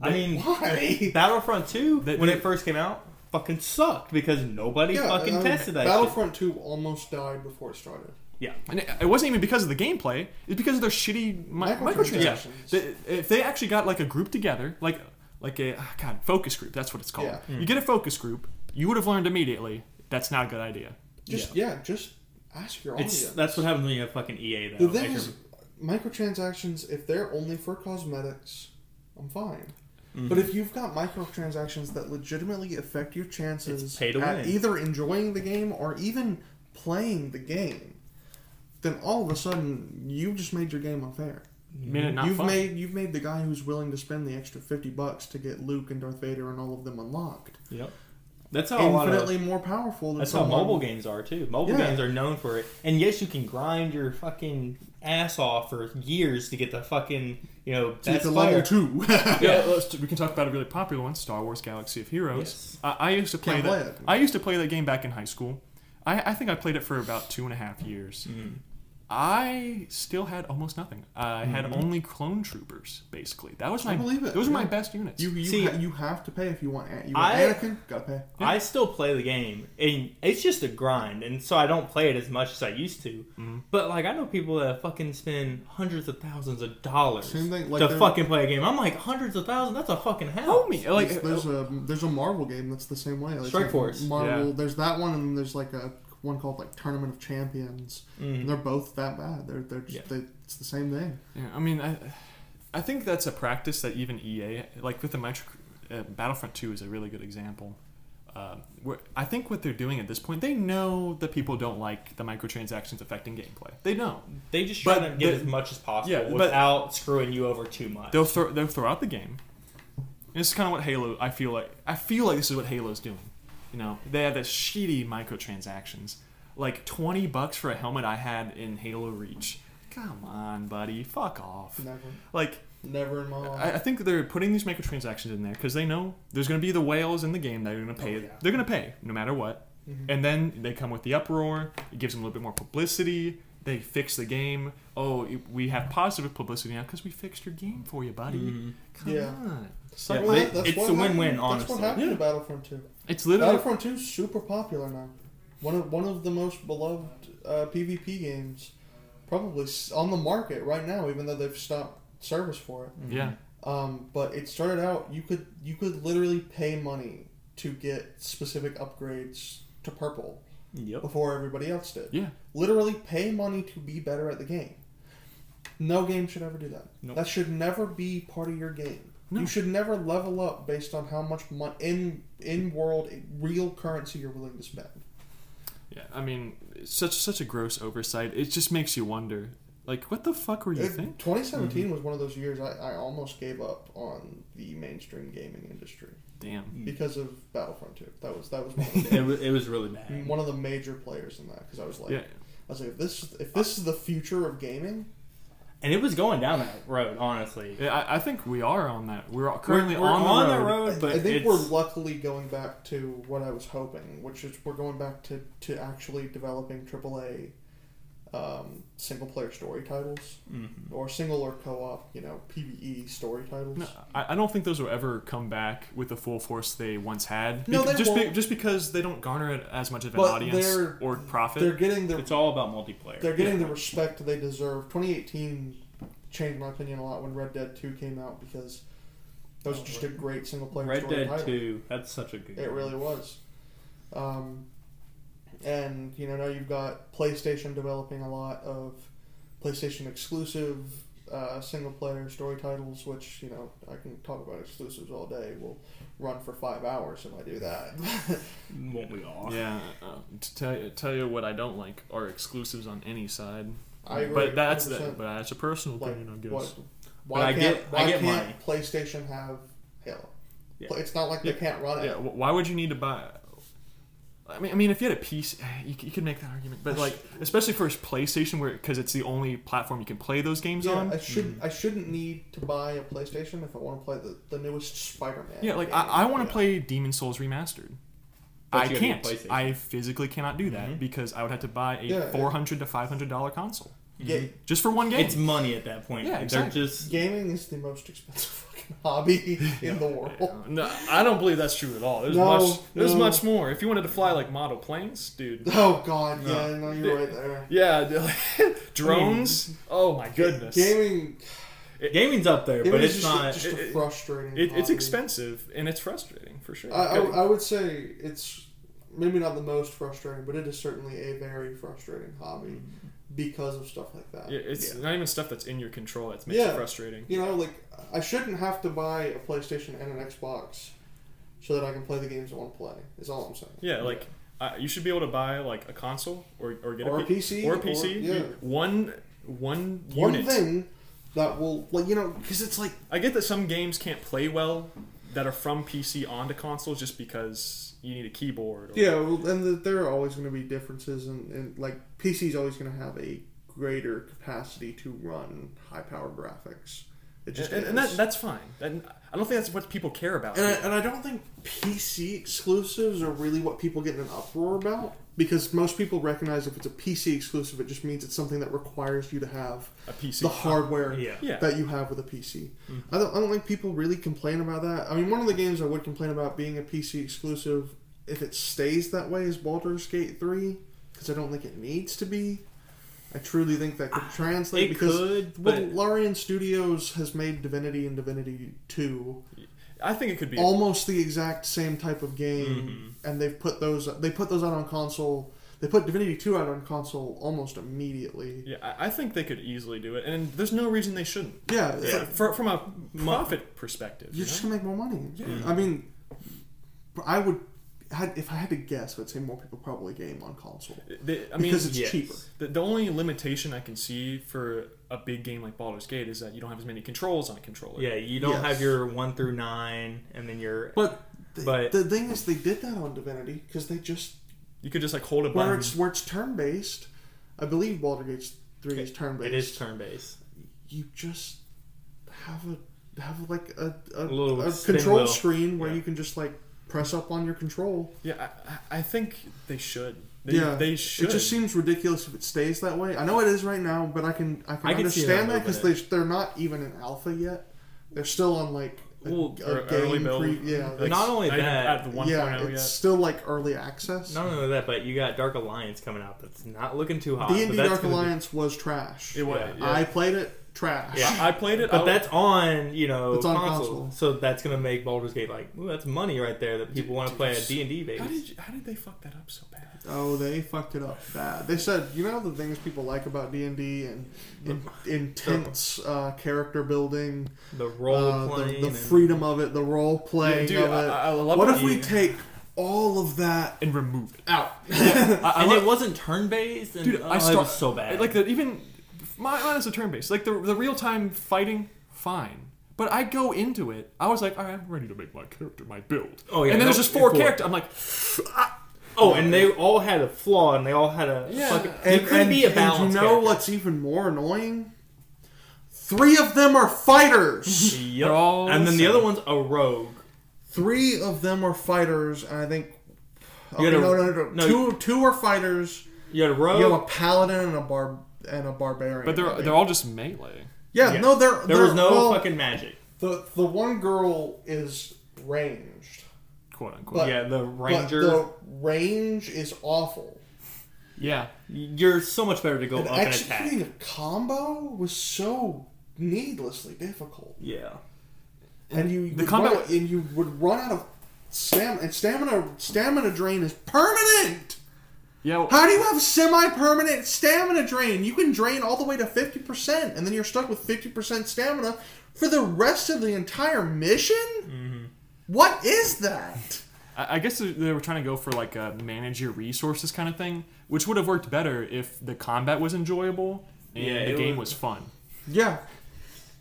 [SPEAKER 2] I mean,
[SPEAKER 1] Why?
[SPEAKER 2] [LAUGHS] Battlefront Two
[SPEAKER 3] That-
[SPEAKER 2] when it first came out fucking sucked because nobody fucking
[SPEAKER 1] I mean,
[SPEAKER 2] tested that. shit.
[SPEAKER 1] um, Battlefront 2 almost died before it started.
[SPEAKER 2] Yeah.
[SPEAKER 3] And it, it wasn't even because of the gameplay. It's because of their shitty mi- microtransactions.
[SPEAKER 1] Microtransactions.
[SPEAKER 3] They- if they actually got like a group together, like like a ah, God focus group, that's what it's called.
[SPEAKER 1] Yeah.
[SPEAKER 3] You get a focus group, you would have learned immediately that's not a good idea.
[SPEAKER 1] Just yeah, just ask your audience.
[SPEAKER 2] It's, that's what happens when you have fucking EA though.
[SPEAKER 1] the thing
[SPEAKER 2] Like,
[SPEAKER 1] is, microtransactions. If they're only for cosmetics, I'm fine.
[SPEAKER 2] Mm-hmm.
[SPEAKER 1] But if you've got microtransactions that legitimately affect your chances
[SPEAKER 2] It's pay to
[SPEAKER 1] at
[SPEAKER 2] win.
[SPEAKER 1] either enjoying the game or even playing the game, then all of a sudden you just made your game unfair.
[SPEAKER 3] Made it not
[SPEAKER 1] you've
[SPEAKER 3] fun.
[SPEAKER 1] made you've made the guy who's willing to spend the extra fifty bucks to get Luke and Darth Vader and all of them unlocked
[SPEAKER 2] Yep. That's how a lot of
[SPEAKER 1] infinitely more powerful than
[SPEAKER 2] That's how
[SPEAKER 1] someone,
[SPEAKER 2] mobile games are too. Mobile
[SPEAKER 1] Yeah.
[SPEAKER 2] games are known for it. And yes, you can grind your fucking ass off for years to get the fucking you know
[SPEAKER 1] to get
[SPEAKER 2] best
[SPEAKER 1] to level
[SPEAKER 2] player.
[SPEAKER 1] two. [LAUGHS]
[SPEAKER 3] Yeah, let's, we can talk about a really popular one, Star Wars: Galaxy of Heroes.
[SPEAKER 2] Yes.
[SPEAKER 3] I, I used to play
[SPEAKER 1] Can't
[SPEAKER 3] that.
[SPEAKER 1] play it.
[SPEAKER 3] I used to play that game back in high school. I, I think I played it for about two and a half years. I still had almost nothing. I had only clone troopers, basically. That was my.
[SPEAKER 1] believe it,
[SPEAKER 3] Those were my
[SPEAKER 1] yeah.
[SPEAKER 3] best units.
[SPEAKER 1] You you,
[SPEAKER 2] See-
[SPEAKER 1] ha- you have to pay if you want. An- you want
[SPEAKER 2] I-
[SPEAKER 1] Anakin, gotta pay.
[SPEAKER 2] I still play the game, and it's just a grind, and so I don't play it as much as I used to.
[SPEAKER 1] Mm-hmm.
[SPEAKER 2] But like, I know people that fucking spend hundreds of thousands of dollars
[SPEAKER 1] Same thing, like,
[SPEAKER 2] to
[SPEAKER 1] they're-
[SPEAKER 2] fucking play a game. I'm like, hundreds of thousands? That's a fucking house.
[SPEAKER 3] homie, like
[SPEAKER 1] there's, there's a there's a Marvel game that's the same way. Like,
[SPEAKER 2] uh, Strike
[SPEAKER 1] like
[SPEAKER 2] Force.
[SPEAKER 1] Marvel.
[SPEAKER 3] Yeah.
[SPEAKER 1] There's that one, and then there's like a one called like Tournament of Champions.
[SPEAKER 2] Mm.
[SPEAKER 1] And they're both that bad. They're they're just,
[SPEAKER 2] Hmm. Yeah.
[SPEAKER 1] they, it's the same thing.
[SPEAKER 3] Yeah, I mean, I, I think that's a practice that even EA, like with the micro, uh, Battlefront Two, is a really good example. Um, where I think what they're doing at this point, they know that people don't like the microtransactions affecting gameplay. They know
[SPEAKER 2] They just try
[SPEAKER 3] But
[SPEAKER 2] to get
[SPEAKER 3] the-
[SPEAKER 2] as much as possible
[SPEAKER 3] Yeah, but-
[SPEAKER 2] without screwing you over too much.
[SPEAKER 3] they'll throw they'll throw out the game. And this is kind of what Halo. I feel like I feel like this is what Halo's doing. You know, they have this shitty microtransactions, like twenty bucks for a helmet I had in Halo Reach. Come on, buddy, fuck off.
[SPEAKER 1] Never,
[SPEAKER 3] Like
[SPEAKER 1] never in my life.
[SPEAKER 3] I, I think that they're putting these microtransactions in there because they know there's going to be the whales in the game that are going to pay.
[SPEAKER 2] Oh, yeah.
[SPEAKER 3] They're going to pay no matter what.
[SPEAKER 1] Mm-hmm.
[SPEAKER 3] And then they come with the uproar. It gives them a little bit more publicity. They fix the game. Oh, it- we have positive publicity now because we fixed your game for you, buddy.
[SPEAKER 2] Mm-hmm.
[SPEAKER 3] Come
[SPEAKER 1] Yeah.
[SPEAKER 3] on. Suck
[SPEAKER 2] Yeah,
[SPEAKER 1] Well,
[SPEAKER 3] my-
[SPEAKER 2] they-
[SPEAKER 1] that's
[SPEAKER 2] it's
[SPEAKER 1] what
[SPEAKER 2] a win-win,
[SPEAKER 1] happened- That's
[SPEAKER 2] honestly.
[SPEAKER 1] what happened
[SPEAKER 3] Yeah.
[SPEAKER 1] to Battlefront Two.
[SPEAKER 3] it's literally
[SPEAKER 1] Battlefront Two is super popular now. One of one of the most beloved uh, PvP games, probably s- on the market right now. Even though they've stopped service for it.
[SPEAKER 3] yeah.
[SPEAKER 1] Um, but it started out you could you could literally pay money to get specific upgrades to purple
[SPEAKER 2] Yep.
[SPEAKER 1] before everybody else did.
[SPEAKER 3] Yeah.
[SPEAKER 1] Literally pay money to be better at the game. No game should ever do that.
[SPEAKER 2] Nope.
[SPEAKER 1] That should never be part of your game.
[SPEAKER 3] No.
[SPEAKER 1] You should never level up based on how much mon- in in world real currency you're willing to spend.
[SPEAKER 3] Yeah. I mean, it's such such a gross oversight. It just makes you wonder, like, what the fuck were you Mm-hmm.
[SPEAKER 1] It-
[SPEAKER 3] thinking?
[SPEAKER 1] 2017 was one of those years I, I almost gave up on the mainstream gaming industry
[SPEAKER 3] Damn.
[SPEAKER 1] because of Battlefront 2. That was that was one of the
[SPEAKER 2] it,
[SPEAKER 3] [LAUGHS]
[SPEAKER 2] was, it was really bad.
[SPEAKER 1] one of the major players in that because I was like,
[SPEAKER 3] Yeah.
[SPEAKER 1] I was like, if this if this is the future of gaming,
[SPEAKER 2] And it was going down that road, honestly.
[SPEAKER 3] Yeah, I, I think we are on that. We're currently
[SPEAKER 2] we're, we're
[SPEAKER 3] on, the road.
[SPEAKER 2] but
[SPEAKER 1] I think
[SPEAKER 2] it's-
[SPEAKER 1] we're luckily going back to what I was hoping, which is we're going back to to actually developing AAA um, single player story titles
[SPEAKER 2] Mm-hmm.
[SPEAKER 1] or single or co op, you know, PVE story titles.
[SPEAKER 3] No, I, I don't think those will ever come back with the full force they once had.
[SPEAKER 1] No,
[SPEAKER 3] Bec-
[SPEAKER 1] they
[SPEAKER 3] just
[SPEAKER 1] won't.
[SPEAKER 3] just because they don't garner it as much of an
[SPEAKER 1] But
[SPEAKER 3] audience
[SPEAKER 1] they're-
[SPEAKER 3] or profit.
[SPEAKER 1] They're getting the
[SPEAKER 2] it's all about multiplayer.
[SPEAKER 1] they're getting
[SPEAKER 2] [LAUGHS]
[SPEAKER 1] the respect they deserve. 2018 changed my opinion a lot when Red Dead 2 came out because that was just a great single player
[SPEAKER 2] Oh, Red
[SPEAKER 1] story
[SPEAKER 2] Dead
[SPEAKER 1] title.
[SPEAKER 2] Two. That's such a good.
[SPEAKER 1] It
[SPEAKER 2] game.
[SPEAKER 1] really was. Um, and you know now you've got PlayStation developing a lot of PlayStation exclusive uh, single player story titles, which you know I can talk about exclusives all day. We'll run for five hours if I do that. [LAUGHS]
[SPEAKER 2] won't we all?
[SPEAKER 3] yeah, uh, to tell you, tell you what I don't like are exclusives on any side.
[SPEAKER 1] I agree,
[SPEAKER 3] but that's the,
[SPEAKER 1] 100%.
[SPEAKER 3] but that's a personal
[SPEAKER 1] like
[SPEAKER 3] opinion, I guess.
[SPEAKER 1] what?
[SPEAKER 3] What?
[SPEAKER 1] Why
[SPEAKER 2] But I
[SPEAKER 1] can't
[SPEAKER 2] get- I
[SPEAKER 1] why
[SPEAKER 2] get
[SPEAKER 1] can't
[SPEAKER 2] mine.
[SPEAKER 1] PlayStation have Halo? But It's not like they can't run it.
[SPEAKER 3] Yeah, wh- why would you need to buy? I mean, I mean, if you had a piece, eh, you, c- you could make that argument. But like, especially for PlayStation, where because it's the only platform you can play those games
[SPEAKER 1] Yeah,
[SPEAKER 3] on.
[SPEAKER 1] I should
[SPEAKER 3] Mm-hmm.
[SPEAKER 1] I shouldn't need to buy a PlayStation if I want to play the, the newest Spider-Man.
[SPEAKER 3] yeah, like
[SPEAKER 1] game.
[SPEAKER 3] I, I want to
[SPEAKER 1] Yeah.
[SPEAKER 3] play Demon Souls remastered.
[SPEAKER 2] But
[SPEAKER 3] I
[SPEAKER 2] you gotta get
[SPEAKER 3] can't.
[SPEAKER 2] PlayStation.
[SPEAKER 3] I physically cannot do that because I would have to buy a
[SPEAKER 1] Yeah, yeah.
[SPEAKER 3] four hundred to five hundred dollar console
[SPEAKER 1] Ga-
[SPEAKER 3] just for one game.
[SPEAKER 2] It's money at that point.
[SPEAKER 3] Yeah, exactly.
[SPEAKER 2] They're just
[SPEAKER 1] gaming is the most expensive [LAUGHS] fucking hobby in the world.
[SPEAKER 3] No, I don't believe that's true at all. There's
[SPEAKER 1] No,
[SPEAKER 3] much. There's
[SPEAKER 1] no.
[SPEAKER 3] much more. If you wanted to fly like model planes, dude.
[SPEAKER 1] Oh god, yeah, no, you're right there.
[SPEAKER 3] Yeah, [LAUGHS] drones. Oh my goodness.
[SPEAKER 1] Gaming,
[SPEAKER 2] gaming's up there,
[SPEAKER 1] gaming
[SPEAKER 2] but it's
[SPEAKER 1] is just, a-
[SPEAKER 2] not.
[SPEAKER 1] just
[SPEAKER 3] it-
[SPEAKER 1] a
[SPEAKER 3] it-
[SPEAKER 1] frustrating.
[SPEAKER 3] It, it's
[SPEAKER 1] hobby.
[SPEAKER 3] expensive and it's frustrating for sure.
[SPEAKER 1] I, I, I would say it's maybe not the most frustrating, but it is certainly a very frustrating hobby because of stuff like that.
[SPEAKER 3] Mm-hmm. Yeah, it's
[SPEAKER 2] Yeah.
[SPEAKER 3] not even stuff that's in your control that makes it
[SPEAKER 1] Yeah.
[SPEAKER 3] frustrating.
[SPEAKER 1] You know, like I shouldn't have to buy a PlayStation and an Xbox so that I can play the games I want to play. Is all I'm saying.
[SPEAKER 3] Yeah, like uh, you should be able to buy like a console or, or get
[SPEAKER 1] Or
[SPEAKER 3] a,
[SPEAKER 1] a
[SPEAKER 3] P-
[SPEAKER 1] PC,
[SPEAKER 3] or a
[SPEAKER 1] or-
[SPEAKER 3] PC.
[SPEAKER 1] yeah.
[SPEAKER 3] One one
[SPEAKER 1] one
[SPEAKER 3] unit.
[SPEAKER 1] thing that will, like you know, because it's like
[SPEAKER 3] I get that some games can't play well that are from PC onto consoles just because you need a keyboard. Or,
[SPEAKER 1] Yeah, well, and th there are always going to be differences, and, and like PC's always going to have a greater capacity to run high power graphics. It just
[SPEAKER 3] and,
[SPEAKER 1] is.
[SPEAKER 3] and that, that's fine. And I don't think that's what people care about.
[SPEAKER 1] and, I, and I don't think PC exclusives are really what people get in an uproar about because most people recognize if it's a PC exclusive, it just means it's something that requires you to have
[SPEAKER 3] a PC.
[SPEAKER 1] the hardware
[SPEAKER 2] Yeah. Mm-hmm.
[SPEAKER 3] Yeah.
[SPEAKER 1] that you have with a PC. I, don't, I don't think people really complain about that. I mean, one of the games I would complain about being a PC exclusive, if it stays that way, is Baldur's Gate 3, because I don't think it needs to be. I truly think that could translate
[SPEAKER 2] Ah, it
[SPEAKER 1] because
[SPEAKER 2] could, but
[SPEAKER 1] Larian Studios has made Divinity and Divinity 2
[SPEAKER 3] I think it could be.
[SPEAKER 1] almost the exact same type of game,
[SPEAKER 2] Mm-hmm.
[SPEAKER 1] and they've put those they put those out on console. They put Divinity 2 out on console almost immediately.
[SPEAKER 3] yeah, I I think they could easily do it, and there's no reason they shouldn't.
[SPEAKER 1] Yeah,
[SPEAKER 2] Yeah.
[SPEAKER 3] For, from a profit perspective, you
[SPEAKER 1] You're
[SPEAKER 3] know?
[SPEAKER 1] just gonna make more money. I mean, I would, had, if I had to guess, I'd say more people probably game on console
[SPEAKER 3] They- I mean,
[SPEAKER 1] because it's
[SPEAKER 2] yes.
[SPEAKER 1] cheaper.
[SPEAKER 3] the, the only limitation I can see for a big game like Baldur's Gate is that you don't have as many controls on a controller.
[SPEAKER 2] yeah, you don't
[SPEAKER 1] Yes.
[SPEAKER 2] have your one through nine, and then your
[SPEAKER 1] But the,
[SPEAKER 2] But-
[SPEAKER 1] the thing is, they did that on Divinity because they just
[SPEAKER 3] you could just like hold a
[SPEAKER 1] where
[SPEAKER 3] button.
[SPEAKER 1] it's where it's turn based. I believe Baldur's Gate three is turn based.
[SPEAKER 2] it is turn based.
[SPEAKER 1] You just have a have like a a,
[SPEAKER 2] A little
[SPEAKER 1] a
[SPEAKER 2] spin
[SPEAKER 1] control
[SPEAKER 2] wheel.
[SPEAKER 1] screen where
[SPEAKER 3] Yeah.
[SPEAKER 1] you can just like press up on your control.
[SPEAKER 3] Yeah, I, I I think they should. They,
[SPEAKER 1] yeah,
[SPEAKER 3] they should.
[SPEAKER 1] It just seems ridiculous if it stays that way. I know it is right now, but I can I can
[SPEAKER 2] I can see
[SPEAKER 1] understand
[SPEAKER 2] that
[SPEAKER 1] that because
[SPEAKER 2] moving
[SPEAKER 1] they they're not even in alpha yet. They're still on like a,
[SPEAKER 3] Well,
[SPEAKER 1] a
[SPEAKER 3] or early
[SPEAKER 1] game
[SPEAKER 3] build.
[SPEAKER 1] pre- yeah,
[SPEAKER 3] Like,
[SPEAKER 1] that's-
[SPEAKER 2] Not only
[SPEAKER 3] even
[SPEAKER 2] that-
[SPEAKER 3] at the 1.0
[SPEAKER 1] yeah, it's
[SPEAKER 3] yet.
[SPEAKER 1] still like early access.
[SPEAKER 2] Not only that, but you got Dark Alliance coming out. That's not looking too hot.
[SPEAKER 1] D and
[SPEAKER 2] but
[SPEAKER 1] D
[SPEAKER 2] that's
[SPEAKER 1] Dark
[SPEAKER 2] gonna be-
[SPEAKER 1] Alliance was trash.
[SPEAKER 3] It was.
[SPEAKER 2] Yeah.
[SPEAKER 3] yeah.
[SPEAKER 1] I played it trash.
[SPEAKER 2] Yeah.
[SPEAKER 3] I, I played it, I
[SPEAKER 2] But
[SPEAKER 3] w-
[SPEAKER 2] that's on, you know,
[SPEAKER 1] Oh. It's on
[SPEAKER 2] console.
[SPEAKER 1] console.
[SPEAKER 2] So that's gonna make Baldur's Gate like, ooh, that's money right there that people want to
[SPEAKER 3] did
[SPEAKER 2] play
[SPEAKER 3] you
[SPEAKER 2] a
[SPEAKER 3] s-
[SPEAKER 2] D and D
[SPEAKER 3] How
[SPEAKER 2] base.
[SPEAKER 3] did you, how did they fuck that up so bad?
[SPEAKER 1] Oh, they fucked it up bad. They said, you know, the things people like about D and D and in- intense uh, character building,
[SPEAKER 2] The role
[SPEAKER 1] uh,
[SPEAKER 2] playing,
[SPEAKER 1] the, the
[SPEAKER 2] and-
[SPEAKER 1] freedom of it, the role playing
[SPEAKER 3] Yeah, dude,
[SPEAKER 1] of it.
[SPEAKER 3] I, I love
[SPEAKER 1] what
[SPEAKER 3] it.
[SPEAKER 1] if we
[SPEAKER 2] Yeah.
[SPEAKER 1] take all of that
[SPEAKER 3] and remove it?
[SPEAKER 1] out?
[SPEAKER 3] I,
[SPEAKER 2] [LAUGHS]
[SPEAKER 3] I
[SPEAKER 2] and
[SPEAKER 3] love-
[SPEAKER 2] it wasn't turn based. And
[SPEAKER 3] Dude,
[SPEAKER 2] oh,
[SPEAKER 3] I
[SPEAKER 2] it
[SPEAKER 3] start
[SPEAKER 2] was so bad.
[SPEAKER 3] Like the even my mine is a turn based. Like the the real time fighting, fine. But I go into it, I was like, all right, I'm ready to make my character, my build.
[SPEAKER 2] Oh, yeah,
[SPEAKER 3] And then there's
[SPEAKER 2] no,
[SPEAKER 3] just four,
[SPEAKER 2] four.
[SPEAKER 3] characters. I'm like,
[SPEAKER 2] oh, and they all had a flaw, and they all had a
[SPEAKER 3] Yeah.
[SPEAKER 2] fucking.
[SPEAKER 1] And,
[SPEAKER 2] you couldn't
[SPEAKER 1] and-
[SPEAKER 2] be a
[SPEAKER 1] and
[SPEAKER 2] balance.
[SPEAKER 1] you know what's even more annoying? Three of them are
[SPEAKER 2] [LAUGHS]
[SPEAKER 1] fighters.
[SPEAKER 2] Yep.
[SPEAKER 3] They're all
[SPEAKER 2] And then the
[SPEAKER 3] the
[SPEAKER 2] other
[SPEAKER 3] same.
[SPEAKER 2] one's a rogue.
[SPEAKER 1] Three of them are fighters, and I think.
[SPEAKER 2] You
[SPEAKER 1] Okay,
[SPEAKER 2] gotta-
[SPEAKER 1] no, no, no,
[SPEAKER 2] no, Oh.
[SPEAKER 1] Two, two are fighters.
[SPEAKER 2] You had a rogue.
[SPEAKER 1] You have a paladin and a bar and a barbarian.
[SPEAKER 3] but
[SPEAKER 1] I
[SPEAKER 3] they're
[SPEAKER 1] think.
[SPEAKER 3] they're all just melee.
[SPEAKER 1] yeah,
[SPEAKER 2] yeah.
[SPEAKER 1] no, they're
[SPEAKER 2] there
[SPEAKER 1] they're-
[SPEAKER 2] was no
[SPEAKER 1] well,
[SPEAKER 2] fucking magic.
[SPEAKER 1] The the one girl is ranged,
[SPEAKER 3] Quote unquote.
[SPEAKER 1] But-
[SPEAKER 2] yeah, the ranger.
[SPEAKER 1] but the range is awful.
[SPEAKER 3] yeah.
[SPEAKER 2] You're so much better to go
[SPEAKER 1] And
[SPEAKER 2] up and attack.
[SPEAKER 1] executing a combo was so needlessly difficult.
[SPEAKER 2] Yeah.
[SPEAKER 1] and you the
[SPEAKER 3] combat-
[SPEAKER 1] and you would run out of stamina. And stamina stamina drain is permanent.
[SPEAKER 3] Yeah. well,
[SPEAKER 1] How do you have semi-permanent stamina drain? You can drain all the way to fifty percent, and then you're stuck with fifty percent stamina for the rest of the entire mission. What is that?
[SPEAKER 3] I I guess they- they were trying to go for like a manage your resources kind of thing, which would have worked better if the combat was enjoyable and
[SPEAKER 2] Yeah,
[SPEAKER 3] the
[SPEAKER 2] it
[SPEAKER 3] game
[SPEAKER 2] was-
[SPEAKER 3] was fun.
[SPEAKER 1] Yeah,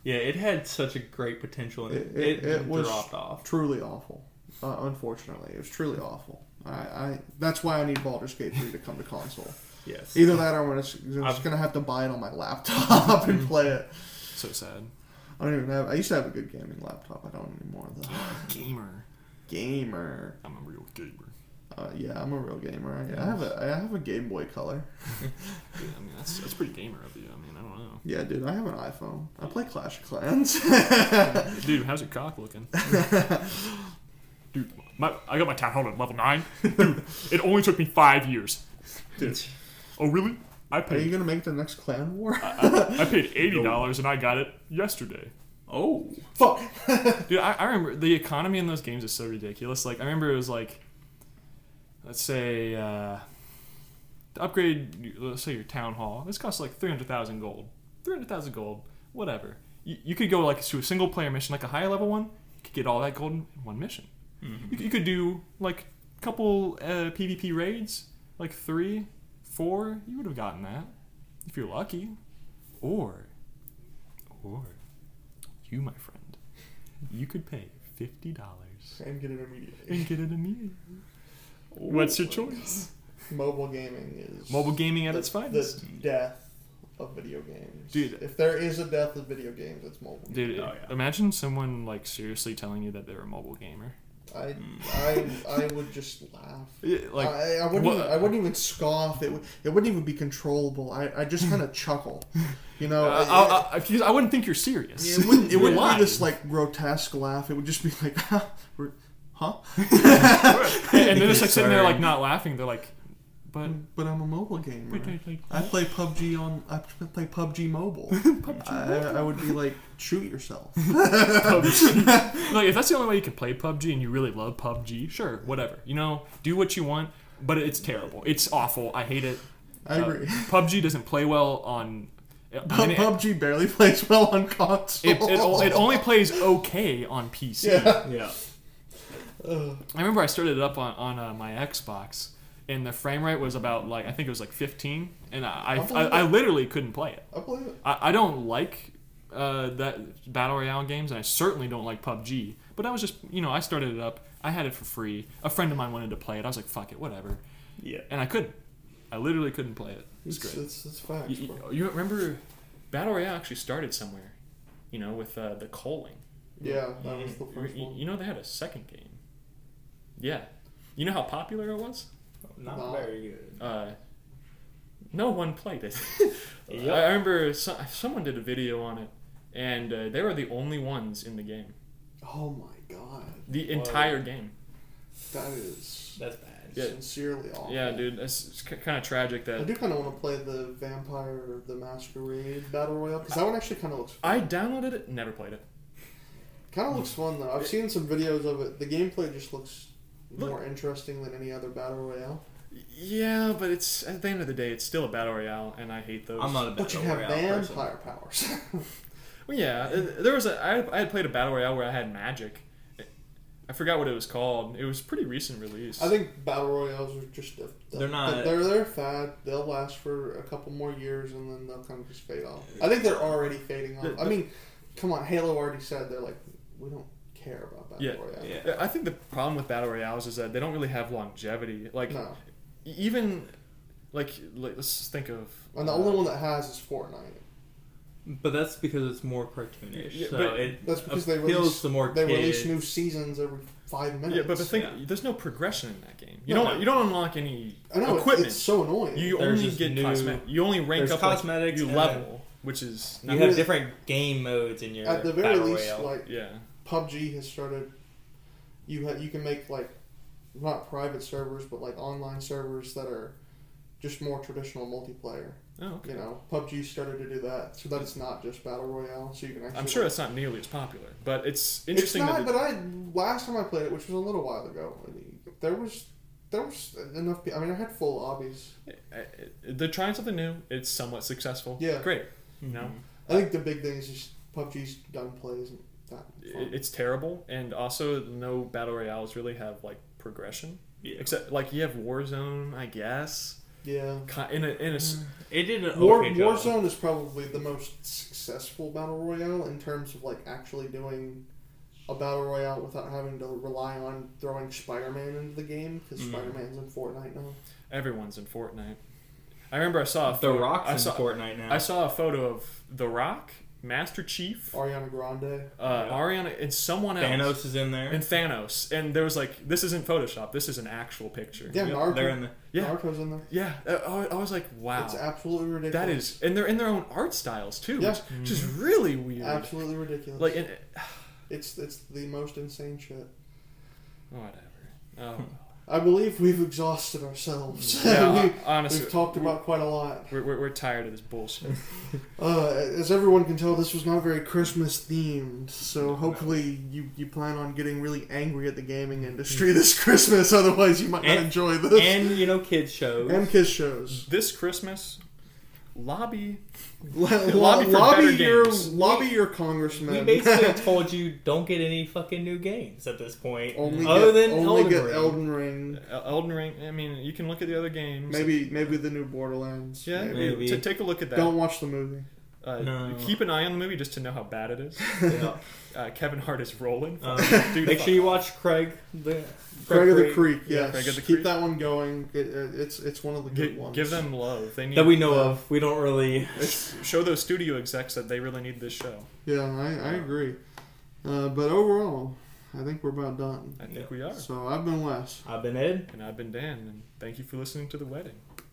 [SPEAKER 2] Yeah, it had such a great potential, and
[SPEAKER 1] It, it,
[SPEAKER 2] it,
[SPEAKER 1] it was
[SPEAKER 2] dropped off.
[SPEAKER 1] truly awful. Uh, unfortunately, it was truly awful. I, I that's why I need Baldur's Gate 3 to come to console.
[SPEAKER 2] Yes.
[SPEAKER 1] Either that, or I'm just, I'm just
[SPEAKER 2] I've-
[SPEAKER 1] gonna have to buy it on my laptop [LAUGHS]
[SPEAKER 3] Mm-hmm.
[SPEAKER 1] and play it.
[SPEAKER 3] So sad.
[SPEAKER 1] I don't even have. I used to have a good gaming laptop. I don't anymore though. [GASPS]
[SPEAKER 3] Gamer.
[SPEAKER 1] Gamer.
[SPEAKER 3] I'm a real gamer.
[SPEAKER 1] Uh, yeah, I'm a real gamer. I, I have a I have a Game Boy Color.
[SPEAKER 3] Yeah, I mean, that's, that's pretty gamer of you. I mean, I don't know.
[SPEAKER 1] Yeah, dude, I have an iPhone. I play Clash of Clans. [LAUGHS]
[SPEAKER 3] Dude, how's your cock looking? Dude, my, I got my town hall at level 9. Dude, it only took me five years.
[SPEAKER 1] dude,
[SPEAKER 3] Oh, really? I
[SPEAKER 1] are you
[SPEAKER 3] paid
[SPEAKER 1] gonna make the next clan war?
[SPEAKER 3] I paid $80 and I got it yesterday.
[SPEAKER 2] Oh,
[SPEAKER 1] [LAUGHS] Fuck. [LAUGHS]
[SPEAKER 3] Dude, I, I remember the economy in those games is so ridiculous. Like, I remember it was like, let's say, uh, to upgrade, let's say your town hall. This costs like 300,000 gold. 300,000 gold, whatever. You, you could go like to a single player mission, like a higher level one, you could get all that gold in one mission. You, c- you could do like a couple uh, PvP raids, like three, four. You would have gotten that if you're lucky. Or, or you, my friend, you could pay fifty dollars
[SPEAKER 1] and get it immediately.
[SPEAKER 3] and get it immediately. What's your choice?
[SPEAKER 1] [LAUGHS] Mobile gaming is
[SPEAKER 3] Mobile gaming at its
[SPEAKER 1] the-
[SPEAKER 3] finest.
[SPEAKER 1] The death of video games,
[SPEAKER 3] Dude.
[SPEAKER 1] If there is a death of video games, it's mobile. Games.
[SPEAKER 3] Dude,
[SPEAKER 2] Oh, yeah.
[SPEAKER 3] imagine someone like seriously telling you that they're a mobile gamer.
[SPEAKER 1] I, I, I would just laugh.
[SPEAKER 3] Yeah, Hmm. Like,
[SPEAKER 1] I, I wouldn't.
[SPEAKER 3] what-
[SPEAKER 1] Even, I wouldn't even scoff. It, would, it wouldn't even be controllable. I, I just kind of chuckle. You know,
[SPEAKER 3] Uh,
[SPEAKER 1] it-
[SPEAKER 3] I, I, I, because I wouldn't think you're serious.
[SPEAKER 1] it, it wouldn't. It wouldn't
[SPEAKER 3] You're
[SPEAKER 1] be this
[SPEAKER 3] lying.
[SPEAKER 1] like grotesque laugh. It would just be like, [LAUGHS] we're-
[SPEAKER 3] [LAUGHS]
[SPEAKER 1] huh?
[SPEAKER 3] [LAUGHS] and they're just like sitting there,
[SPEAKER 2] Sorry.
[SPEAKER 3] like not laughing. They're like, but
[SPEAKER 1] But I'm a mobile gamer.
[SPEAKER 3] But I like-
[SPEAKER 1] I play PUBG on. I play PUBG
[SPEAKER 3] [LAUGHS]
[SPEAKER 1] Mobile. I, I would be like, shoot yourself.
[SPEAKER 3] PUBG. like if that's the only way you can play PUBG and you really love PUBG, sure, whatever. You know, do what you want, but it's terrible. It's awful. I hate it.
[SPEAKER 1] I
[SPEAKER 3] Uh,
[SPEAKER 1] agree.
[SPEAKER 3] PUBG doesn't play well on. I
[SPEAKER 1] But
[SPEAKER 3] mean, it,
[SPEAKER 1] PUBG barely [LAUGHS] plays well on console.
[SPEAKER 3] [LAUGHS] it, it, o- it only plays okay on PC.
[SPEAKER 1] [LAUGHS] Yeah.
[SPEAKER 2] yeah.
[SPEAKER 1] Ugh.
[SPEAKER 3] I remember I started it up on, on uh, my Xbox, and the frame rate was about like I think it was like 15, and I I, I, I literally couldn't play it.
[SPEAKER 1] I play it.
[SPEAKER 3] I, I don't like uh, that battle royale games, and I certainly don't like PUBG. But I was just, you know, I started it up. I had it for free. A friend of mine wanted to play it. I was like, fuck it, whatever.
[SPEAKER 2] Yeah.
[SPEAKER 3] And I couldn't. I literally couldn't play it. It's
[SPEAKER 1] It's,
[SPEAKER 3] great.
[SPEAKER 1] it's, it's, facts.
[SPEAKER 3] You-
[SPEAKER 1] bro.
[SPEAKER 3] you, you remember, battle royale actually started somewhere, you know, with uh, the calling.
[SPEAKER 1] Yeah, that was the
[SPEAKER 3] You,
[SPEAKER 1] first
[SPEAKER 3] you-
[SPEAKER 1] one.
[SPEAKER 3] you know, they had a second game. Yeah. You know how popular it was?
[SPEAKER 2] Not
[SPEAKER 1] Wow.
[SPEAKER 2] very good.
[SPEAKER 3] Uh, no one
[SPEAKER 1] [LAUGHS]
[SPEAKER 3] played it.
[SPEAKER 2] Yep.
[SPEAKER 3] I remember so, someone did a video on it, and uh, they were the only ones in the game.
[SPEAKER 1] Oh my god,
[SPEAKER 3] The
[SPEAKER 2] Wow.
[SPEAKER 3] entire game.
[SPEAKER 1] that is
[SPEAKER 2] That's bad.
[SPEAKER 3] Yeah.
[SPEAKER 1] sincerely awful.
[SPEAKER 3] Yeah, dude, it's, it's kind of tragic
[SPEAKER 1] I
[SPEAKER 3] that.
[SPEAKER 1] do kind of want to play the Vampire the Masquerade Battle Royale because that one actually kind of looks
[SPEAKER 3] I downloaded it, never played it.
[SPEAKER 1] kind of looks
[SPEAKER 3] Mm.
[SPEAKER 1] fun though. I've seen some videos of it. The gameplay just looks
[SPEAKER 3] Look-
[SPEAKER 1] more interesting than any other Battle Royale.
[SPEAKER 3] Yeah, but it's at the end of the day, it's still a battle royale, and I hate those.
[SPEAKER 2] I'm not a battle
[SPEAKER 1] But you have
[SPEAKER 2] royale person.
[SPEAKER 1] vampire powers. [LAUGHS]
[SPEAKER 3] Well, yeah, uh, there was a. I, I had played a battle royale where I had magic. I forgot what it was called. It was a pretty recent release.
[SPEAKER 1] I think battle royales are just a,
[SPEAKER 2] They're not-
[SPEAKER 1] They're they're fad. They'll last for a couple more years and then they'll kind of just fade off. I think they're already fading off.
[SPEAKER 3] The-
[SPEAKER 1] I mean, come on, Halo already said they're like we don't care about battle
[SPEAKER 3] Yeah,
[SPEAKER 1] royale.
[SPEAKER 2] yeah.
[SPEAKER 3] I think the problem with battle royales is that they don't really have longevity. Like e-,
[SPEAKER 1] No,
[SPEAKER 3] even like, like let's just think of
[SPEAKER 1] and the
[SPEAKER 3] uh,
[SPEAKER 1] only one that has is Fortnite.
[SPEAKER 2] But that's because it's more cartoonish.
[SPEAKER 3] Yeah,
[SPEAKER 2] so
[SPEAKER 3] but-
[SPEAKER 2] it
[SPEAKER 1] That's because they
[SPEAKER 2] appeals
[SPEAKER 1] release
[SPEAKER 2] to more
[SPEAKER 1] they
[SPEAKER 2] kids.
[SPEAKER 1] release new seasons every five minutes.
[SPEAKER 3] uh, Yeah, but the thing
[SPEAKER 2] Yeah.
[SPEAKER 3] there's no progression in that game. You
[SPEAKER 1] No,
[SPEAKER 3] don't
[SPEAKER 1] no.
[SPEAKER 3] you don't unlock any
[SPEAKER 1] I know it-
[SPEAKER 3] equipment.
[SPEAKER 1] it's so annoying.
[SPEAKER 3] you
[SPEAKER 2] There's
[SPEAKER 3] only
[SPEAKER 2] just
[SPEAKER 3] get
[SPEAKER 2] new-
[SPEAKER 3] cosmetic. You only rank
[SPEAKER 2] there's
[SPEAKER 3] up
[SPEAKER 2] cosmetics
[SPEAKER 3] Like, you
[SPEAKER 2] and
[SPEAKER 3] level, which is
[SPEAKER 2] You have different game modes in your
[SPEAKER 1] At the very
[SPEAKER 2] battle
[SPEAKER 1] least,
[SPEAKER 2] royale.
[SPEAKER 1] like
[SPEAKER 3] yeah.
[SPEAKER 1] PUBG has started. You ha- you can make like not private servers, but like online servers that are just more traditional multiplayer.
[SPEAKER 3] Oh, okay.
[SPEAKER 1] You know, PUBG started to do that, so that it's not just battle royale. So you can actually.
[SPEAKER 3] I'm sure
[SPEAKER 1] like-
[SPEAKER 3] it's not nearly as popular, but it's
[SPEAKER 1] it's
[SPEAKER 3] interesting.
[SPEAKER 1] not.
[SPEAKER 3] that
[SPEAKER 1] But I last time I played it, which was a little while ago, I mean, there was there was enough. pe- I mean, I had full lobbies.
[SPEAKER 3] I- uh, they're trying something new. It's somewhat successful.
[SPEAKER 1] Yeah.
[SPEAKER 3] great. No,
[SPEAKER 2] Mm-hmm.
[SPEAKER 1] I think the big thing is just PUBG's done play isn't that fun.
[SPEAKER 3] it, it's terrible, and also no battle royales really have like progression.
[SPEAKER 2] Yeah.
[SPEAKER 3] Except like you have Warzone, I guess.
[SPEAKER 1] Yeah.
[SPEAKER 3] ki- in a in a s-
[SPEAKER 2] It did an
[SPEAKER 1] War,
[SPEAKER 2] okay job.
[SPEAKER 1] Warzone is probably the most successful battle royale in terms of like actually doing a battle royale without having to rely on throwing Spider-Man into the game because
[SPEAKER 3] Mm-hmm.
[SPEAKER 2] Mm.
[SPEAKER 1] Spider-Man's in Fortnite now.
[SPEAKER 3] everyone's in Fortnite. I remember I saw a
[SPEAKER 2] Uh, The
[SPEAKER 3] photo-
[SPEAKER 2] Rock's
[SPEAKER 3] I
[SPEAKER 2] in
[SPEAKER 3] saw,
[SPEAKER 2] Fortnite now.
[SPEAKER 3] I saw a photo of The Rock, Master Chief, uh,
[SPEAKER 1] Ariana Grande.
[SPEAKER 2] Yeah.
[SPEAKER 3] Ariana, and someone else,
[SPEAKER 2] Thanos is in there.
[SPEAKER 3] and Thanos. And there was like, this isn't Photoshop. This is an actual picture.
[SPEAKER 1] Yeah,
[SPEAKER 2] Yep,
[SPEAKER 1] Naruto.
[SPEAKER 2] they're in the.
[SPEAKER 3] Yeah.
[SPEAKER 1] Naruto's in there.
[SPEAKER 3] Yeah, I, I- I was like, wow,
[SPEAKER 1] It's absolutely ridiculous.
[SPEAKER 3] that is, and they're in their own art styles too,
[SPEAKER 1] Yeah.
[SPEAKER 3] which, which is
[SPEAKER 2] Mm-hmm.
[SPEAKER 3] really weird.
[SPEAKER 1] absolutely ridiculous.
[SPEAKER 3] Like, and, uh,
[SPEAKER 1] it's it's the most insane shit.
[SPEAKER 3] whatever.
[SPEAKER 2] [LAUGHS]
[SPEAKER 3] Oh,
[SPEAKER 1] I believe we've exhausted ourselves.
[SPEAKER 3] yeah.
[SPEAKER 1] [LAUGHS]
[SPEAKER 3] uh,
[SPEAKER 1] we,
[SPEAKER 3] honestly,
[SPEAKER 1] we've talked about quite a lot.
[SPEAKER 3] We're, we're, we're tired of this bullshit.
[SPEAKER 1] Uh, as everyone can tell, this was not very Christmas themed, so hopefully you, you plan on getting really angry at the gaming industry this Christmas, otherwise you might not
[SPEAKER 2] And-
[SPEAKER 1] enjoy this.
[SPEAKER 2] And you know, kids shows.
[SPEAKER 1] And kiss shows.
[SPEAKER 3] this Christmas, lobby.
[SPEAKER 1] Lo-
[SPEAKER 3] Lobby for
[SPEAKER 1] lobby
[SPEAKER 3] better
[SPEAKER 1] your
[SPEAKER 3] games.
[SPEAKER 1] lobby your
[SPEAKER 2] we
[SPEAKER 1] congressman. [LAUGHS]
[SPEAKER 2] basically told you don't get any fucking new games at this point,
[SPEAKER 1] only
[SPEAKER 2] other
[SPEAKER 1] get,
[SPEAKER 2] than
[SPEAKER 1] only
[SPEAKER 2] Elden
[SPEAKER 1] get
[SPEAKER 2] Ring.
[SPEAKER 1] Elden Ring.
[SPEAKER 3] El- Elden Ring. I mean, you can look at the other games.
[SPEAKER 1] Maybe maybe the new Borderlands.
[SPEAKER 3] Yeah,
[SPEAKER 1] Maybe.
[SPEAKER 2] Maybe.
[SPEAKER 3] To take a look at that.
[SPEAKER 1] Don't watch the movie.
[SPEAKER 3] Uh,
[SPEAKER 2] No.
[SPEAKER 3] Keep an eye on the movie just to know how bad it is.
[SPEAKER 2] Yeah.
[SPEAKER 3] Uh, Kevin Hart is rolling.
[SPEAKER 2] Um,
[SPEAKER 3] Dude,
[SPEAKER 2] make
[SPEAKER 3] fuck.
[SPEAKER 2] sure you watch Craig. The,
[SPEAKER 1] Craig of the Creek.
[SPEAKER 3] Yeah,
[SPEAKER 1] Yes,
[SPEAKER 3] Craig of the
[SPEAKER 1] keep
[SPEAKER 3] Creek.
[SPEAKER 1] that one going. It, it, it's it's one of the
[SPEAKER 3] Gi-
[SPEAKER 1] good ones.
[SPEAKER 3] give them love. They need
[SPEAKER 2] that we know of. We don't really.
[SPEAKER 3] show those studio execs that they really need this show.
[SPEAKER 1] Yeah, I, I agree. Uh, but overall, I think we're about done.
[SPEAKER 3] I think
[SPEAKER 2] Yeah.
[SPEAKER 3] we are.
[SPEAKER 1] So I've been Wes.
[SPEAKER 2] I've been Ed.
[SPEAKER 3] And I've been Dan, and thank you for listening to the wedding.